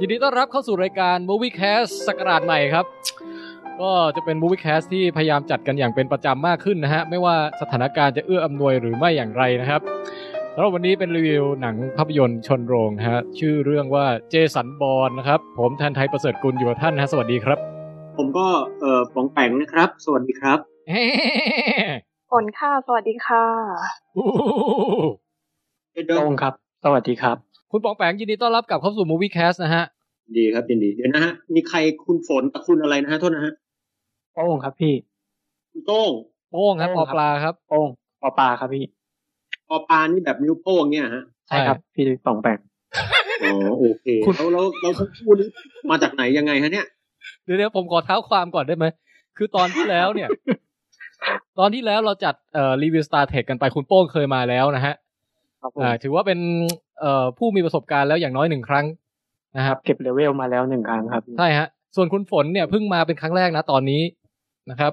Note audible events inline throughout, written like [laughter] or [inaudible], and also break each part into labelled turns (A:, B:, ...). A: ยินดีต้อนรับเข้าสู่รายการ Movie Cast สกราชใหม่ครับ ก็จะเป็น Movie Cast ที่พยายามจัดกันอย่างเป็นประจำมากขึ้นนะฮะ ไม่ว่าสถานการณ์จะเอื้ออำนวยหรือไม่อย่างไรนะครับสำหรับวันนี้เป็นรีวิวหนังภาพยนตร์ชนโรงนะฮะ ชื่อเรื่องว่าเจสันบอลนะครับ ผมแทันไทยประเสริฐกุลอยู่กับท่านนะฮะสวัสดีครับ [laughs]
B: ผมก็เอ่อป๋องแปงนะครับ สวัสดีครับ
C: ฝนค่ะ สวัสดีค่ะ
B: ด
D: โต้งครับ สวัสดีครับ
A: คุณปองแปงยินดีต้อนรับกลับเข้าสู่ Movie Cast นะฮะ
B: ีครับยินดี เดี๋ยวนะฮะ มีใครคุณฝนกับคุณอะไรนะฮะ โทษนะฮะ
D: โต้งครับพี่
B: คุณโต้ง
A: โป้งครับปอปลาครับ
D: โต้งปอปลาครับพี่
B: ปอปานี่แบบนิ้วโป้งเนี่ยฮะ
D: ใช่ครับ พี่ป่องแปง
B: อ๋อโอเค
A: คุณ
B: แล้วแล้วแล้วทั้งคู่นี้มาจากไหนยังไงฮะเนี่ย
A: เดี๋ยวๆผมขอเท้าความก่อนได้ไหม คือตอนที่แล้ว
D: [laughs]
A: เนี่ย ตอนที่แล้วเราจัดเอ่อรีวิวสตาร์เทคกันไปคุณโป้งเคยมาแล้วนะฮะ
D: ครับผม
A: อ่าถือว่าเป็นเอ่อผู้มีประสบการณ์แล้วอย่างน้อยหนึ่งครั้งนะค
D: ค
A: รั
D: รับ บ เก็บเลเวลมาแล้วหนึ่งครั้งครับพี่
A: ใช่ฮะ ส่วนคุณฝนเนี่ยเพิ่งมาเป็นครั้งแรกนะตอนนี้นะครับ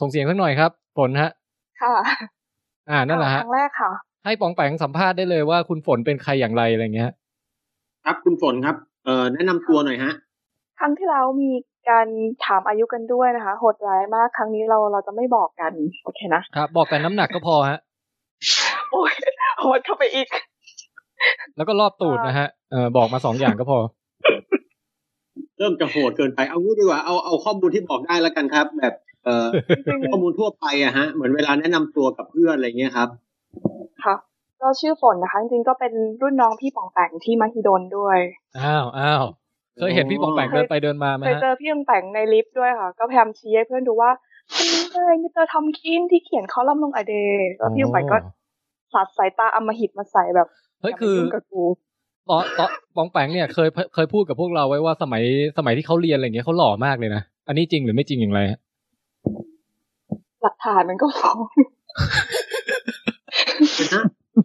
A: ส่งเสียงสักหน่อยครับฝนฮะ
C: ค่ะ
A: อ่านั่นแหละ
C: ค
A: ฮะ
C: รั้งแรกค่ะ
A: ให้ปองแปงสัมภาษณ์ได้เลยว่าคุณฝนเป็นใครอย่างไรอะไรเงี้ย
B: ครับคุณฝนครับ เอ่อแนะนำตัวหน่อยฮะ
C: ครั้งที่แล้วมีการถามอายุกันด้วยนะคะ โหดร้ายมาก ครั้งนี้เราเราจะไม่บอกกัน โอเคนะ
A: ครับ บอกแต่น้ำหนักก็พอฮะ
C: โอ้ยโหดเข้าไปอีก
A: แล้วก็รอบตูดนะฮะเออบอกมาสองอย่างก็พอ
B: เริ่มจะโหดเกินไป เอางี้ดีกว่า เอาเอาข้อมูลที่บอกได้แล้วกันครับ แบบ เอ่อ ข้อมูลทั่วไปอะฮะ เหมือนเวลาแนะนำตัวกับเพื่อนอะไรเงี้ยครับ
C: ค่ะ ก็ชื่อฝนนะคะ จริงๆก็เป็นรุ่นน้องพี่ปองแปงที่มหิดลด้วย
A: อ้าวอ้าวเคยเห็นพี่ปองแปงเดินไปเดินมาไหม
C: เคย
A: ฮะ
C: เจอพี่ปองแปงในลิฟต์ด้วยค่ะ ก็พยายามชี้ให้เพื่อนดูว่าคนนี้เลยมิสเตอร์ทอมคินที่เขียนคอลัมน์ลงอเดย์แล้วพี่ปองแปงก็สัดสายตาอำมหิตมาใส่แบบ
A: เฮ้ยคือ
C: อามายุ่งกับกู
A: ตอนตอนปองแปงเนี่ยเคยเคยพูดกับพวกเราไว้ว่าสมัยสมัยที่เขาเรียนอะไรอย่างเงี้ยเขาหล่อมากเลยนะ อันนี้จริงหรือไม่จริงอย่างไรฮะ
C: หลักฐานมันก็ฟ้อง [laughs]
B: เดี๋ยวนะ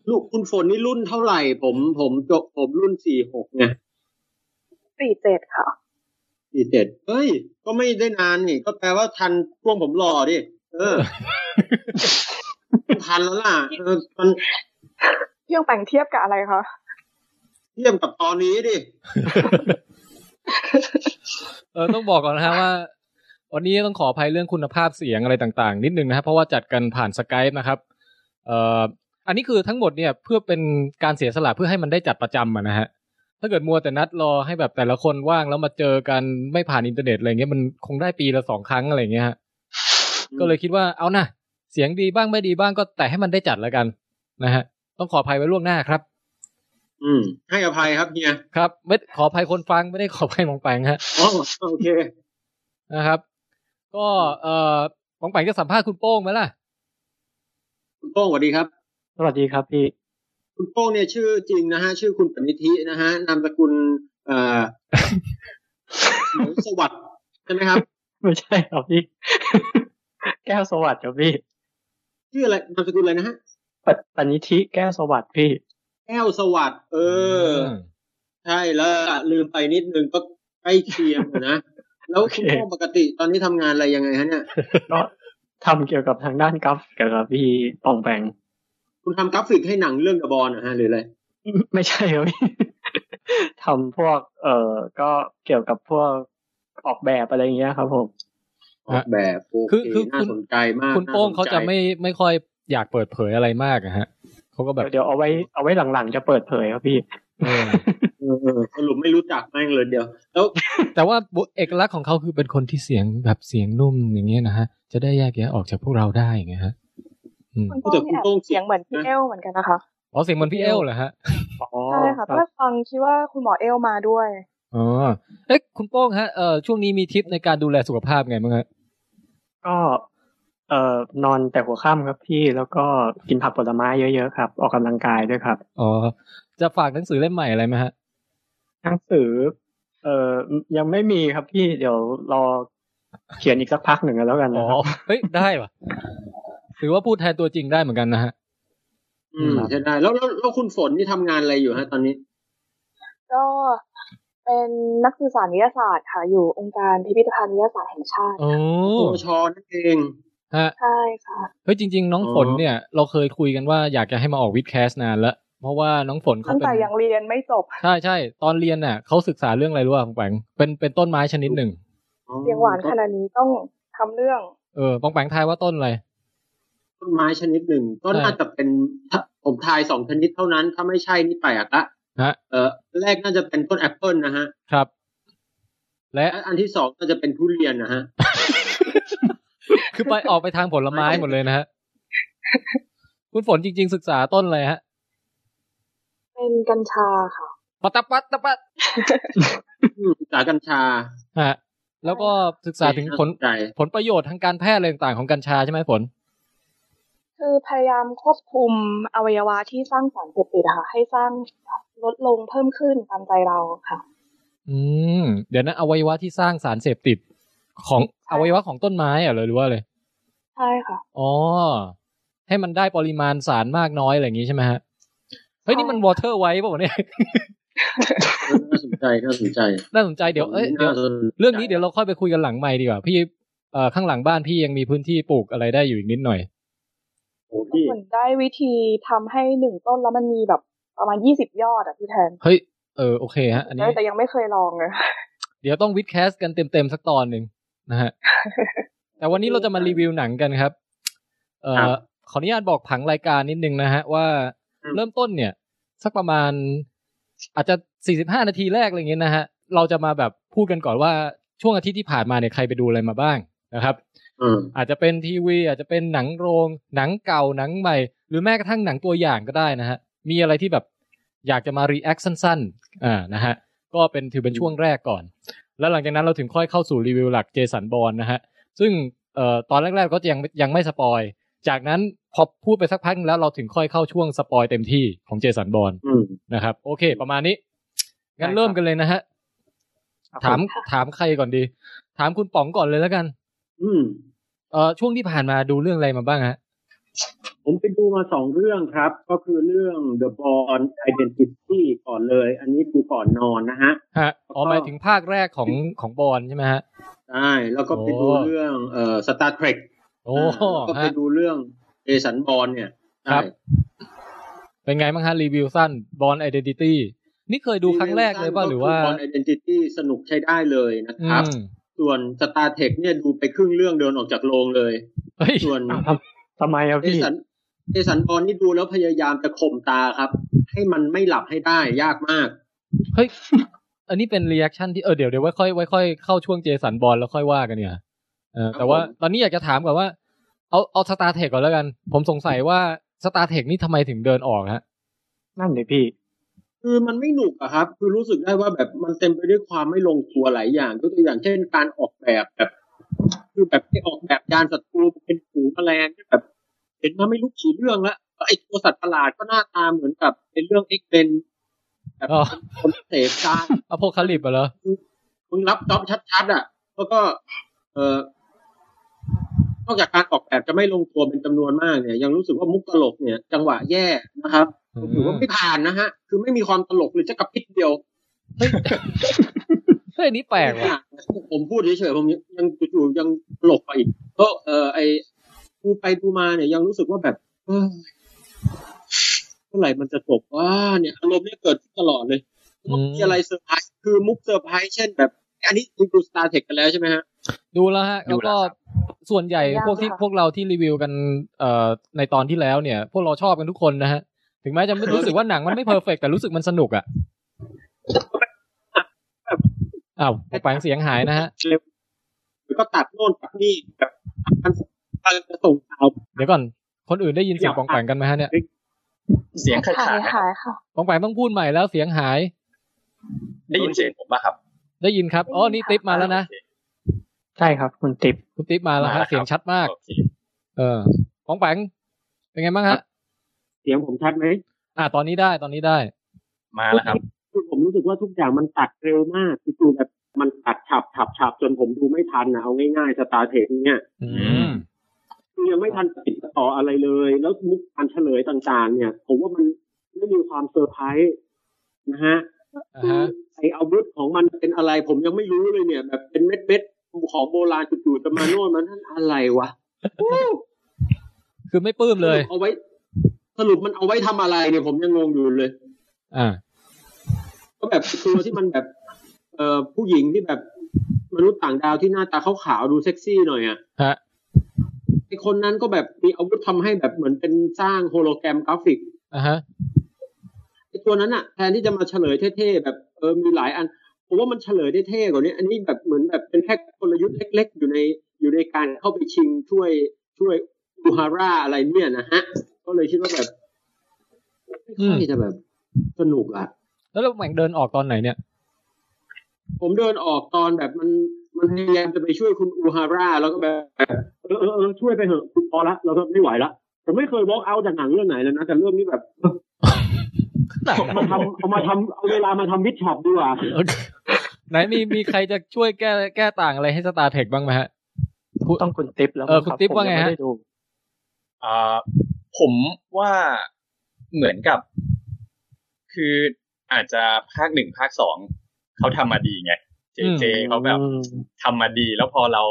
B: ลูกคุณฝนนี่รุ่นเท่าไหร่ ผมผมจบผมรุ่นสี่หกไง
C: สี่เจ็ดค่ะ
B: อีเจ็ดเฮ้ย ก็ไม่ได้นานนี่ ก็แปลว่าทันช่วงผมรอดิ เออ ทันแล้วล่ะเออมัน
C: เที่ยงแป่งเทียบกับอะไรคะ
B: เทียบกับตอนนี้ดิ
A: เออต้องบอกก่อน
C: [laughs]
A: นะฮะว่า วันนี้ต้องขออภัยเรื่องคุณภาพเสียงอะไรต่างๆ นิดนึงนะฮะเพราะว่าจัดกันผ่านสกายนะครับเอ่ออันนี้คือทั้งหมดเนี่ยเพื่อเป็นการเสียสละเพื่อให้มันได้จัดประจำอะนะฮะถ้าเกิดมัวแต่นัดรอให้แบบแต่ละคนว่างแล้วมาเจอกันไม่ผ่านอินเทอร์เน็ตอะไรเงี้ยมันคงได้ปีละสองครั้งอะไรเงี้ยฮะ
B: อืม
A: ก็เลยคิดว่าเอานะเสียงดีบ้างไม่ดีบ้างก็แต่ให้มันได้จัดแล้วกันนะฮะต้องขออภัยไว้ล่วงหน้าครับ
B: อืม ให้อภัยครับเฮีย
A: ครับไม่ขออภัยคนฟังไม่ได้ขออภัยมองแปงฮะ
B: อ๋อโอเค
A: นะครับ ก็เอ่อปองแปงจะสัมภาษณ์คุณโป้งไหมล่ะ
B: คุณโป้งสวัสดีครับ
D: สวัสดีครับพี่
B: คุณโป้งเนี่ยชื่อจริงนะฮะ ชื่อคุณปณิธินะฮะ นามสกุล เอ่
A: [laughs]
B: อ เหมือนสวัสดิ์ใช่ไหมครับ
D: ไม่ใช่ครับพี่ [laughs] แก้วสวัสดิ์ครับพี่
B: ชื่ออะไร นามสกุลอะไรนะฮะ
D: ปปณิธิแก้วสวัสดิ์พี่
B: แก้วสวัสดิ์เออ ใช่แล้วลืมไปนิดนึงก็ใกล้เคียง [laughs] อะนะ แล้ว
D: โอเค
B: คุณพ่อปกติตอนนี้ทำงานอะไรยังไงฮะเนี่ย
D: ก็ทำเกี่ยวกับทางด้านกราฟิกกับพี่ป่องแปง
B: คุณทำกราฟิกให้หนังเรื่องกระบอลนะฮะหรืออะไร
D: ไม่ใช่ครับพี่ [laughs] ทำพวก เอ่อ ก็เกี่ยวกับพวกออกแบบอะไรอย่างเงี้ยครับผม
B: ออกแบบโอ
A: คือ
B: เค
A: คือ
B: น่า
A: คุณ
B: สนใจมาก
A: คุณโป้ง
B: น่สน
A: เขาจะไม่ไม่ค่อยอยากเปิดเผยอะไรมากอะฮะเขาก็แบบ
D: เดี๋ยวเอาไว้เอาไว้หลังๆจะเปิดเผยครับพี่
A: เออ
B: [laughs] เออเออสรุปไม่รู้จักแม่งเลยเดียว แล้ว
A: แต่ว่าบุเอกลักษณ์ของเขาคือเป็นคนที่เสียงแบบเสียงนุ่มอย่างเงี้ยนะฮะ จะได้แยกแยะออกจากพวกเราได้อย่างเงี้ยฮะอืม
C: คุณโป้งเนี่ยแอบเสียงเหมือนพี่เอลเหมือนกันนะคะ
A: อ๋อเสียงเหมันพี่เอลเหรอฮะ
D: อ๋อ
C: ใช่ค่ะ
D: ค
C: ถ้า
D: รับ
C: ฟังคิดว่าคุณหมอเอลมาด้วย
A: อ๋อเอ๊ะคุณโป้งฮะเอ่อช่วงนี้มีทิปในการดูแลสุขภาพไงบ้างฮะ
D: ก็ เอ่อนอนแต่หัวค่ำครับพี่ แล้วก็กินผักผลไม้เยอะๆครับ ออกกำลังกายด้วยครับ
A: อ๋อจะฝากหนังสือเล่มใหม่อะไรไหมฮะ
D: หนังสือ เอ่อ ยังไม่มีครับพี่ เดี๋ยวรอเขียนอีกสักพักหนึ่งแล้วกัน
A: อ๋อ
D: นะครับ
A: เฮ้ยได้ว่ะถือว่าพูดแทนตัวจริงได้เหมือนกันนะฮะ
B: อืม
D: ครับ
B: ใช่ได้แล้วแล้วแล้วคุณฝนนี่ทำงานอะไรอยู่ฮะ ตอนนี้
C: ก็เป็นนักสื่อสารนิยศาสตร์ค่ะ อยู่องค์การพิพิธภัณฑ์นิยศาสตร์แห่งชาติ
A: โอ้
B: ปวชนั่นเอง
A: ฮะ
C: ใช่ค่ะ
A: เฮ้ยจริง ๆ น้อง
B: อ๋อ
A: ฝนเนี่ย เราเคยคุยกันว่าอยากจะให้มาออกวิดแคสนานแล้วเพราะว่าน้องฝนเขา
C: ตั้ง
A: เป็น
C: แต่ยังเรียนไม่จบ
A: ใช่ใช่ตอนเรียนน่ะเขาศึกษาเรื่องอะไรรู้ป่ะของแปงเป็นเป็นต้นไม้ชนิดหนึ่ง
C: เสียงหวานขนาดนี้ต้องทำเรื่อง
A: เออปองแปงทายว่าต้นอะไร
B: ต้นไม้ชนิดหนึ่งก็
A: ใช่
B: น่าจะเป็นถ้าผมทายสองชนิดเท่านั้น ถ้าไม่ใช่นี่แปลกละ
A: ฮะ
B: เออแรกน่าจะเป็นต้นแอปเปิลนะฮะ
A: ครับ และ
B: และอันที่สองน่าจะเป็นทุเรียนนะฮะ
A: คือไปออกไปทางผลไม้หมดเลย [laughs] นะฮะ คุณฝนจริง ๆ ศึกษาต้นอะไรฮะ
C: เป็นกัญชาค่ะ
A: ปะตะปัดตะปัด
B: อืมศึกษากัญชา
A: ฮะแล้วก็ศึกษาถึงผล
B: ใจ
A: ผลประโยชน์ทางการแพทย์อะไรต่างๆของกัญชาใช่ไหมฝน
C: คือพยายามควบคุมอวัยวะที่สร้างสารเสพติดอะค่ะ ให้สร้างลดลงเพิ่มขึ้นตามใจเราค่ะ
A: อืมเดี๋ยวนะอวัยวะที่สร้างสารเสพติด ของอวัยวะของต้นไม้อะเหรอหรือว่าอะไร
C: ใช่ค่ะ
A: อ๋อ ให้มันได้ปริมาณสารมากน้อยอะไรอย่างนี้ใช่ไหมฮะ เฮ้ย นี่มันวอเ e อร์ไว้ป่าวะเนี่ย
B: น่าสนใจน่าสนใจ
A: น่าสนใจเดี๋ยวเอ้ยเดี๋ยว
B: น่าสนใจ
A: เรื่องนี้เดี๋ยวเราค่อยไปคุยกันหลังใหม่ดีกว่า พี่เอ่อข้างหลังบ้านพี่ยังมีพื้นที่ปลูกอะไรได้อยู่อีกนิดหน่อย
B: โอ้พี่
C: เหมือนได้วิธีทำให้หนึ่งต้นแล้วมันมีแบบประมาณยี่สิบยอดอะพี่แทน
A: เฮ้ย เออ โอเคฮะ อันนี้
C: แต่ยังไม่เคยลองเลย
A: เดี๋ยวต้องวิดแคสกันเต็มๆสักตอนหนึ่งนะ [laughs] ฮะ แต่วันนี้เราจะมารีวิวหนังกันครับ เอ่อ ขออนุญาตบอกผังรายการนิดนึงนะฮะ ว่าเริ่มต้นเนี่ย สักประมาณ อาจจะ 45 นาทีแรกอะไรเงี้ยนะฮะ เราจะมาแบบพูดกันก่อนว่าช่วงอาทิตย์ที่ผ่านมาเนี่ยใครไปดูอะไรมาบ้างนะครับ
B: อืม
A: อาจจะเป็นทีวี อาจจะเป็นหนังโรง หนังเก่าหนังใหม่ หรือแม้กระทั่งหนังตัวอย่างก็ได้นะฮะ มีอะไรที่แบบอยากจะมารีแอคสั้นๆอ่านะฮะ ก็เป็นถือเป็นช่วงแรกก่อน แล้วหลังจากนั้นเราถึงค่อยเข้าสู่รีวิวหลักเจสันบอลนะฮะ ซึ่งเอ่อตอนแรกๆก็ยังยังไม่สปอย จากนั้นพอพูดไปสักพักหนึ่งแล้วเราถึงค่อยเข้าช่วงสปอยเต็มที่ของเจสันบอล
B: อืม
A: นะครับ โอเค ประมาณนี้งั้นเริ่มกันเลยนะฮะ
D: ครับ
A: ถาม
D: ผ
A: ถามใครก่อนดี ถามคุณป๋องก่อนเลยแล้วกัน
B: อืม
A: เอ่อช่วงที่ผ่านมาดูเรื่องอะไรมาบ้างฮะ
B: ผมไปดูมาสองเรื่องครับ ก็คือเรื่อง The Born Identity ก่อนเลย อันนี้ดูก่อนนอนนะฮะ
A: ฮะอ๋อ
B: แล้วก็
A: หมายถึงภาคแรก
B: [laughs]
A: ของของบอลใช่ไหมฮะ
B: ใช่แล้วก็ไปดูเรื่องเอ่อ Star Trek
A: โอ้
B: แล้วก็ไป
A: ฮะ
B: ดูเรื่องเอสันบอลเนี่ย
A: ครับ
B: ใช่
A: เป็นไงบ้างฮะ รีวิวสั้นบอลไอเดนติตี้นี่เคยดูครั้งแรกเลยป่ะหรือว่า
B: บอล Identity สนุกใช้ได้เลยนะ
A: อื
B: ครับ
A: ม
B: ส่วน Star Trek เนี่ยดูไปครึ่งเรื่องเดินออกจากโรงเลย
A: เฮ้ย
B: ส่วน
D: มทำทำไมครับ
B: เจ
D: พี่
B: สันเจสันบอลนี่ดูแล้วพยายามจะข่มตาครับ ให้มันไม่หลับให้ได้ยากมาก
A: เฮ้ย อันนี้เป็นรีแอคชั่นที่เออเดี๋ยวเดี๋ยวไว้ค่อยไว้ค่อยเข้าช่วงเจสันบอลแล้วค่อยว่ากันเนี่ยเออแต่ว่า
B: ครับผม
A: ตอนนี้อยากจะถามก่อนว่า เอาเอาสตาร์เทคก่อนแล้วกัน ผมสงสัยว่าสตาร์เทคนี่ทำไมถึงเดินออกฮะ
D: นั่นเลยพี่
B: คือมันไม่หนุกอะครับ คือรู้สึกได้ว่าแบบมันเต็มไปด้วยความไม่ลงตัวหลายอย่างยกตัวอย่างเช่นการออกแบบแบบ คือแบบที่ออกแบบยานศัตรูเป็นฝูงแมลงที่แบบ เห็นมาไม่รู้กี่เรื่องแล้วไอตัวสัตว์ประหลาดก็หน้าตาเหมือนกับเป็นเรื่องเอ็กเป็นแบบ
A: อ๋อ
B: คนเสพตา
A: อโพคาลิปเหรอ
B: มึงรับจ็อบชัดๆอ่ะ แล้วก็ เออนอกจากการออกแบบจะไม่ลงตัวเป็นจำนวนมากเนี่ย ยังรู้สึกว่ามุกตลกเนี่ย จังหวะแย่นะครับ
A: อื
B: ถือว่ามไม่ผ่านนะฮะ คือไม่มีความตลกเลยจะกระพริบเดียว
A: [laughs] เฮ้ยอันนี้แปลกว่ะ
B: ผมพูดเฉยๆผมยังจู่ๆยังตลกไปอีกก็เออไอดูไปดูมาเนี่ยยังรู้สึกว่าแบบเอ้ยเมื่อไหร่มันจะจบว่าเนี่ยอารมณ์เนี่ยเกิดขึ้นตลอดเลยแล้วก็มีอะไรเซอร์ไพรส์คือมุกเซอร์ไพรส์เช่นแบบ อันนี้คุณดูสตาร์เทคกันแล้วใช่ไหมฮะ
A: ดูแล้วฮะ แล้วก็
D: ดูแล้วครับ
A: ส่วนใหญ่
C: ยัง
A: พวกที่
C: ค่ะ
A: พวกเราที่รีวิวกันเอ่อในตอนที่แล้วเนี่ย พวกเราชอบกันทุกคนนะฮะ ถึงแม้จะไม่รู้สึกว่าหนังมันไม่เพอร์เฟกแต่รู้สึกมันสนุกอะอ้าวแปลงเสียงหายนะฮะ
B: หรือก็ตัดโน่นตัดนี่แบบมันมันจะส่งข่าว
A: เดี๋ยวก่อน คนอื่นได้ยินเสียงปองแปงกันไหมฮะเนี่ย
E: เสียงขาด
C: หาย
E: ๆนะ
C: หายค่ะ
A: ปองแปงต้องพูดใหม่แล้วเสียงหาย
E: ได้ยินเสียงผมป่ะครับ
A: ได้ยินครับ อ๋อ นี่ติ๊บมาแล้วนะ
D: ใช่ครับ คุณติ๊บ
A: คุณติ๊บมาแล้ว
E: มา
A: ฮะ
E: แล้วครับ
A: เสียงชัดมาก
E: โอเค
A: เออปองแปงเป็นไงบ้างฮะ
B: เสียงผมชัดไหม
A: อ่ะตอนนี้ได้ ตอนนี้ได้
E: มาแล้วครับ
B: คือผมรู้สึกว่าทุกอย่างมันตัดเร็วมากจู่ๆแบบมันตัดฉับฉับฉับจนผมดูไม่ทันนะเอาง่ายๆสตาร์เทคเนี่ย
A: อืม
B: คือยังไม่ทันติดต่ออะไรเลย แล้วมุกการเฉลยต่างๆ เนี่ย ผมว่ามันไม่มีความเซอร์ไพรส์นะฮะ
A: อ่าฮะ
B: ไออาวุธของมันเป็นอะไร ผมยังไม่รู้เลยเนี่ย แบบเป็นเม็ดๆของโบราณจู่ๆจะมาโน่นมันนั่นอะไรวะ
A: คือไม่ปลื้มเลย
B: เอาไว้ สรุปมันเอาไว้ทำอะไรเนี่ยผมยังงงอยู่เลย
A: อ่า
B: ก็แบบตัวที่มันแบบ เอ่อผู้หญิงที่แบบมนุษย์ต่างดาวที่หน้าตาขาวๆดูเซ็กซี่หน่อยอ่ะ
A: ฮะ
B: ไอคนนั้นก็แบบมีอาวุธทำให้แบบเหมือนเป็นสร้างโฮโลแกรมกราฟิก
A: อ่าฮะ
B: ไอตัวนั้นอ่ะแทนที่จะมาเฉลยเท่ๆแบบเออมีหลายอันผมว่ามันเฉลยได้เท่กว่านี้ อันนี้แบบเหมือนแบบเป็นแค่กลยุทธ์เล็ก ๆ อยู่ในอยู่ในการเข้าไปชิงช่วยช่วยอูฮาร่าอะไรเนี่ยนะฮะ ก็เลยคิดว่าแบบไม่ค่อยจะแบบสนุกอ่ะ
A: แล้วเราแหม่งเดินออกตอนไหนเนี่ย
B: ผมเดินออกตอนแบบมันมันพยายามจะไปช่วยคุณอูฮาร่า แล้วก็แบบเออเออเออช่วยไปเถอะพอละเราก็ไม่ไหวละผมไม่เคยวอล์กเอาจากหนังเรื่องไหนเลยนะแต่เรื่องนี้แบบมาทำเอามาทำเอาเวลามาทำวิดช็อปดีกว่า
A: ไหนมีมีใครจะช่วยแก้แก้ต่างอะไรให้สตาร์เทคบ้างไหมฮะ
D: ต้องคุณติ๊บแล้ว
A: เออคุณ
D: รับ
A: ติ๊บว่าไง
D: ผมยั
A: ฮะ
D: ม่ด้ดู
E: อ่าผมว่าเหมือนกับ คืออาจจะภาคหนึ่งภาคสองเขาทำมาดีไงเจเจเขาแบบ
D: อืม
E: ทำมาดีแล้วพอเรา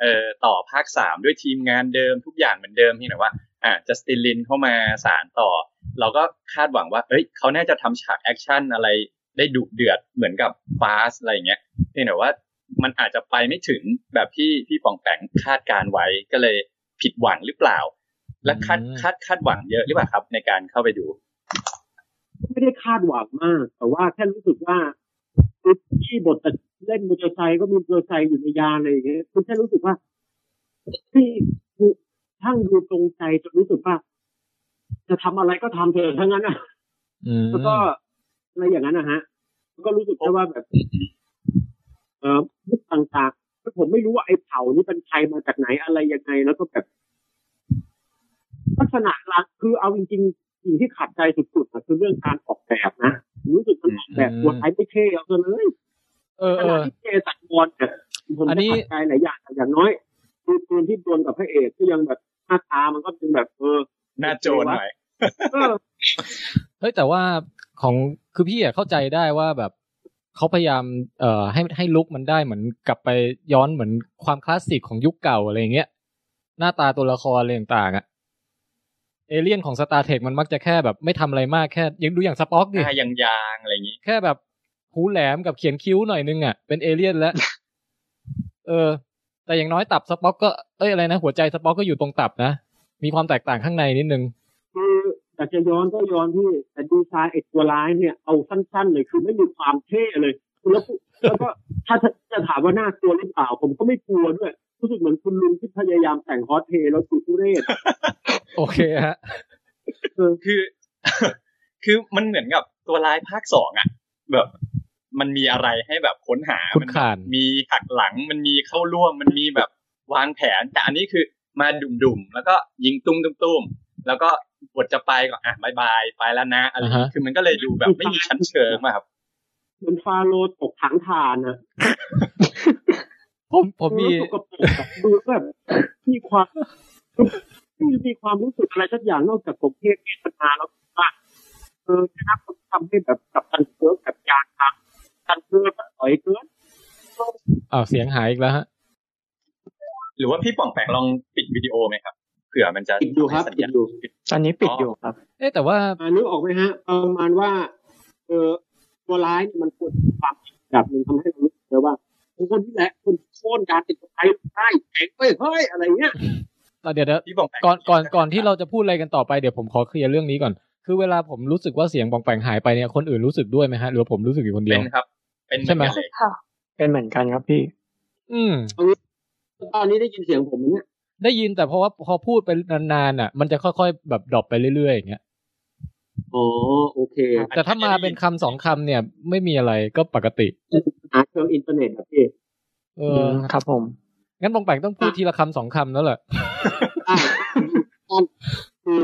E: เอ่อต่อภาคสามด้วยทีมงานเดิมทุกอย่างเหมือนเดิมที่ไหนว่าอ่ะจัสตินลินเข้ามาสารต่อ เราก็คาดหวังว่าเอ้ยเขาน่าจะทำฉากแอคชั่นอะไรได้ดุเดือดเหมือนกับฟาสอะไรอย่างเงี้ยที่ไหนว่ามันอาจจะไปไม่ถึงแบบที่พี่ปองแปงคาดการไว้ก็เลยผิดหวังหรือเปล่า และคาด
A: อืม
E: คาดคาดหวังเยอะหรือเปล่าครับ ในการเข้าไปดู
B: ไม่ได้คาดหวังมาก แต่ว่าแค่รู้สึกว่าที่บทจะเล่นมอเตอร์ไซค์ก็มีมอเตอร์ไซค์อยู่ในยานอะไรอย่างเงี้ยคุณแค่รู้สึกว่า ที่คือช่างดูตรงใจจนรู้สึกว่า จะทำอะไรก็ทำเถอะทั้งนั้นอ่ะ
A: อืม
B: แล้วก็อะไรอย่างนั้นนะฮะแล้วก็รู้สึกแค่ว่าแบบ เออมุกต่างๆแล้วผมไม่รู้ว่าไอ้เผานี่เป็นใครมาจากไหนอะไรยังไง แล้วก็แบบ ลักษณะละคือเอาจริงๆสิ่งที่ขัดใจสุดๆอะคือเรื่องการออกแบบนะผมรู้สึกมันออกแบบตัวไทยไม่เท่เอาซะเลย
A: เออ
B: ข
A: เอ
B: นาด
A: อ
B: ที่เจสันบอลเนี่ยผม
A: อันนี้
B: ก็ขัดใจหลายอย่างแต่อย่างน้อยคือคนที่โดนกับพระเอกก็ยังแบบหน้าตามันก็ยังแบบเออ
E: หน้าโจรหน่อย
B: เออ
A: เฮ้ยแต่ว่าของคือพี่อะเข้าใจได้ว่าแบบเขาพยายามเอ่อให้ให้ลุกมันได้เหมือนกลับไปย้อนเหมือนความคลาสสิกของยุคเก่าอะไรอย่างเงี้ยหน้าตาตัวละครอะไรต่างๆอะเอเลี่ยนของสตาร์เทคมันมักจะแค่แบบไม่ทำอะไรมากแค่ยังดูอย่างสป็อก
E: ห
A: ดิ
E: น้ายางยางๆอะไรอย่างงี้
A: แค่แบบหูแหลมกับเขียนคิ้วหน่อยนึงอะเป็นเอเลี่ยน
E: [laughs]
A: แล้ว เออ แต่อย่างน้อยตับสป็อกก็เอ้ยอะไรนะหัวใจสป็อกก็อยู่ตรงตับนะมีความแตกต่างข้างในนิดนึง
B: คืออยากจะย้อนก็ย้อนที่แต่ดีไซน์ไอ้ตัวร้ายเนี่ยเอาสั้นๆเลยคือไม่มีความเท่เลยแล้วก็แล้วก็ถ้าจะถามว่าน่ากลัวหรือเปล่า ผมก็ไม่กลัวด้วย รู้สึกเหมือนคุณลุงที่พยายามแต่งฮอตเทลแล้วถูกทุเรศ
A: โอเคฮะ
E: คือ คือมันเหมือนกับตัวร้ายภาคสองอะแบบ มันมีอะไรให้แบบค้นหา
A: คุณ
E: มั
A: ขาน
E: มีหักหลังมันมีเข้าร่วม มันมีแบบวางแผน แต่อันนี้คือมาดุ่มๆแล้วก็ยิงตุ้มๆตุ้มๆแล้วก็บทจะไปก็อ่ะบายบายไปแล้วนะอะไรอย่างงี้
A: อ่าฮะ
E: คือมันก็เลยดูแบบไม่มีชั้นเชิงอะครับ
B: เหมือนฟาโรห์ตกถังทานนะ
A: ผมผมมี
B: ดูสกปรกอะดูแบบมีความมีความรู้สึกอะไรสักอย่างนอกจากผมเทศเทศนาแล้วว่าเออนะครับผมทำให้แบบกับตันเคิร์กแบบยางทางตันเคิร์กแบบอ่อยเกิน
A: อ้าวเสียงหายอีกแล้วฮะ
E: หรือว่าพี่ป่องแปงลองปิดวิดีโอไหมครับเผื่อมันจะ
B: ปิดอยู่ครับ
E: สัญ
B: ปิ
E: ญา
B: ด
E: ณ
B: อยู่
D: ตอนนี้ปิดอยู่ครับ
A: เอ๊ะแต่ว่า
B: อ่านึกออกไหมฮะ ประมาณว่า เออตัวร้ายเนี่ยมันควรมีความผิดแบบหนึ่งทำให้เรารู้สึกเลยว่าคนที่แหละคนโค่นการติดตัวไทยได้แข็งเว้ยเฮ้ยอะไรเงี้ย
A: เดี๋ยวเดี๋ยว
E: พี่ป่องแปง
A: ก่อนก่อนก่อนที่เราจะพูดอะไรกันต่อไปเดี๋ยวผมขอเคลียร์เรื่องนี้ก่อน คือเวลาผมรู้สึกว่าเสียงบองแปงหายไปเนี่ยคนอื่นรู้สึกด้วยไหมฮะหรือว่าผมรู้สึกอยู่คนเดี
E: เป็
A: ยว
E: นครับ เป็น
A: ใช่ไหม
E: เอนกันเลย
C: ค่ะ
D: เป็นเหมือนกันครับพี่
A: อืม
B: ตอนนี้ได้ยินเสียงผมไหมเนี่ย
A: ได้ยินแต่เพราะว่าพอพูดไปนานๆอ่ะ มันจะค่อยๆแบบดรอปไปเรื่อยๆอย่างเงี้ย
B: อ๋อโอเค
A: แต่ถ้ามาเป็นคำสองคำเนี่ย ไม่มีอะไรก็ปกติ
B: หาเชิงอินเทอร์เน็ตครับพี่
A: เอ
D: อื
A: อ
D: มครับผม
A: งั้นบองแปงต้องพูดทีละคำสองคำแล้วแหละ
B: อ่ะคือ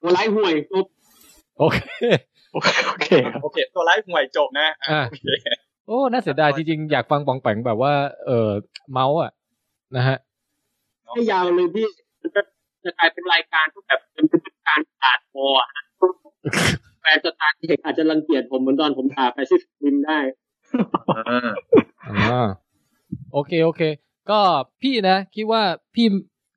B: ตัวร้ายห่วยจบ
A: โอเค
D: โอเคครับ
E: โอเค ตัวร้ายห่วยจบนะ
A: อ่ะ
E: โอเค
A: โอ้น่าเสียดายจริงๆอยากฟังบองแปงแบบว่า เออเมาส์อ่ะนะฮะ
B: ให้ยาวเลยพี่มันจะจะกลายเป็นรายการที่แบบเป็นการขาดคออะฮะแฟนสตาร์เทคอาจจะรังเกียจผมเหมือนตอนผมด่าไปซิฟิมได้
E: อ่า
A: อ่าโอเคโอเค ก็พี่นะคิดว่าพี่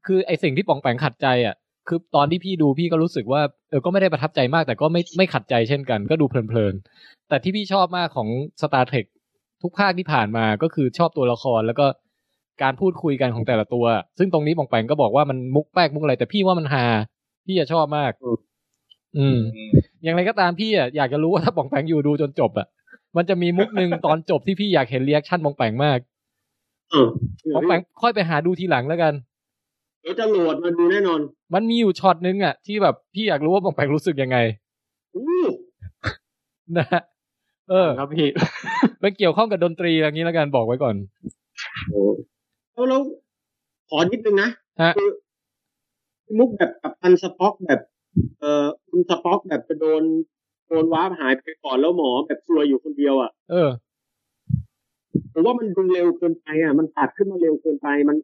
A: คือไอสิ่งที่ปองแปงขัดใจอ่ะคือตอนที่พี่ดูพี่ก็รู้สึกว่าเออก็ไม่ได้ประทับใจมากแต่ก็ไม่ไม่ขัดใจเช่นกัน ก็ดูเพลินๆแต่ที่พี่ชอบมากของ Star Trek ทุกภาคที่ผ่านมาก็คือชอบตัวละครแล้วก็การพูดคุยกันของแต่ละตัว ซึ่งตรงนี้ปองแปงก็บอกว่ามันมุกแป๊กมุกอะไรแต่พี่ว่ามันฮาพี่จะชอบมาก อืม อย่างไรก็ตามพี่อ่ะอยากจะรู้ว่าถ้าปองแปงอยู่ดูจนจบอ่ะ มันจะมีมุกหนึ่ง ตอนจบที่พี่อยากเห็นเรีแอคชั่นปองแปงมาก
B: เออ
A: ปองแปงค่อยไปหาดูทีหลังแล้วกัน
B: เดี๋ยวจะโหลดมาดูแน่นอน
A: มันมีอยู่ช็อตนึงอ่ะที่แบบพี่อยากรู้ว่าปองแปงรู้สึกยังไง
B: อู้
A: นะฮะเออ
D: ครับพี่
A: มันเกี่ยวข้องกับดนตรีอย่างนี้แล้วกันบอกไว้ก่อน
B: โหแล้วแล้วขอนิดนึงนะ
A: ฮะ
B: คือมุกแบบกับพันสป็อกแบบ เอ่อคุณสป็อกแบบจะโดนโดนว้าร์ปหายไปก่อนแล้วหมอแบบซวยอยู่คนเดียวอ่ะ
A: เออ
B: ผมว่ามันดูเร็วเกินไปอ่ะ มันตัดขึ้นมาเร็วเกินไป มัน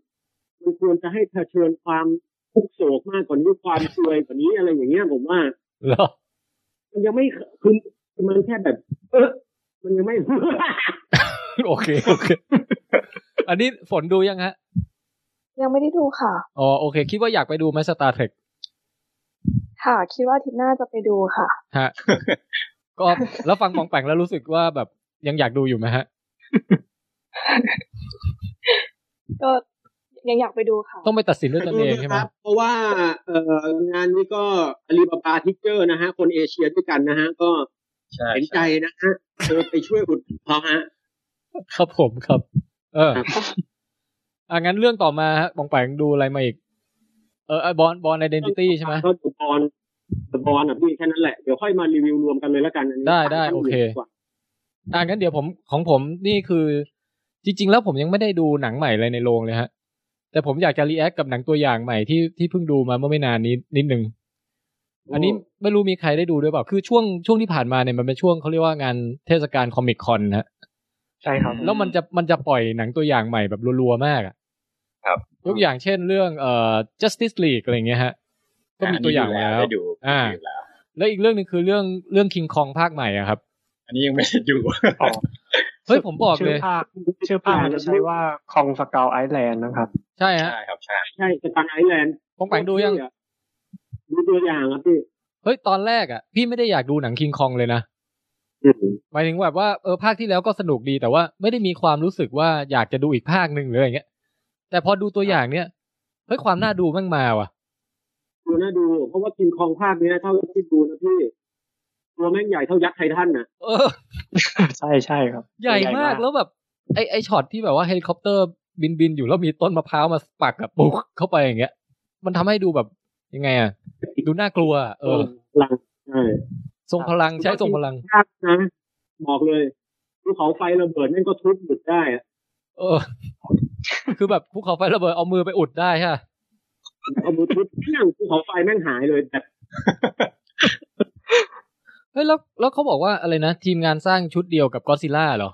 B: มันควรจะให้เผชิญความทุกข์โศกมากกว่านี้ความซวยกว่านี้อะไรอย่างเงี้ยผมว่า
A: เหรอ [laughs]
B: มันยังไม่คือคือมันแค่แบบ เออมันยังไม่
A: โอเคโอเค อันนี้ฝนดูยังฮะ
C: ยังไม่ได้ดูค่ะ
A: อ๋อโอเค คิดว่าอยากไปดูไหมสตาร์เทค
C: ค่ะ คิดว่าอาทิตย์หน้าจะไปดูค่ะ
A: ฮะ ก็แล้วฟังปองแปงแล้วรู้สึกว่าแบบยังอยากดูอยู่ไหมฮะ
C: ก็ยังอยากไปดูค่ะ
A: ต้องไปตัดสินด้วยตนเองใช่ไหม
B: ครับเพราะว่าเอ่องานนี้ก็อาลีบาบาทิกเกอร์นะฮะ คนเอเชียด้วยกันนะฮะ ก็
E: ใช่
B: เห็นใจ
E: ใช่
B: นะฮะเออไปช่วยอุดหนุนเขาฮะ
A: ครับผมครับ เออ
B: ครับ
A: อ่ะงั้นเรื่องต่อมาฮะปองแปงดูอะไรมาอีก เออบอลบอลไอดีนิตี้ใช่ไหม
B: ก็ดูบอลดูบอลอ่ะพี่แค่นั้นแหละ เดี๋ยวค่อยมารีวิวรวมกันเลยละกันอันนี้
A: ได้ได้
B: ตั้ง
A: โอเค
B: ดีกว่า
A: อ่ะงั้นเดี๋ยวผมของผมนี่คือ จริง ๆ แล้วผมยังไม่ได้ดูหนังใหม่อะไรในโรงเลยฮะ แต่ผมอยากจะรีแอคกับหนังตัวอย่างใหม่ที่ที่เพิ่งดูมาเมื่อไม่นานนี้นิดนึง อันนี้ไม่รู้มีใครได้ดูด้วยเปล่า คือช่วงช่วงที่ผ่านมาเนี่ยมันเป็นช่วงเขาเรียกว่างานเทศกาลคอมิคคอนนะฮะ
D: ใช่ครับ
A: แล้วมันจะมันจะปล่อยหนังตัวอย่างใหม่แบบรัวๆมากอะ
E: ครับ
A: ยกอย่างเช่นเรื่องเอ่อ justice league อะไรอย่างเงี้ยฮะ ก็มีตัวอย่างแล้ว
E: ได้ดู
A: อ่า
E: ได้ดูแล้ว
A: แล้วอีกเรื่องหนึ่งคือเรื่องเรื่อง king kong ภาคใหม่อะครับ
E: อันนี้ยังไม่ได้ดู
D: อ๋อ
A: เฮ้ยผมบอก
D: ชื่
A: เล
D: อย ภาคชื่อภาคอาจจะใช้ว่าคองสกาวไอแลนด์นะครับ
A: ใช่ฮะ
E: ใช่ครับใช่
B: ใช่สตันไอแลนด์
A: ปองแปงดูยัง
B: ดูตัวอย่างอ่ะพี่
A: เฮ้ยตอนแรกอะพี่ไม่ได้อยากดูหนัง king kong เลยนะ
B: อืม
A: หมายถึงแบบว่าเออภาคที่แล้วก็สนุกดีแต่ว่าไม่ได้มีความรู้สึกว่าอยากจะดูอีกภาคหนึ่งหรืออะไรเงี้ย แต่พอดูตัวอย่างเนี้ยเฮ้ยความน่าดูแมั่งมาว่ะ
B: ดูน่าดู เพราะว่าทีมคองภาคเนี้ยเท่าที่ดูนะพี่ตัวแม่งใหญ่เท่ายักษ์ไททันน่ะ
A: เออ
D: [laughs] ใช่ใช่ครับ
A: ใหญ่มากแล้วแบบ ไอไอช็อตที่แบบว่าเฮลิคอปเตอร์บินบินอยู่แล้วมีต้นมะพร้าวมาปักกับปุ๊กเข้าไปอย่างเงี้ย มันทำให้ดูแบบยังไงอ่ะ ดูน่ากลัว เออ
B: พลังใช่
A: ทรงพลังใช้ทรงพลัง
B: ยากนะบอกเลยภูเขาไฟระเบิดนั่นก็ทุบหยุดได้อะ
A: เออ [laughs] คือแบบภูเขาไฟระเบิดเอามือไปอุดได้ฮะ
B: เอามือทุบเรื่องภูเขาไฟแม่งหายเลยแต่
A: เฮ้ยแล้วแล้วเขาบอกว่าอะไรนะ ทีมงานสร้างชุดเดียวกับก็ซิล่าเหรอ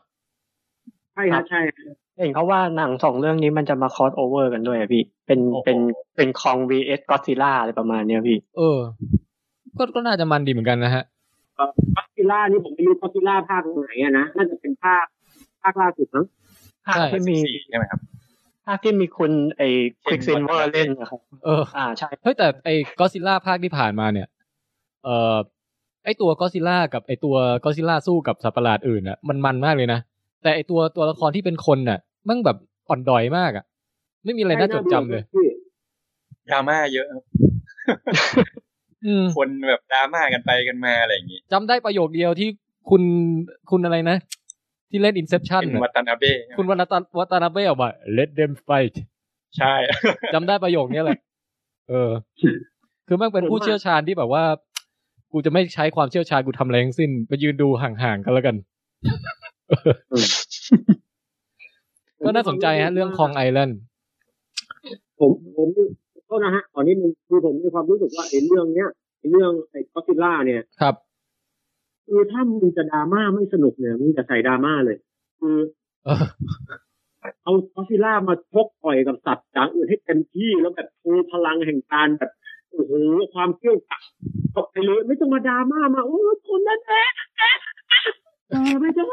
B: ใช่ฮะใช่ฮะ
D: เห็นเขาว่าหนังสองเรื่องนี้มันจะมาคอสโอเวอร์กันด้วยอะพี่ เป็น
E: โอ้โห
D: เป็นเป็นคอง vs ก็อดซิล่าอะไรประมาณเนี้ยพี่
A: เออ ก็ก็น่าจะมันดีเหมือนกันนะฮะ
B: ก็ซิล่านี่ผมไม่รู้ก็ซิล่าภาคไหนอะนะน่าจะเป็นภาคภาคล่าสุดมั้ง
D: ภาค
A: ใช่
D: ที่มี
E: สี่ใช่ไหมครับ
D: ภาคที่มีคุณไอ้ควิกซินเวอ
E: Watanabe
D: ร์เล่นนะครับ
A: เออ
D: อ่าใช่
A: เฮ้ยแต่ไอ้ก็ซิล่าภาคที่ผ่านมาเนี่ย เออไอ้ตัวก็ซิล่ากับไอ้ตัวก็ซิล่าสู้กับสัตว์ประหลาดอื่นอะมันมันมากเลยนะ แต่ไอ้ตัวตัวละครที่เป็นคนน่ะมั่งแบบอ่อนดอยมากอะไม่มีอะไรน่าจดจำเลย
B: พี่
E: ดราม่าเยอะครับ
A: อืม
E: คนแบบดราม่ากันไปกันมาอะไรอย่างนี้
A: จำได้ประโยคเดียวที่คุณคุณอะไรนะ ที่เล่น Inception
E: เป็น
A: น่ะ
E: วัตานาเบะ
A: คุณวัตตาวัตานาเบะออกมา let them fight
E: ใช่
A: จำได้ประโยคเนี้ยแหละ เออ คือแมันเป็นผู้เชี่ยวชาญที่แบบว่า กูจะไม่ใช้ความเชี่ยวชาญกูทำอะไรทั้งสิ้น ไปยืนดูห่างๆกันแล้วกัน ก็น่าสนใจฮะ เรื่องคองไอแลนด์
B: ผมผมโทษนะฮะขอนิดนึงคือผมมีความรู้สึกว่าไอ้เรื่องเนี้ยไอ้เรื่องไอ้ก็ซิล่าเนี่ย
A: ครับ
B: คือถ้ามึงจะดราม่าไม่สนุกเนี่ยมึงจะใส่ดราม่าเลย คือ
A: เออ
B: เอาคอสซิล่ามาชกต่อยกับสัตว์อย่างอื่นให้เต็มที่แล้วแบบโชว์พลังแห่งการแบบโอ้โหความเกรี้ยวกราดตกไปเลยไม่ต้องมาดราม่ามาโอ้ยคนนั้นแหละเออไม่ต้อง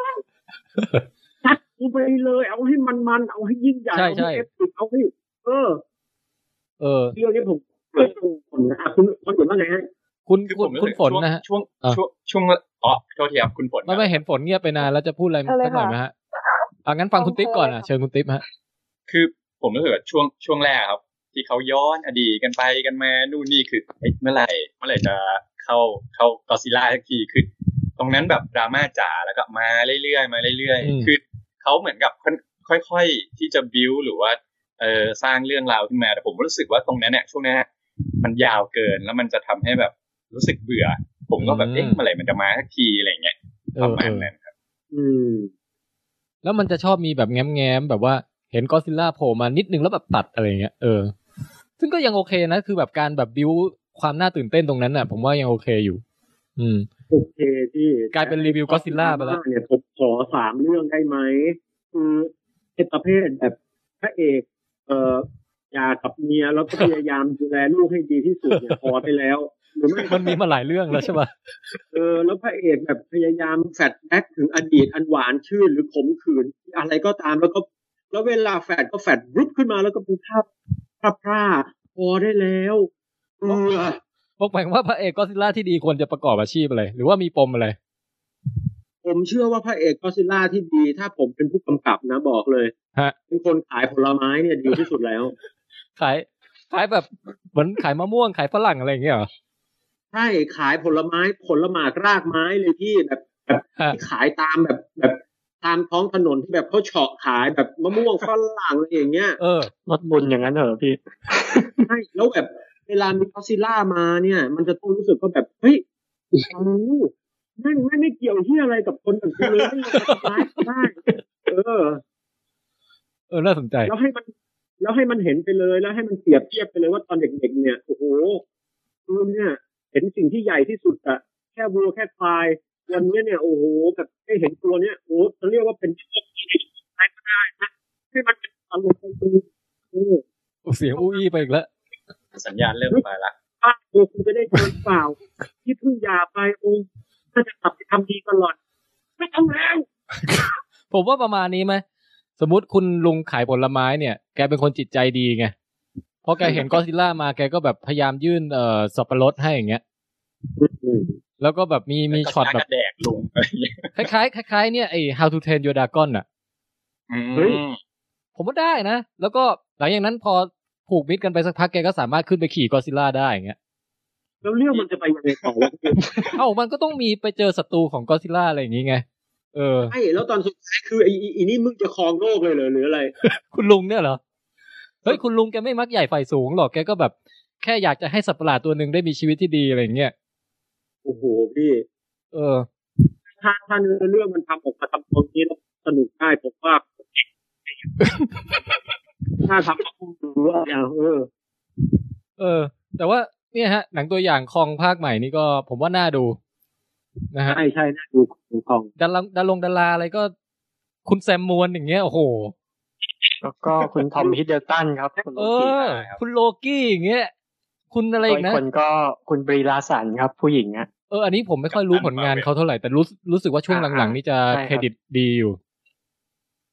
B: ตัดกูไปเลย เอาให้มันๆเอาให้ยิ่งใหญ่
A: ใช่
B: เอา
A: ใช่
B: ให้เอฟติเอาให้เออ
A: เออ
B: เรื่องนี้ผมเกิดขึ้นผมนะอ่ะคุณคุณเห็นว่าไงฮะ
A: คุณ
E: คือ
A: คุ
E: ผ
A: ณ
E: มรู้
A: คุณ
E: สึก
A: ฝนนะฮะ
E: ช่วง
A: อ่ะ
E: ช่วงช่วงช่วงอ๋อโทษทีครับคุณฝนค
A: ไม่
E: รับ
A: ไม่เห็นฝนเงียบไปนานแล้วจะพูดอะไร
C: เอาเลย
A: สักหน่อย
C: ค่ะ
A: ไหมฮะอ่ะงั้นฟังคุณติ๊บก่อนอ่ะ
C: เอาเลยค่ะ
A: เชิญคุณติ๊บฮะ
E: คือผมรู้สึกว่าช่วงช่วงแรกครับ ที่เขาย้อนอดีตกันไปกันมานู่นนี่คือเอ้ยเมื่อไหร่เมื่อไหร่จะเข้าเข้ากอซิล่าสักทีคือตรงนั้นแบบดราม่าจ๋าแล้วก็มาเรื่อยๆมาเรื่อย
A: อืม
E: ๆ คือเขาเหมือนกับค่อนค่อยๆที่จะบิวหรือว่าเออสร้างเรื่องราวขึ้นมาแต่ผมรู้สึกว่าตรงนั้นเนี่ยช่วงนั้นเนี่ยมันยาวเกินแล้วมันจะทำให้แบบรู้สึกเบื่อ ผมก็แบบเอ๊ะเมื่อไหร่มันจะมาสักทีอะไรอย่างเงี้ย
A: เออ
E: ประมา
A: เอ
E: ณ
A: อ
E: นั้น
B: อืม
A: แล้วมันจะชอบมีแบบแง้มแง้มๆแบบว่าเห็นก็อดซิลล่าโผล่มานิดนึงแล้วแบบตัดอะไรอย่างเงี้ยเออซึ่งก็ยังโอเคนะ คือแบบการแบบบิวความน่าตื่นเต้นตรงนั้นน่ะ ผมว่ายังโอเคอยู่ อืม
B: โอเคพี่
A: กลายเป็นรีวิว Godzilla ไปแล้ว
B: เนี่ยผมขอสามเรื่องได้ไหมคือเป็นประเภทแบบพระเอกเอ่ออยากับเมียแล้วก็พยายามดูแลลูกให้ดีที่สุดเนี่ยพอไปแล้ว [laughs] หรือไม่
A: มันมีมาหลายเรื่องแล้วใช่ป่ะ [laughs]
B: เออแล้วพระเอกแบบพยายามแฟลชแบ็กถึงอดีตอันหวานชื่นหรือขมขื่นอะไรก็ตามแล้วก็ แล้วเวลาแฟลชก็แฟลชรุบขึ้นมาแล้วก็เป็นภาพภาพร่าพอได้แล้วเบื่อ
A: ผมแปลว่าพระเอกก็อดซิลล่าที่ดีควรจะประกอบอาชีพอะไร หรือว่ามีปมอะไร
B: ผมเชื่อว่าพระเอกก็อดซิลล่าที่ดี ถ้าผมเป็นผู้กำกับนะบอกเลย
A: ฮะ
B: เป็นคนขายผลไม้เนี่ยดีที่สุดแล้ว
A: ขายขายแบบเหมือนขายมะม่วงขายฝรั่งอะไรอย่างเงี้ยเหรอ
B: ใช่ขายผลไม้ผลหมากรากไม้เลยพี่แบบแบบ
A: ฮะ
B: ที่ขายตามแบบแบบตามท้องถนนที่แบบเขาเฉาะขายแบบมะม่วงฝรั่งอะไรอย่างเงี้ย
A: เออ
D: ลดบุญอย่างนั้นเหรอพี่
B: ใช่แล้วแบบเวลามีก็อดซิลล่ามาเนี่ย มันจะต้องรู้สึกว่าแบบเฮ้ยโอ้โหแม่งไม่งไม่เกี่ยวที่อะไรกับคนแบบกูเลยไม่มีผลไม้ได้เออ
A: เออน่าสนใจ
B: แล้วให้มันแล้วให้มันเห็นไปเลยแล้วให้มันเปรียบเทียบไปเลยว่าตอนเด็กๆ เนี่ยโอ้โหคุณเนี่ยเห็นสิ่งที่ใหญ่ที่สุดอะแค่วัวแค่ควายวันเนี้ยเนี่ยโอ้โหแบบให้เห็นตัวเนี่ยโอ้โหจะเรียกว่าเป็นที่ที่ในที่ไหนก็ได้นะให้มันเป็นอารมณ์เป็นเออ
A: เสียงอู้อี้ไปอีกแล้ว
E: สัญญาณเริ่มมาละ
B: ป้าโอ้คุณจะได้เงินเปล่า ที่เพิ่งหยาไปโอ้ถ้าจะกลับไปทำดีตลอดไม่ทำแล้ว
A: ผมว่าประมาณนี้ไหมสมมติคุณลุงขายผลไม้เนี่ย แกเป็นคนจิตใจดีไงพอแกเห็นก็อดซิลล่ามาแกก็แบบพยายามยื่นเอ่อสับปะรดให้อย่างเงี้ย
B: อืม
A: แล้วก็แบบมีมีช็อตแบบ
E: แดกลุงอะไรอย่างเงี้ย
A: คล้ายๆคล้ายๆเนี่ยไอ้ How to Train Your Dragon น่ะ
E: เฮ้ย
A: ผมว่าได้นะ แล้วก็หลังจากนั้นพอผูกมิตรกันไปสักพักแกก็สามารถขึ้นไปขี่ก็อดซิลล่าได้อย่างเงี้ย
B: แล้วเรื่องมันจะไปยังไงต่อวะ
A: เอ้ามันก็ต้องมีไปเจอศัตรูของก็อดซิลล่าอะไรอย่างงี้ไงเออ
B: ใช่แล้วตอนสุดท้ายคือไอ้อีอีนี่มึงจะครองโลกเลยเหรอหรืออะไร
A: คุณลุงเนี่ยเหรอ เฮ้ยคุณลุงแกไม่มักใหญ่ฝ่ายสูงหรอกแกก็แบบ แค่อยากจะให้สัตว์ประหลาดตัวหนึ่งได้มีชีวิตที่ดีอะไรอย่างเงี้ย
B: โอ้โหพี่
A: เออ
B: ถ้าถ้าเนื้อเรื่องมันทำออกมาทำตรงนี้แล้วสนุกได้ผมว่า ถ้าทำออกมาดูว่าอย่างเออ
A: เออ แต่ว่าเนี่ยฮะ หนังตัวอย่างคองภาคใหม่นี่ก็ผมว่าน่าดูนะฮะ
B: ใช่ใช่น่าดูของของ
A: ดาราดาลงดาราอะไรก็ คุณแซมมวนอย่างเงี้ยโอ้โห
D: แล้วก็คุณทอมฮิดเดลตันครับคุณ
A: เอ
D: โลกี้
A: อ คุณโลกี้อย่างเงี้ยคุณอะไร
D: ตั
A: อี
D: ว
A: ก
D: อีก
A: นะ
D: คนก็คุณบรีลาสันครับ ผู้หญิงอะ
A: เอออันนี้ผมไม่ค่อยรู้ผลงานเขาเท่าไหร่แต่รู้รู้สึกว่าช่วงหลังๆ นี่จะ
D: ใช่ครับ
A: เครดิตดีอยู่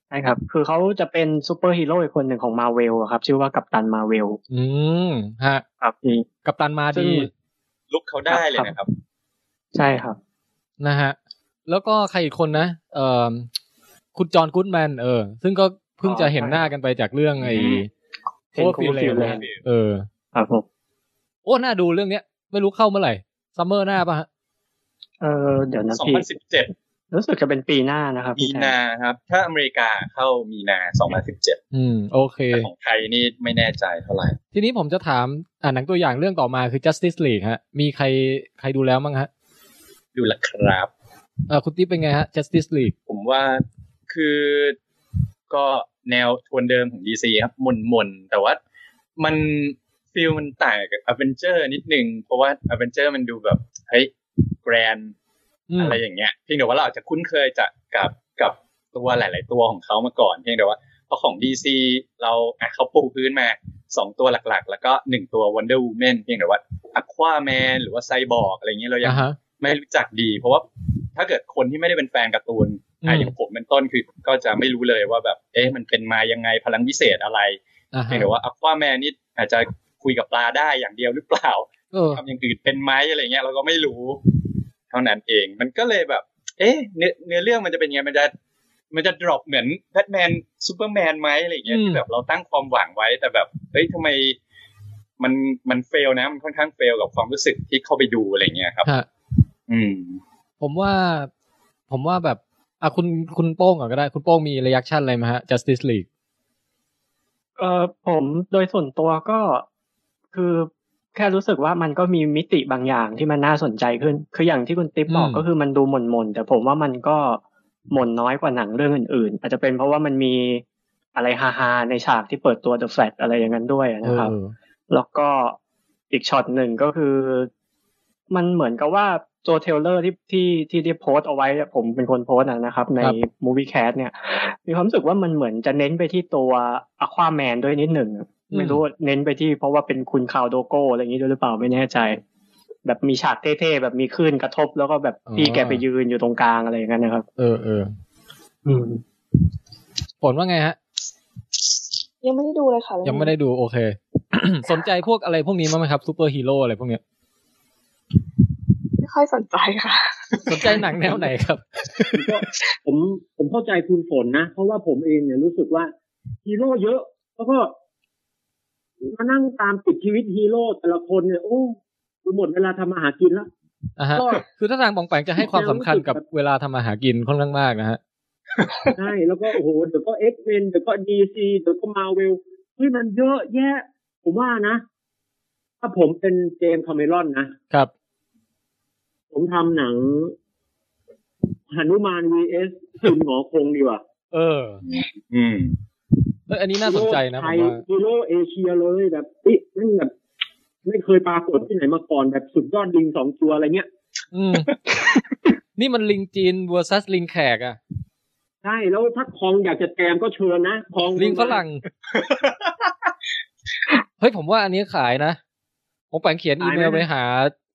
D: ใช่ครับ คือเขาจะเป็นซูเปอร์ฮีโร่อีกคนหนึ่งของมาเวลครับ ชื่อว่ากัปตันมาเวล
A: อืมฮะ
D: ครับพี่
A: กัปตันมา
D: ซึ่
A: ดี
D: ง
E: ลุกเขาได้เลยนะครับ
D: ใช่ครับ
A: นะฮะ แล้วก็ใครอีกคนนะเอ่อคุณจอห์นกู๊ดแมนเออ ซึ่งก็เพิ่งจะเห็นหน้ากันไปจากเรื่องไอ้
E: อื
A: โอเว
E: ม
A: อร์ฟิล
D: Overfield
A: เล
D: Land
A: เออ
D: ครับผม
A: โอ้ น่าดูเรื่องเนี้ย ไม่รู้เข้าเมื่อไหร่ ซัมเมอร์หน้าป่ะฮะ
D: เออเดี๋ยวนะ
E: สอง
D: พี่
E: พันสิบเจ็ด
D: รู้สึกจะเป็นปีหน้านะครับ
E: มี
D: พี่แท
E: นา
D: นา
E: ครับ ถ้าอเมริกาเข้ามีนาสองพันสิบเจ็ด
A: อืม โอเค
E: ของไทยนี่ไม่แน่ใจเท่าไหร่
A: ทีนี้ผมจะถาม อ่าหนังตัวอย่างเรื่องต่อมาคือ justice league ฮะ มีใครใครดูแล้วมั้งฮะ
E: ดูละครับ
A: เออคุณติ๊บเป็นไงฮะ justice league
E: ผมว่าคือก็แนวทวนเดิมของดีซีครับมนมนๆแต่ว่ามันฟิลมันต่างกับอเวนเจอร์นิดนึง เพราะว่าอเวนเจอร์มันดูแบบเฮ้ยแกรน
A: อืม
E: อะไรอย่างเงี้ยเพียงแต่ว่าเราอาจจะคุ้นเคยจากกับกับตัวหลาย ๆ ตัวของเขามาก่อน เพียงแต่ว่าพอของ DC เราอ่ะเขาปูพื้นมาสองตัวหลักๆ แล้วก็หนึ่งตัว Wonder Woman เพียงแต่ว่า Aquaman หรือว่าไซบอร์กอะไรเงี้ยเรายัง
A: อ่ะฮะ
E: ไม่รู้จักดี เพราะว่าถ้าเกิดคนที่ไม่ได้เป็นแฟนการ์ตูนอ่ะ
A: อืม
E: อย่างผมเป็นต้นคือก็จะไม่รู้เลยว่าแบบเอ๊ะมันเป็นมายังไงพลังพิเศษอะไร
A: อ่ะฮะ
E: เพียงแต่ว่า Aquaman นี่อาจจะ คุยกับปลาได้อย่างเดียวหรือเปล่า
A: เออ
E: ทำอย่างอื่นเป็นไหมอะไรเงี้ยเราก็ไม่รู้ เท่านั้นเองมันก็เลยแบบ เอ๊ะเนื้อเนื้อเรื่องมันจะเป็นยังไงมันจะ มันจะดรอปเหมือนแบทแมนซูเปอร์แมนไหมอะไรเงี้ย
A: อืม
E: ที่แบบเราตั้งความหวังไว้แต่แบบเฮ้ยทำไม มันมันเฟลนะ มันค่อนข้างเฟลกับความรู้สึกที่เข้าไปดูอะไรเงี้ยครับ
A: ฮะ
E: อืม
A: ผมว่าผมว่าแบบอ่ะคุณคุณโป้งก่อนก็ได้ คุณโป้งมีรีแอคชั่นอะไรไหมฮะ Justice League
D: เออผมโดยส่วนตัวก็คือแค่รู้สึกว่ามันก็มีมิติบางอย่างที่มันน่าสนใจขึ้น คืออย่างที่คุณติ๊บบอก
A: อืม
D: ก็คือมันดูหม่นๆ แต่ผมว่ามันก็หม่นน้อยกว่าหนังเรื่องอื่นๆ อาจจะเป็นเพราะว่ามันมีอะไรฮาๆในฉากที่เปิดตัว The Flash อะไรอย่างนั้นด้วย
A: เอ
D: นะครับ
A: อ
D: แล้วก็อีกช็อตหนึ่งก็คือ มันเหมือนกับว่าตัวเทรลเลอร์ที่ที่ที่ได้โพสต์เอาไว้เนี่ยผมเป็นคนโพสต์อะนะครับ ใน
A: ครับ
D: Movie Cat เนี่ย มีความรู้สึกว่ามันเหมือนจะเน้นไปที่ตัวอควาแมนด้วยนิดหนึ่งอะ
A: อืม
D: ไม่รู้ว่าเน้นไปที่เพราะว่าเป็นคุณคาวโดโก้อะไรอย่างนี้ด้วยหรือเปล่าไม่แน่ใจ แบบมีฉากเท่ๆแบบมีคลื่นกระทบ แล้วก็แบบพี่แกไปยืนอยู่ตรงกลางอะไรอย่างนั้นนะครับ
A: เออเออ
D: อืม
A: ผลว่าไงฮะ
C: ยังไม่ได้ดูเลยค่ะเรื่อง
A: ยังไม่ได้ดูโอเค [coughs] สนใจพวกอะไรพวกนี้มั้างไหมครับซูเปอร์ฮีโร่อะไรพวกเนี้ย
C: ไม่ค่อยสนใจค่ะ
A: สนใจหนังแนวไหนครับ
B: ก็ผมผมเข้าใจคุณฝนนะ เพราะว่าผมเองเนี่ยรู้สึกว่าฮีโร่เยอะ แล้วก็มานั่งตามติดชีวิตฮีโร่แต่ละคนเนี่ย โอ้กูหมดเวลาทำมาหากินแล้ว
A: อ่ะฮะ
B: ก็
A: คือถ้าทางปองแปงจะให้ความสำคัญกับเวลาทำมาหากินค่อนข้างมากนะฮะ
B: ใช่แล้วก็โอ้โหเดี๋ยวก็เอ็กเมนเดี๋ยวก็ดีซีเดี๋ยวก็มาเวลเฮ้ยมันเยอะแยะ ผมว่านะ ถ้าผมเป็นเจมส์คาเมรอนนะ
A: ครับ
B: ผมทำหนังหนุมาน vs คุณหมอคงดีกว่า
A: เออ
E: อืม
A: เอยอันนี้น่าสนใจนะผ
B: ไท
A: ม
B: ย
A: ว่า
B: ฮีโร่เอเชียเลยแบบเอ๊ะนั่นแบบ ไม่เคยปรากฏที่ไหนมาก่อนแบบสุดยอดลิงสองตัวอะไรเงี้ย
A: อืม นี่มันลิงจีน vs ลิงแขกอะ
B: ใช่แล้วถ้าคองอยากจะแจมก็เชิญนะคอง
A: ลิงฝรั่ง เฮ้ยผมว่าอันนี้ขายนะปองแปงเขียนอีเมลไปหา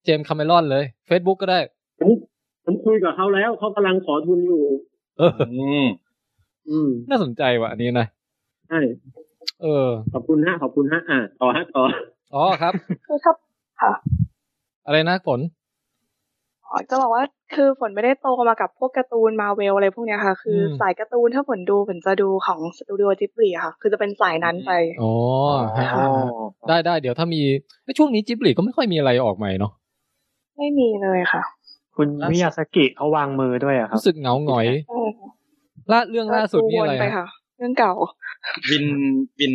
A: เจมส์คาเมรอนเลย Facebook ก็ได้
B: ผมผมคุยกับเขาแล้วเขากำลังขอทุนอยู่
A: เออ
E: อืม
B: อืม
A: น่าสนใจว่ะอันนี้นะ
B: ใช่
A: เออ
B: ขอบคุณฮะขอบคุณฮะอ่ะต่อฮะต่อ
A: อ๋อครับ
C: คือถ้าค่ะ
A: อะไรนะฝน
C: อ๋อจะบอกว่าคือฝนไม่ได้โตมากับพวกการ์ตูนมาเวลอะไรพวกเนี้ยค่ะ คืออ
A: ม
C: สายการ์ตูนถ้าฝนดูฝนจะดูของสตูดิโอจิบลีค่ะ คือจะเป็นสายนั้นไป
A: อ๋อฮะฮะฮะได้ได้เดี๋ยวถ้ามีเอ้ยช่วงนี้จิบลิก็ไม่ค่อยมีอะไรออกใหม่เนาะ
C: ไม่มีเลยค่ะ
D: คุณมิยาสกิเขาวางมือด้วยอะครับ
A: รู้สึกเหงาหงอย
C: เออ
A: ล่าเรื่องล่าสุดนี่อะไร
C: ก็วนไป
A: ฮะ
C: ค่ะ เรื่องเก่า
E: วินวิน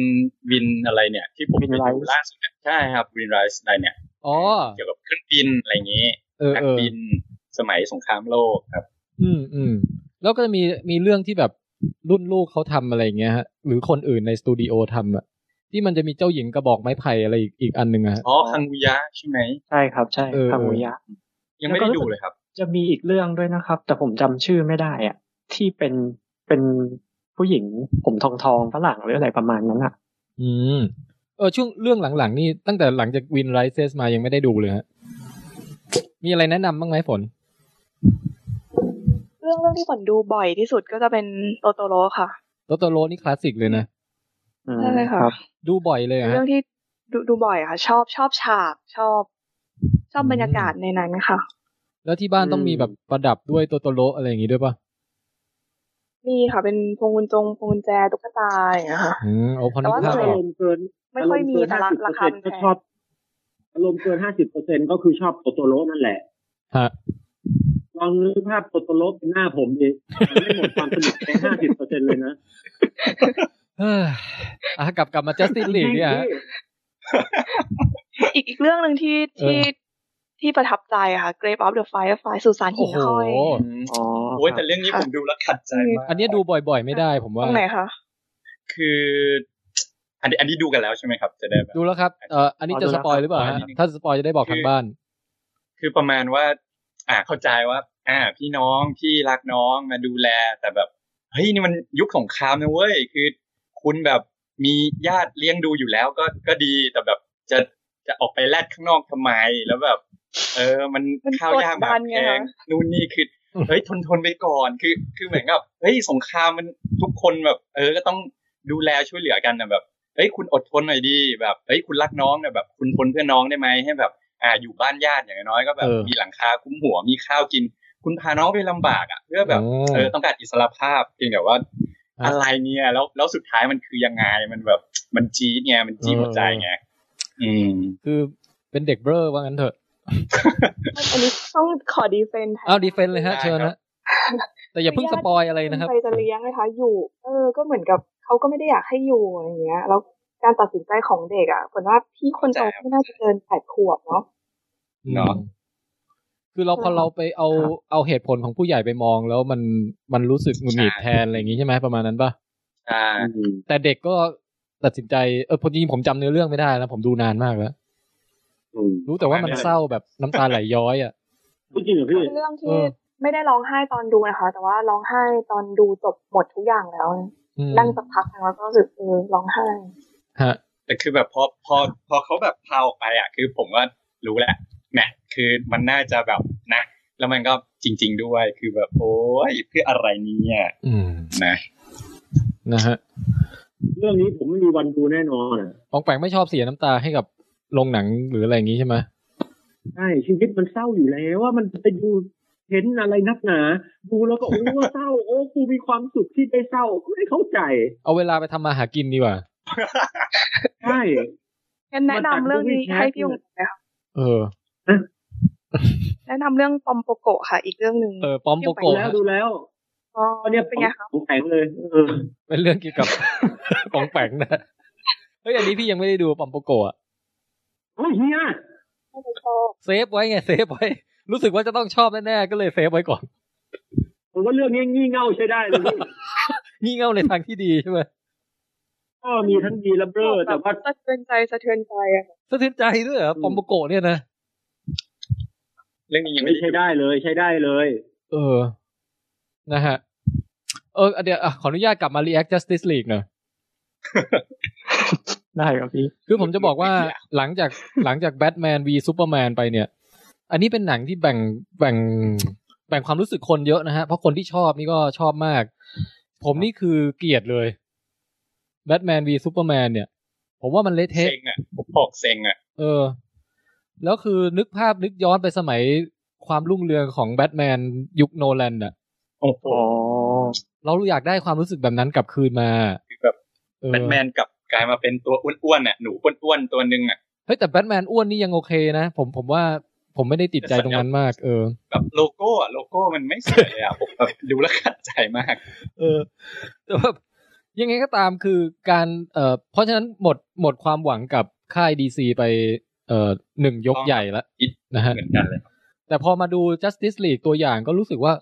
E: วินอะไรเนี่ย ที่ผมไป
D: Win
E: ดู
D: Rise
E: ล่าสุดเนี่ยใช่ครับวินไรส์อะไรเนี่ย
A: อ๋อ
E: เกี่ยวกับเครื่องบินอะไรอย่างนี้
A: เออ
E: นั
A: เออ
E: บินสมัยสงครามโลกครับ
A: อืมอืม แล้วก็จะมีมีเรื่องที่แบบรุ่นลูกเขาทำอะไรอย่างเงี้ยฮะ หรือคนอื่นในสตูดิโอทำอะที่มันจะมีเจ้าหญิงกระบอกไม้ไผ่อะไรอีกอีกอันหนึ่งอะฮะ
E: อ๋อคังกุยะใช่ไหม
D: ใช่ครับ ใช่
A: เออ
D: คามุยะ
E: ยังไม่ได้ดูเลยครับ
D: จะมีอีกเรื่องด้วยนะครับ แต่ผมจำชื่อไม่ได้อะที่เป็นเป็นผู้หญิงผมทองทองๆฝรั่งหรืออะไรประมาณนั้นอะ
A: อืม เออช่วงเรื่องหลังๆ นี่ตั้งแต่หลังจากวินไรเซสมายังไม่ได้ดูเลยฮะ มีอะไรแนะนำบ้างไหมฝน
C: เรื่องเรื่องที่ฝนดูบ่อยที่สุดก็จะเป็นโตโตโรค่ะ
A: โตโตโรนี่คลาสสิกเลยนะ
D: อืม
C: ใช่ค่ะ
D: รับ
A: ดูบ่อยเลยอะ
C: เรื่
A: ฮะ
C: องที่ดูดูบ่อยค่ะ ชอบชอบฉากชอบ ชอบ
A: อืม
C: บรรยากาศในนั้นค่ะ
A: แล้วที่บ้านต้องมีแบบประดับด้วยโตโตโรอะไรอย่างงี้ด้วยปะ
C: มีค่ะเป็นพวงกุญจงพวงกุญแจตุ๊กตาอย่างเงี้ยค่ะ
A: อืมโอ้พอนึ
C: แต่
A: ก
C: ว่า
A: ภาพอ
B: ถ้าอา
A: อ
B: ร
A: ก
B: มณ์เกิน
C: ไม่ค่อยมีแต่ละราคา
B: อม
C: มัน
B: เกิน50%ก็ชอง บอารม
C: แพ
B: ณ์เกิน 50%ก็คือชอบโตโตโรนั่นแหละ
A: ฮะ
B: ลองนึกภาพโตโตโรเป็นหน้าผมดิมันไม่หมดความสนุกใน 50%เลยนะ
A: เอ้ยอ่ะกลับกลับมา Justin League เนี่ยฮะ
C: อีกอีกเรื่องหนึ่งที่
A: เออ
C: ที่ที่ประทับใจค่ะ Grape of the Firefly สุสานหิ
A: โอ้
C: น
A: โห
C: ห้อย
D: อ๋อ
E: โอ้ย
D: ครั
E: แต่
D: บ
E: เรื่องนี้ผมดูแล้วขัดใจมาก
A: อันเนี้ยดูบ่อยๆ ไม่ได้ผม
C: ต
A: ว่า
C: รงไหนคะ
E: คือ อันนี้อันนี้ดูกันแล้วใช่ไหมครับ จะได้แบบ
A: ดูแล้วครับ เอ่อ อันนี้จะสปอยหรือเปล่าฮะ
E: อ๋อดูแล้วครับ
A: ถ้าสปอยจะได้บอกทางบ้าน
E: คือประมาณว่า อ่าเข้าใจว่า อ่า พี่น้องพี่รักน้องมาดูแล แต่แบบเฮ้ยนี่มันยุคสงครามนะเว้ยคือ คุณแบบมีญาติเลี้ยงดูอยู่แล้วก็ก็ดีแต่แบบจะจะออกไปแลดข้างนอกทำไมแล้วแบบ เออ มันข้าวยากหมากแพงนู่นนี่คือ เฮ้ยทนทนไปก่อนคือ คือเหมือนกับเฮ้ยสงครามมันทุกคนแบบ เออก็ต้องดูแลช่วยเหลือกันนะแบบ เอ้ยคุณอดทนหน่อยดีแบบเอ้ยคุณรักน้องนะแบบ คุณทนเพื่อน้องได้ไหมให้แบบ อ่าอยู่บ้านญาติอย่างน้อยก็แบบ
A: เออ
E: มีหลังคาคุ้มหัวมีข้าวกิน คุณพาน้องไปลำบากอ่ะเพื่อแบบ
A: โอ้
E: เออต้องการอิสรภาพเพียงแต่ว่า อะไรเนี่ยแล้วแล้วสุดท้ายมันคือยังไงมันแบบ มันจี๊ดไงมันจี๊ดหัวใจไงอืม
A: คือเป็นเด็กเบลอว่างั้นเถอะ
C: อันนี้ต้องขอดีเฟนแทน
A: เอาดีเฟนเลยฮะ
E: ได้ครับ
A: เชิญนะแต่อย่าเพิ่งสปอยอะไรนะครับ
C: ใครจะเลี้ยงนะคะ อยู่ เออ ก็เหมือนกับเขาก็ไม่ได้อยากให้อยู่อย่างเงี้ย แล้วการตัดสินใจของเด็กอ่ะผลว่าพี่คนโตก็น่าจะเกินแปดขวบเนาะ
E: เนาะ
A: คือเรา
C: ใช่
A: พอเราไปเอาเอาเหตุผลของผู้ใหญ่ไปมองแล้วมันมันรู้สึกหงุดหงิดแทนอะไรอย่างงี้ใช่ไหมประมาณนั้นปะ
E: ใช่
B: อืม
A: แต่เด็กก็ตัดสินใจเออพอจริงๆผมจำเนื้อเรื่องไม่ได้แล้ว ผมดูนานมากแล้ว
B: อืม
A: รู้แต่ว่ามันเศร้าแบบน้ำตาไหลย้อยอ่ะ
B: จริงเหรอพี่
C: เป็นเรื่อง
A: เอ
C: ที่
A: อ
C: ไม่ได้ร้องไห้ตอนดูนะคะ แต่ว่าร้องไห้ตอนดูจบหมดทุกอย่างแล้ว
A: อืม
C: นั่งสักพักหนึ่งแล้วก็รู้สึกเออร้องไห้
A: ฮะ
E: แต่คือแบบพอพอพอเขาแบบพาออกไปอ่ะ คือผมว่ารู้แหละแหมคือมันน่าจะแบบนะ แล้วมันก็จริง ๆด้วยคือแบบโอ้ยเพื่ออะไรเนี่ย
A: อืม
E: นะ
A: นะฮะ
B: เรื่องนี้ผมไม่มีวันดูแน่นอนอ่ะ
A: ปองแปงไม่ชอบเสียน้ำตาให้กับโรงหนังหรืออะไรอย่างงี้ใช่ไหม
B: ใช่ชีวิตมันเศร้าอยู่แล้วว่ามันไปดูเห็นอะไรนักหนา ดูแล้วก็โอ้เศร้าโอ้กูมีความสุขที่ได้เศร้าไม่เข้าใจ
A: เอาเวลาไปทำมาหากินดีกว่า
B: ใช่
C: งั้นแนะนำเรื่องนี้ให้พี่ยงไหมคะ
A: เออ
C: แนะนำเรื่องปอมโปโกะค่ะ อีกเรื่องหนึ่ง
A: เออปอมโป
B: ดู
A: โกะ
B: แล้ว
A: ฮะ
B: ดูแล้ว
C: อ๋อ
B: ตอนเนี้ย
C: เป็นไงคะ
B: ผมแข็งเลยเออ
A: เป็นเรื่องเกี่ยวกับ [laughs] ปองแปงนะเฮ้ยอันนี้พี่ยังไม่ได้ดูปอมโปโกะอะ
B: เฮ้ยเฮีย
C: ไม่ได้ชอบ
A: เซฟไว้ไงเซฟไว้ รู้สึกว่าจะต้องชอบแน่ๆก็เลยเซฟไว้ก่อน
B: ผมว่าเรื่องนี้งี่เง่าใช้ได้เลยพี่
A: งี่เง่าในทางที่ดีใช่ไหม
B: ก็มีทั้งดีและเบ้อแต่ว่า
C: สะเทือนใจสะเทือนใจอะค่ะ
A: สะเทือนใจด้วยเหรอปอมโปโกะเนี่ยนะ
E: เรื่องนี้ยัง
B: ไม่
E: ไม่
B: ใช้
E: ได้
B: ได้เลยใช้ได้เลย
A: เออ นะฮะ เออเดี๋ยวอ่ะขออนุญาตกลับมา React Justice League หน่อย
D: ได้ครับพี่
A: คือผมจะบอกว่าหลังจากหลังจากแบทแมน v ซูเปอร์แมนไปเนี่ย อันนี้เป็นหนังที่แบ่งแบ่งแบ่งความรู้สึกคนเยอะนะฮะ เพราะคนที่ชอบนี่ก็ชอบมาก ผมนี่คือเกลียดเลยแบทแมน v ซูเปอร์แมนเนี่ย ผมว่ามันเละเทะ
E: เซ็งอ่ะผมบอกเซ็งอ่ะ
A: เออ แล้วคือนึกภาพนึกย้อนไปสมัยความรุ่งเรืองของแบทแมนยุคโนแลนอะ
E: โอ้โห
D: อ๋อ
A: เราอยากได้ความรู้สึกแบบนั้นกลับคืนมา
E: คือแบบ
A: เออ
E: แบทแมนกลับกลายมาเป็นตัวอ้วนๆอ่ะหนูอ้วนๆตัวหนึ่งอ่ะ
A: เฮ้ยแต่แบทแมนอ้วนนี่ยังโอเคนะ ผมผมว่าผมไม่ได้ติดใจตรงนั้นมาก เออ
E: แบบโลโก้อ่ะโลโก้มันไม่สวยอ่ะผมแบบดูแล้วขัดใจมาก
A: เออ แต่ว่ายังไงก็ตามคือการเอ่อเพราะฉะนั้นหมดหมดความหวังกับค่ายดีซีไปเอ่อหนึ่งยกใหญ่แล้วนะฮะ
E: เหมือนกันเลย
A: แต่พอมาดู Justice League ตัวอย่างก็รู้สึกว่า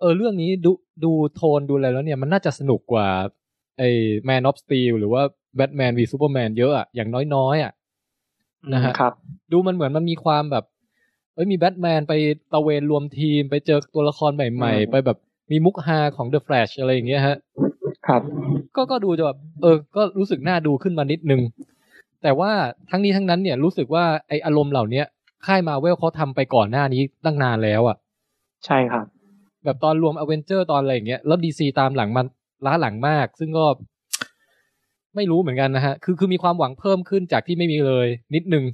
A: เออเรื่องนี้ดูดูโทนดูอะไรแล้วเนี่ย มันน่าจะสนุกกว่า ไอ้ Man of Steel หรือว่า Batman v Superman เยอะอะอย่างน้อยๆอะนะฮะ
D: ครับ
A: ดูมันเหมือนมันมีความแบบ เอ้ยมีแบทแมนไปตะเวนรวมทีม ไปเจอตัวละครใหม่
D: อื
A: ๆ
D: ม
A: ไปแบบมีมุกฮาของ The Flash อะไรอย่างเงี้ยฮะ
D: ครับ
A: ก็ก็ดูจะแบบเออ ก็รู้สึกน่าดูขึ้นมานิดนึง แต่ว่าทั้งนี้ทั้งนั้นเนี่ยรู้สึกว่าไออารมณ์เหล่าเนี้ยค่ายมาเวลเขาทำไปก่อนหน้านี้ตั้งนานแล้วอะ
D: ใช่ครับ
A: แบบตอนรวมอเวนเจอร์ตอนอะไรอย่างเงี้ยแล้วดีซีตามหลังมันล้าหลังมาก ซึ่งก็ ไม่รู้เหมือนกันนะฮะ คือคือมีความหวังเพิ่มขึ้นจากที่ไม่มีเลย นิดนึง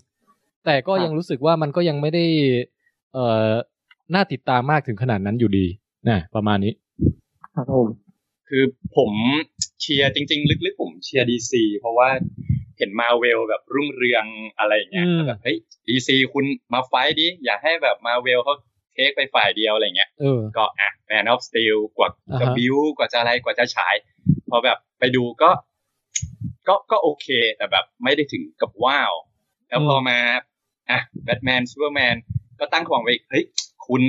A: แต่ก็ยังรู้สึกว่ามันก็ยังไม่ได้ เอ่อน่าติดตามมากถึงขนาดนั้นอยู่ดีนะประมาณนี้
D: ครับผม
E: คือผมเชียร์จริง ๆ ลึกๆ ผมเชียร์ดีซีเพราะว่าเห็นมาเวลแบบรุ่งเรืองอะไรอย่างเงี้ย
A: อืม
E: แต่แบบเฮ้ยดีซีคุณมาไฟท์ดิ อย่าให้แบบมาเวลเขาเทคไปฝ่ายเดียวอะไรเงี้ย
A: เออ
E: ก็อ่ะแมนออฟสตีลกว่า
A: อ่า
E: จะ
A: ฮะ
E: บิวกว่าจะอะไรกว่าจะฉาย พอแบบไปดูก็ ก็ก็โอเคแต่แบบไม่ได้ถึงกับว้าว แล้วพอมาอ่ะแบทแมนซูเปอร์แมนก็ตั้งความไว้อีกเฮ้ยคุณ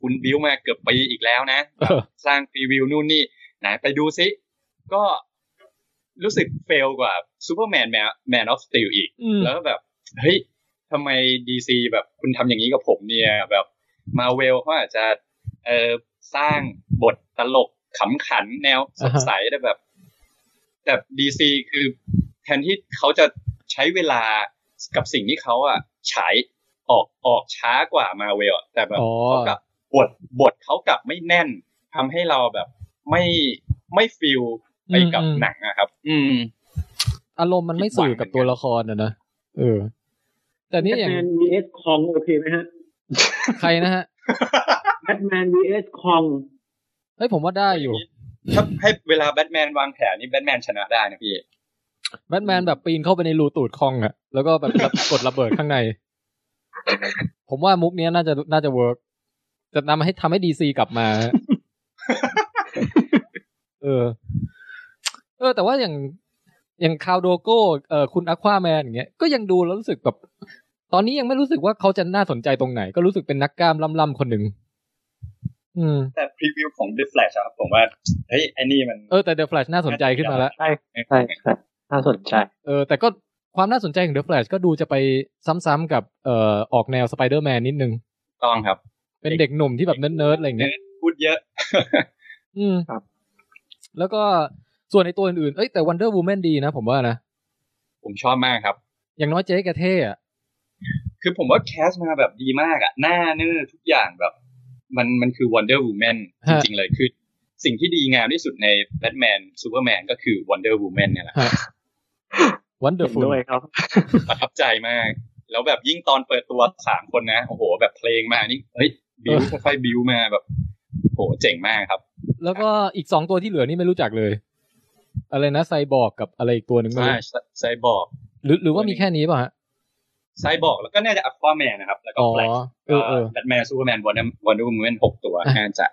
E: คุณบิวมาเกือบปีอีกแล้วนะ
A: เออ
E: สร้างรีวิวนู่นนี่ไหนไปดูซิ ก็รู้สึกเฟลกว่าซูเปอร์แมนแมนออฟสตีลอีก
A: อืม
E: แล้วแบบเฮ้ยทำไมดีซีแบบคุณทำอย่างนี้กับผมเนี่ย แบบมาเวลเขาอาจจะเออสร้างบทตลกขำขันแนวสดใสแต่แบบ แต่ดีซีคือแทนที่เขาจะใช้เวลากับสิ่งที่เขาอ่ะฉายออกออกช้ากว่ามาเวลแต่แบบ
A: อ๋อ
E: เขากลับบทบทเขากลับไม่แน่นทำให้เราแบบไม่ไม่ฟิลไปกับหนังอะครับ อืม
A: อารมณ์มันไม่สื่อกับตัวละครนะนะเออ แต่นี่อย่าง
B: แมน vs คองโอเคไหมฮะ
A: ใครนะฮะ
B: แบทแมน vs คอง
A: เฮ้ยผมว่าได้อยู่
E: ถ้าให้เวลาแบทแมนวางแผนนี่แบทแมนชนะได้นะพี่
A: แบทแมนแบบปีนเข้าไปในรูตูดคองอะแล้วก็แบบ [laughs] กดระเบิดข้างใน ผมว่ามุกเนี้ยน่าจะน่าจะเวิร์กจะนำให้ทำให้ดีซีกลับมา [laughs] ฮะ เออ เออ แต่ว่าอย่างอย่างคาวโดโก้เอ่อคุณอควาแมนอย่างเงี้ยก็ยังดูแล้วรู้สึกแบบ ตอนนี้ยังไม่รู้สึกว่าเขาจะน่าสนใจตรงไหน ก็รู้สึกเป็นนักกล้ามล่ำๆคนหนึ่งอืม
E: แต่พรีวิวของ The Flash อะครับผมว่าเฮ้ยไอ้นี่มัน
A: เออแต่เดอะแฟลชน่าสนใจขึ้นมาแล้ว
D: ใช่ใช่น่าสนใจ
A: เออแต่ก็ความน่าสนใจของเดอะแฟลชก็ดูจะไปซ้ำๆกับเอ่อออกแนวสไปเดอร์แมนนิดนึง
E: ต้องครับ
A: เป็นเด็กหนุ่มที่แบบเนิร์ดๆอะไรอย่างเงี้ย
E: พูดเยอะ [laughs]
A: อืม
D: ครับ
A: แล้วก็ส่วนในตัวอื่นๆ เอ้ยแต่ Wonder Woman ดีนะผมว่านะ
E: ผมชอบมากครับ
A: อย่างน้อยเจ๊แกเท่อะ
E: คือผมว่าแคสมาแบบดีมากอะหน้าเนื้อทุกอย่างแบบ มันมันคือ Wonder Woman จริงๆเลยคือ สิ่งที่ดีงามที่สุดในแบทแมนซูเปอร์แมนก็คือ Wonder Woman เนี่ยแหละ
A: วันเดอร์
D: เห็น
A: ฟูล
D: ด้วยครับ
E: ประทับใจมาก แล้วแบบยิ่งตอนเปิดตัวสามคนนะ โอ้โห แบบเพลงมานี่เฮ้ยบิวค่อยๆบิวมาแบบโอ้โหเจ๋งมากครับ
A: แล้วก็อีกสองตัวที่เหลือนี่ไม่รู้จักเลย อะไรนะไซบอร์กกับอะไรอีกตัวหนึ่งไม่รู้
E: ใช่ไซบอร์ก
A: หรือหรือว่ามีแค่นี้ป่ะฮะ
E: ไซบอร์กแล้วก็น่าจะอั q ควาแมนนะครับ แล้วก็
A: อ๋อ
E: แฟลช
A: เออเออ
E: แบทแมนซูเปอร์แมนวันวันดูมันหกตัว
A: อ่ะ
E: น่าจะ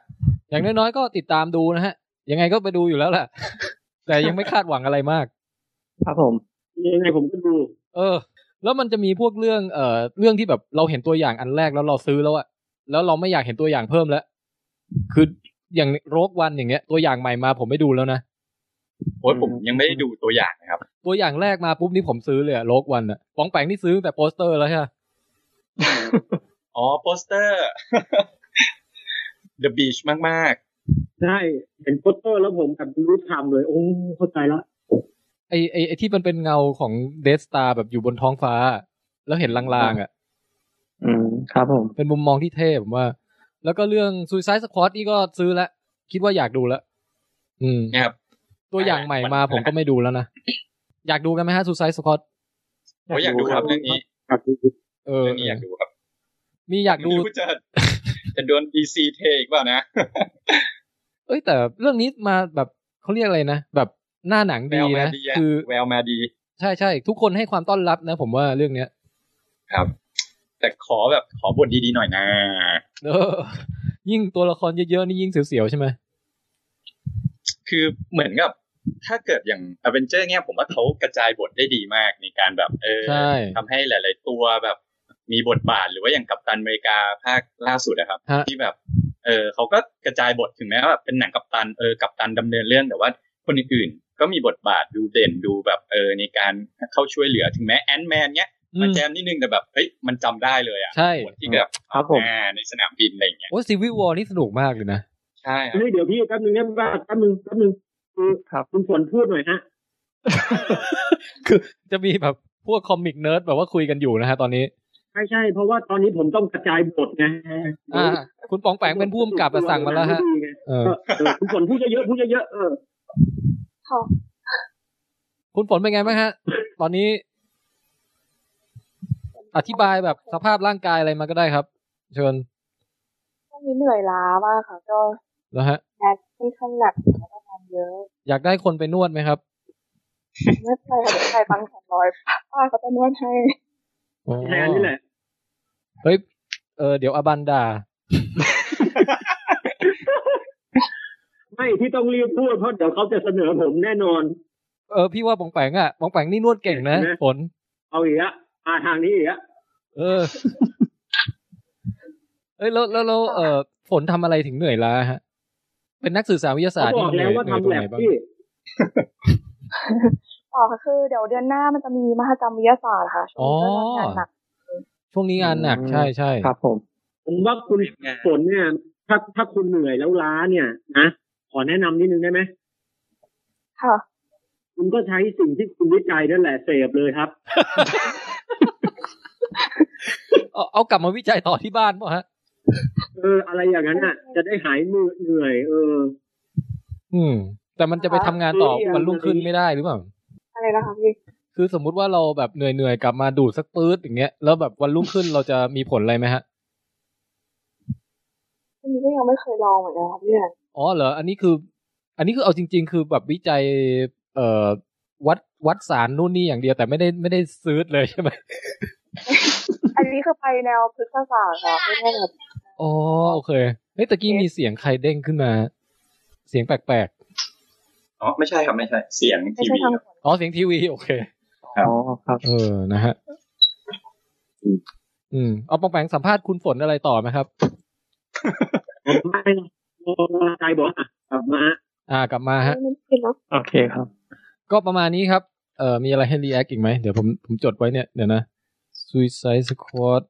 A: อย่างน้อยๆก็ติดตามดูนะฮะ ยังไงก็ไปดูอยู่แล้วแหละ [laughs] แต่ยังไม่คาดหวังอะไรมาก
D: ครับผม
B: ยังไงผมก็ดู
A: เออ แล้วมันจะมีพวกเรื่องเอ่อเรื่องที่แบบเราเห็นตัวอย่างอันแรกแล้วเราซื้อแล้วอะแล้วเราไม่อยากเห็นตัวอย่างเพิ่มแล้ว คืออย่างโรกวันอย่างเงี้ย ตัวอย่างใหม่มาผมไม่ดูแล้วนะ
E: โอ้ย
D: อืม
E: ผมยังไม่ได้ดูตัวอย่างนะครับ
A: ตัวอย่างแรกมาปุ๊บนี่ผมซื้อเลยอะโรกวันอะป้องแปงนี่ซื้อตั้งแต่โปสเตอร์แล้วใช่ไหม
E: อ๋อโปสเตอร์ [laughs] The Beach มาก
B: ใช่เห็นโปสเตอร์แล้วผมแบบรู้ทำเลย โอ้เข้าใจละ
A: ไอไอไอที่มันเป็นเงาของเดสตาแบบอยู่บนท้องฟ้า แล้วเห็นลางๆอะ
D: อืมครับผม
A: เป็นมุมมองที่เท่ผมว่า แล้วก็เรื่องซูซายสควอตนี่ก็ซื้อแล้วคิดว่าอยากดูแล้วอืม
E: ๆนะครับ
A: ตัวอย่างใหม่มาผมก็ไม่ดูแล้วนะอยากดูกันไหมฮะซูซายสควอต
E: ผมอยากดูครับเรื่องนี้
B: ครับ
A: เออ
E: เรื่องนี้อยากดูครับ
A: มีอยากดู
E: ไม่รู้จะจะโดน DC เทอีกเปล่านะ
A: เอ้ยแต่เรื่องนี้มาแบบเขาเรียกอะไรนะ แบบหน้าหนัง
E: แว
A: ดี
E: วมา
A: นะ
E: ดีอะ
A: คือ
E: แววมาดี
A: ใช่ใช่ทุกคนให้ความต้อนรับนะ ผมว่าเรื่องเนี้ย
E: ครับ แต่ขอแบบขอบทดีๆหน่อยนะ
A: เออ ยิ่งตัวละครเยอะๆนี่ยิ่งเสียวๆใช่ไหม
E: คือเหมือนกับ ถ้าเกิดอย่างอเวนเจอร์เนี่ยผมว่าเขากระจายบทได้ดีมากในการแบบ เออ
A: ใช่
E: ทำให้หลาย ๆ ตัวแบบ มีบทบาทหรือว่าอย่างกัปตันอเมริกาภาคล่าสุดนะครับ
A: ฮะ
E: ที่แบบ เออเขาก็กระจายบทถึงแม้ว่าแบบเป็นหนังกัปตันเออกัปตันดำเนินเรื่องแต่ว่าคนอื่นๆก็มีบทบาทดูเด่นดูแบบเออในการเข้าช่วยเหลือถึงแม้แอนแมนเนี้ย
A: อื
E: มาม แจมนิดนึงแต่แบบเฮ้ยมันจำได้เลยอ่ะ
A: ใช่
E: บทที่แบบ
D: ครับผม
E: อ่าในสนามบินอะไรอย่างเงี้ย
A: โอ้ซีวิววอลนี่สนุกมากเลยนะ
E: ใช่ครับ
B: เฮ้ยเดี๋ยวพี่แป๊บนึงนะบ้าแป๊บนึงแป๊บนึง
D: ครับ
B: คุณฝนพูดหน่อยฮะ
A: จะมีแบบพวกคอมิกเนิร์ดแบบว่าคุยกันอยู่นะฮะตอนนี้
B: ใช่ใช่เพราะว่าตอนนี้ผมต้องกระจายบทไง
A: อ่า คุณปองแปงเป็นผู้กำกับอะสั่งมาแล้วฮะเอ
B: เอ
A: อ
B: อเออคุณฝนพูดเยอะๆพูดเยอะๆเออ
C: ค่ะ
A: คุณฝนเป็นไงบ้างฮะ ตอนนี้ อธิบายแบบสภาพร่างกายอะไรมาก็ได้ครับ เชิญ
C: ช่วงนี้เหนื่อยล้ามากค่ะ ก็
A: แล้วฮะ
C: งานค่อนข้างหนักแล้วก็งานเยอะ
A: อยากได้คนไปนวดไหมครับ
C: ไม่เป็นไรค่ะเดี๋ยวใครฟังสองร้อยป้าเขาจะนวดให้
B: แทนนี่แหละ
A: เฮ้ย เออเดี๋ยวอบันดา
B: ไม่ที่ต้องรีบพูดเพราะเดี๋ยวเขาจะเสนอผมแน่นอน
A: เออพี่ว่าปองแปงอ่ะปองแปงนี่นวดเก่งนะ
B: เห็นไหม
A: ฝน
B: เอาอีกอะมาทางนี้อีกอะ
A: เออ [laughs] เอ้ยแล้วแล้วแล้วเออฝนทำอะไรถึงเหนื่อยล้าฮะ เป็นนักสื่อสารวิทยาศาส
B: เขา
A: ตร์
B: บ
A: ที่
B: อก
A: มันเหนื่อเห
B: แล้วย ว่า
A: นื่อยตรงไห
B: ทำแลบ
A: นบ้าง
B: พี่
C: ต่อก็คือเดี๋ยวเดือนหน้ามันจะมีมหกรรมวิทยาศาสตร์ค่ะช่วงนี้ก็งานหนัก
A: ช่วงนี้งานหนักใช่ใช่
D: ครับผม
B: ผมว่าคุณฝนเนี่ย ถ้าถ้าคุณเหนื่อยแล้วล้าเนี่ยนะขอแนะนำนิดนึงได้ไหม
C: ค่ะ
B: คุณก็ใช้สิ่งที่คุณวิจัยนั่นแหละเสพเลยครับ
A: เอาเอากลับมาวิจัยต่อที่บ้านป่ะฮะ
B: เออ อะไรอย่างนั้นอ่ะ จะได้หายเหนื่อย เออ
A: อืม แต่มันจะไปทำงานต่อ
B: เออ
A: วันรุ่งขึ้นไม่ได้หรือเปล่า
C: อะไรนะคะพี่
A: คือสมมุติว่าเราแบบเหนื่อยๆกลับมาดูดสักปื๊ดอย่างเงี้ยแล้วแบบวันรุ่งขึ้นเราจะมีผลอะไรไหมฮะ
C: อันนี้ก็ยังไม่เคยลองเหมือนกันค่ะพี่แอน
A: อ๋อเหรอ อันนี้คือ อันนี้คือเอาจริง ๆ คือแบบวิจัย เอ่อวัดวัดสารนู่นนี่อย่างเดียวแต่ไม่ได้ไม่ได้ซื้อเลยใช่ไหม
C: อันนี้คือไปแนวพฤกษศาสตร์ค่ะไม่ใช่แบบ
A: อ๋อโอเคเฮ้ยตะกี้มีเสียงใครเด้งขึ้นมา เสียงแปลก
E: อ๋อไม่ใช่ครับไม่ใช่ เสียง
C: ไม่
E: ที
C: ใช่
E: วี
C: ทาง
E: ครับ
C: ผล
A: ๆอ๋อเสียงทีวีโอเค
E: ครับ
D: อ๋อครับ
A: เออนะฮะ อืมเอาปองแปงสัมภาษณ์คุณฝนอะไรต่อไหมครับ
B: ไม่ใจบอกอ่ะกลับมา
A: อ่ากลับมาฮะ
C: ไม่ได้เนอะ
D: โอเคครับ
A: ก็ประมาณนี้ครับ เอ่อ มีอะไรให้รีแอคอีกไหม เดี๋ยวผมผมจดไว้เนี่ย เดี๋ยวนะ Suicide Squad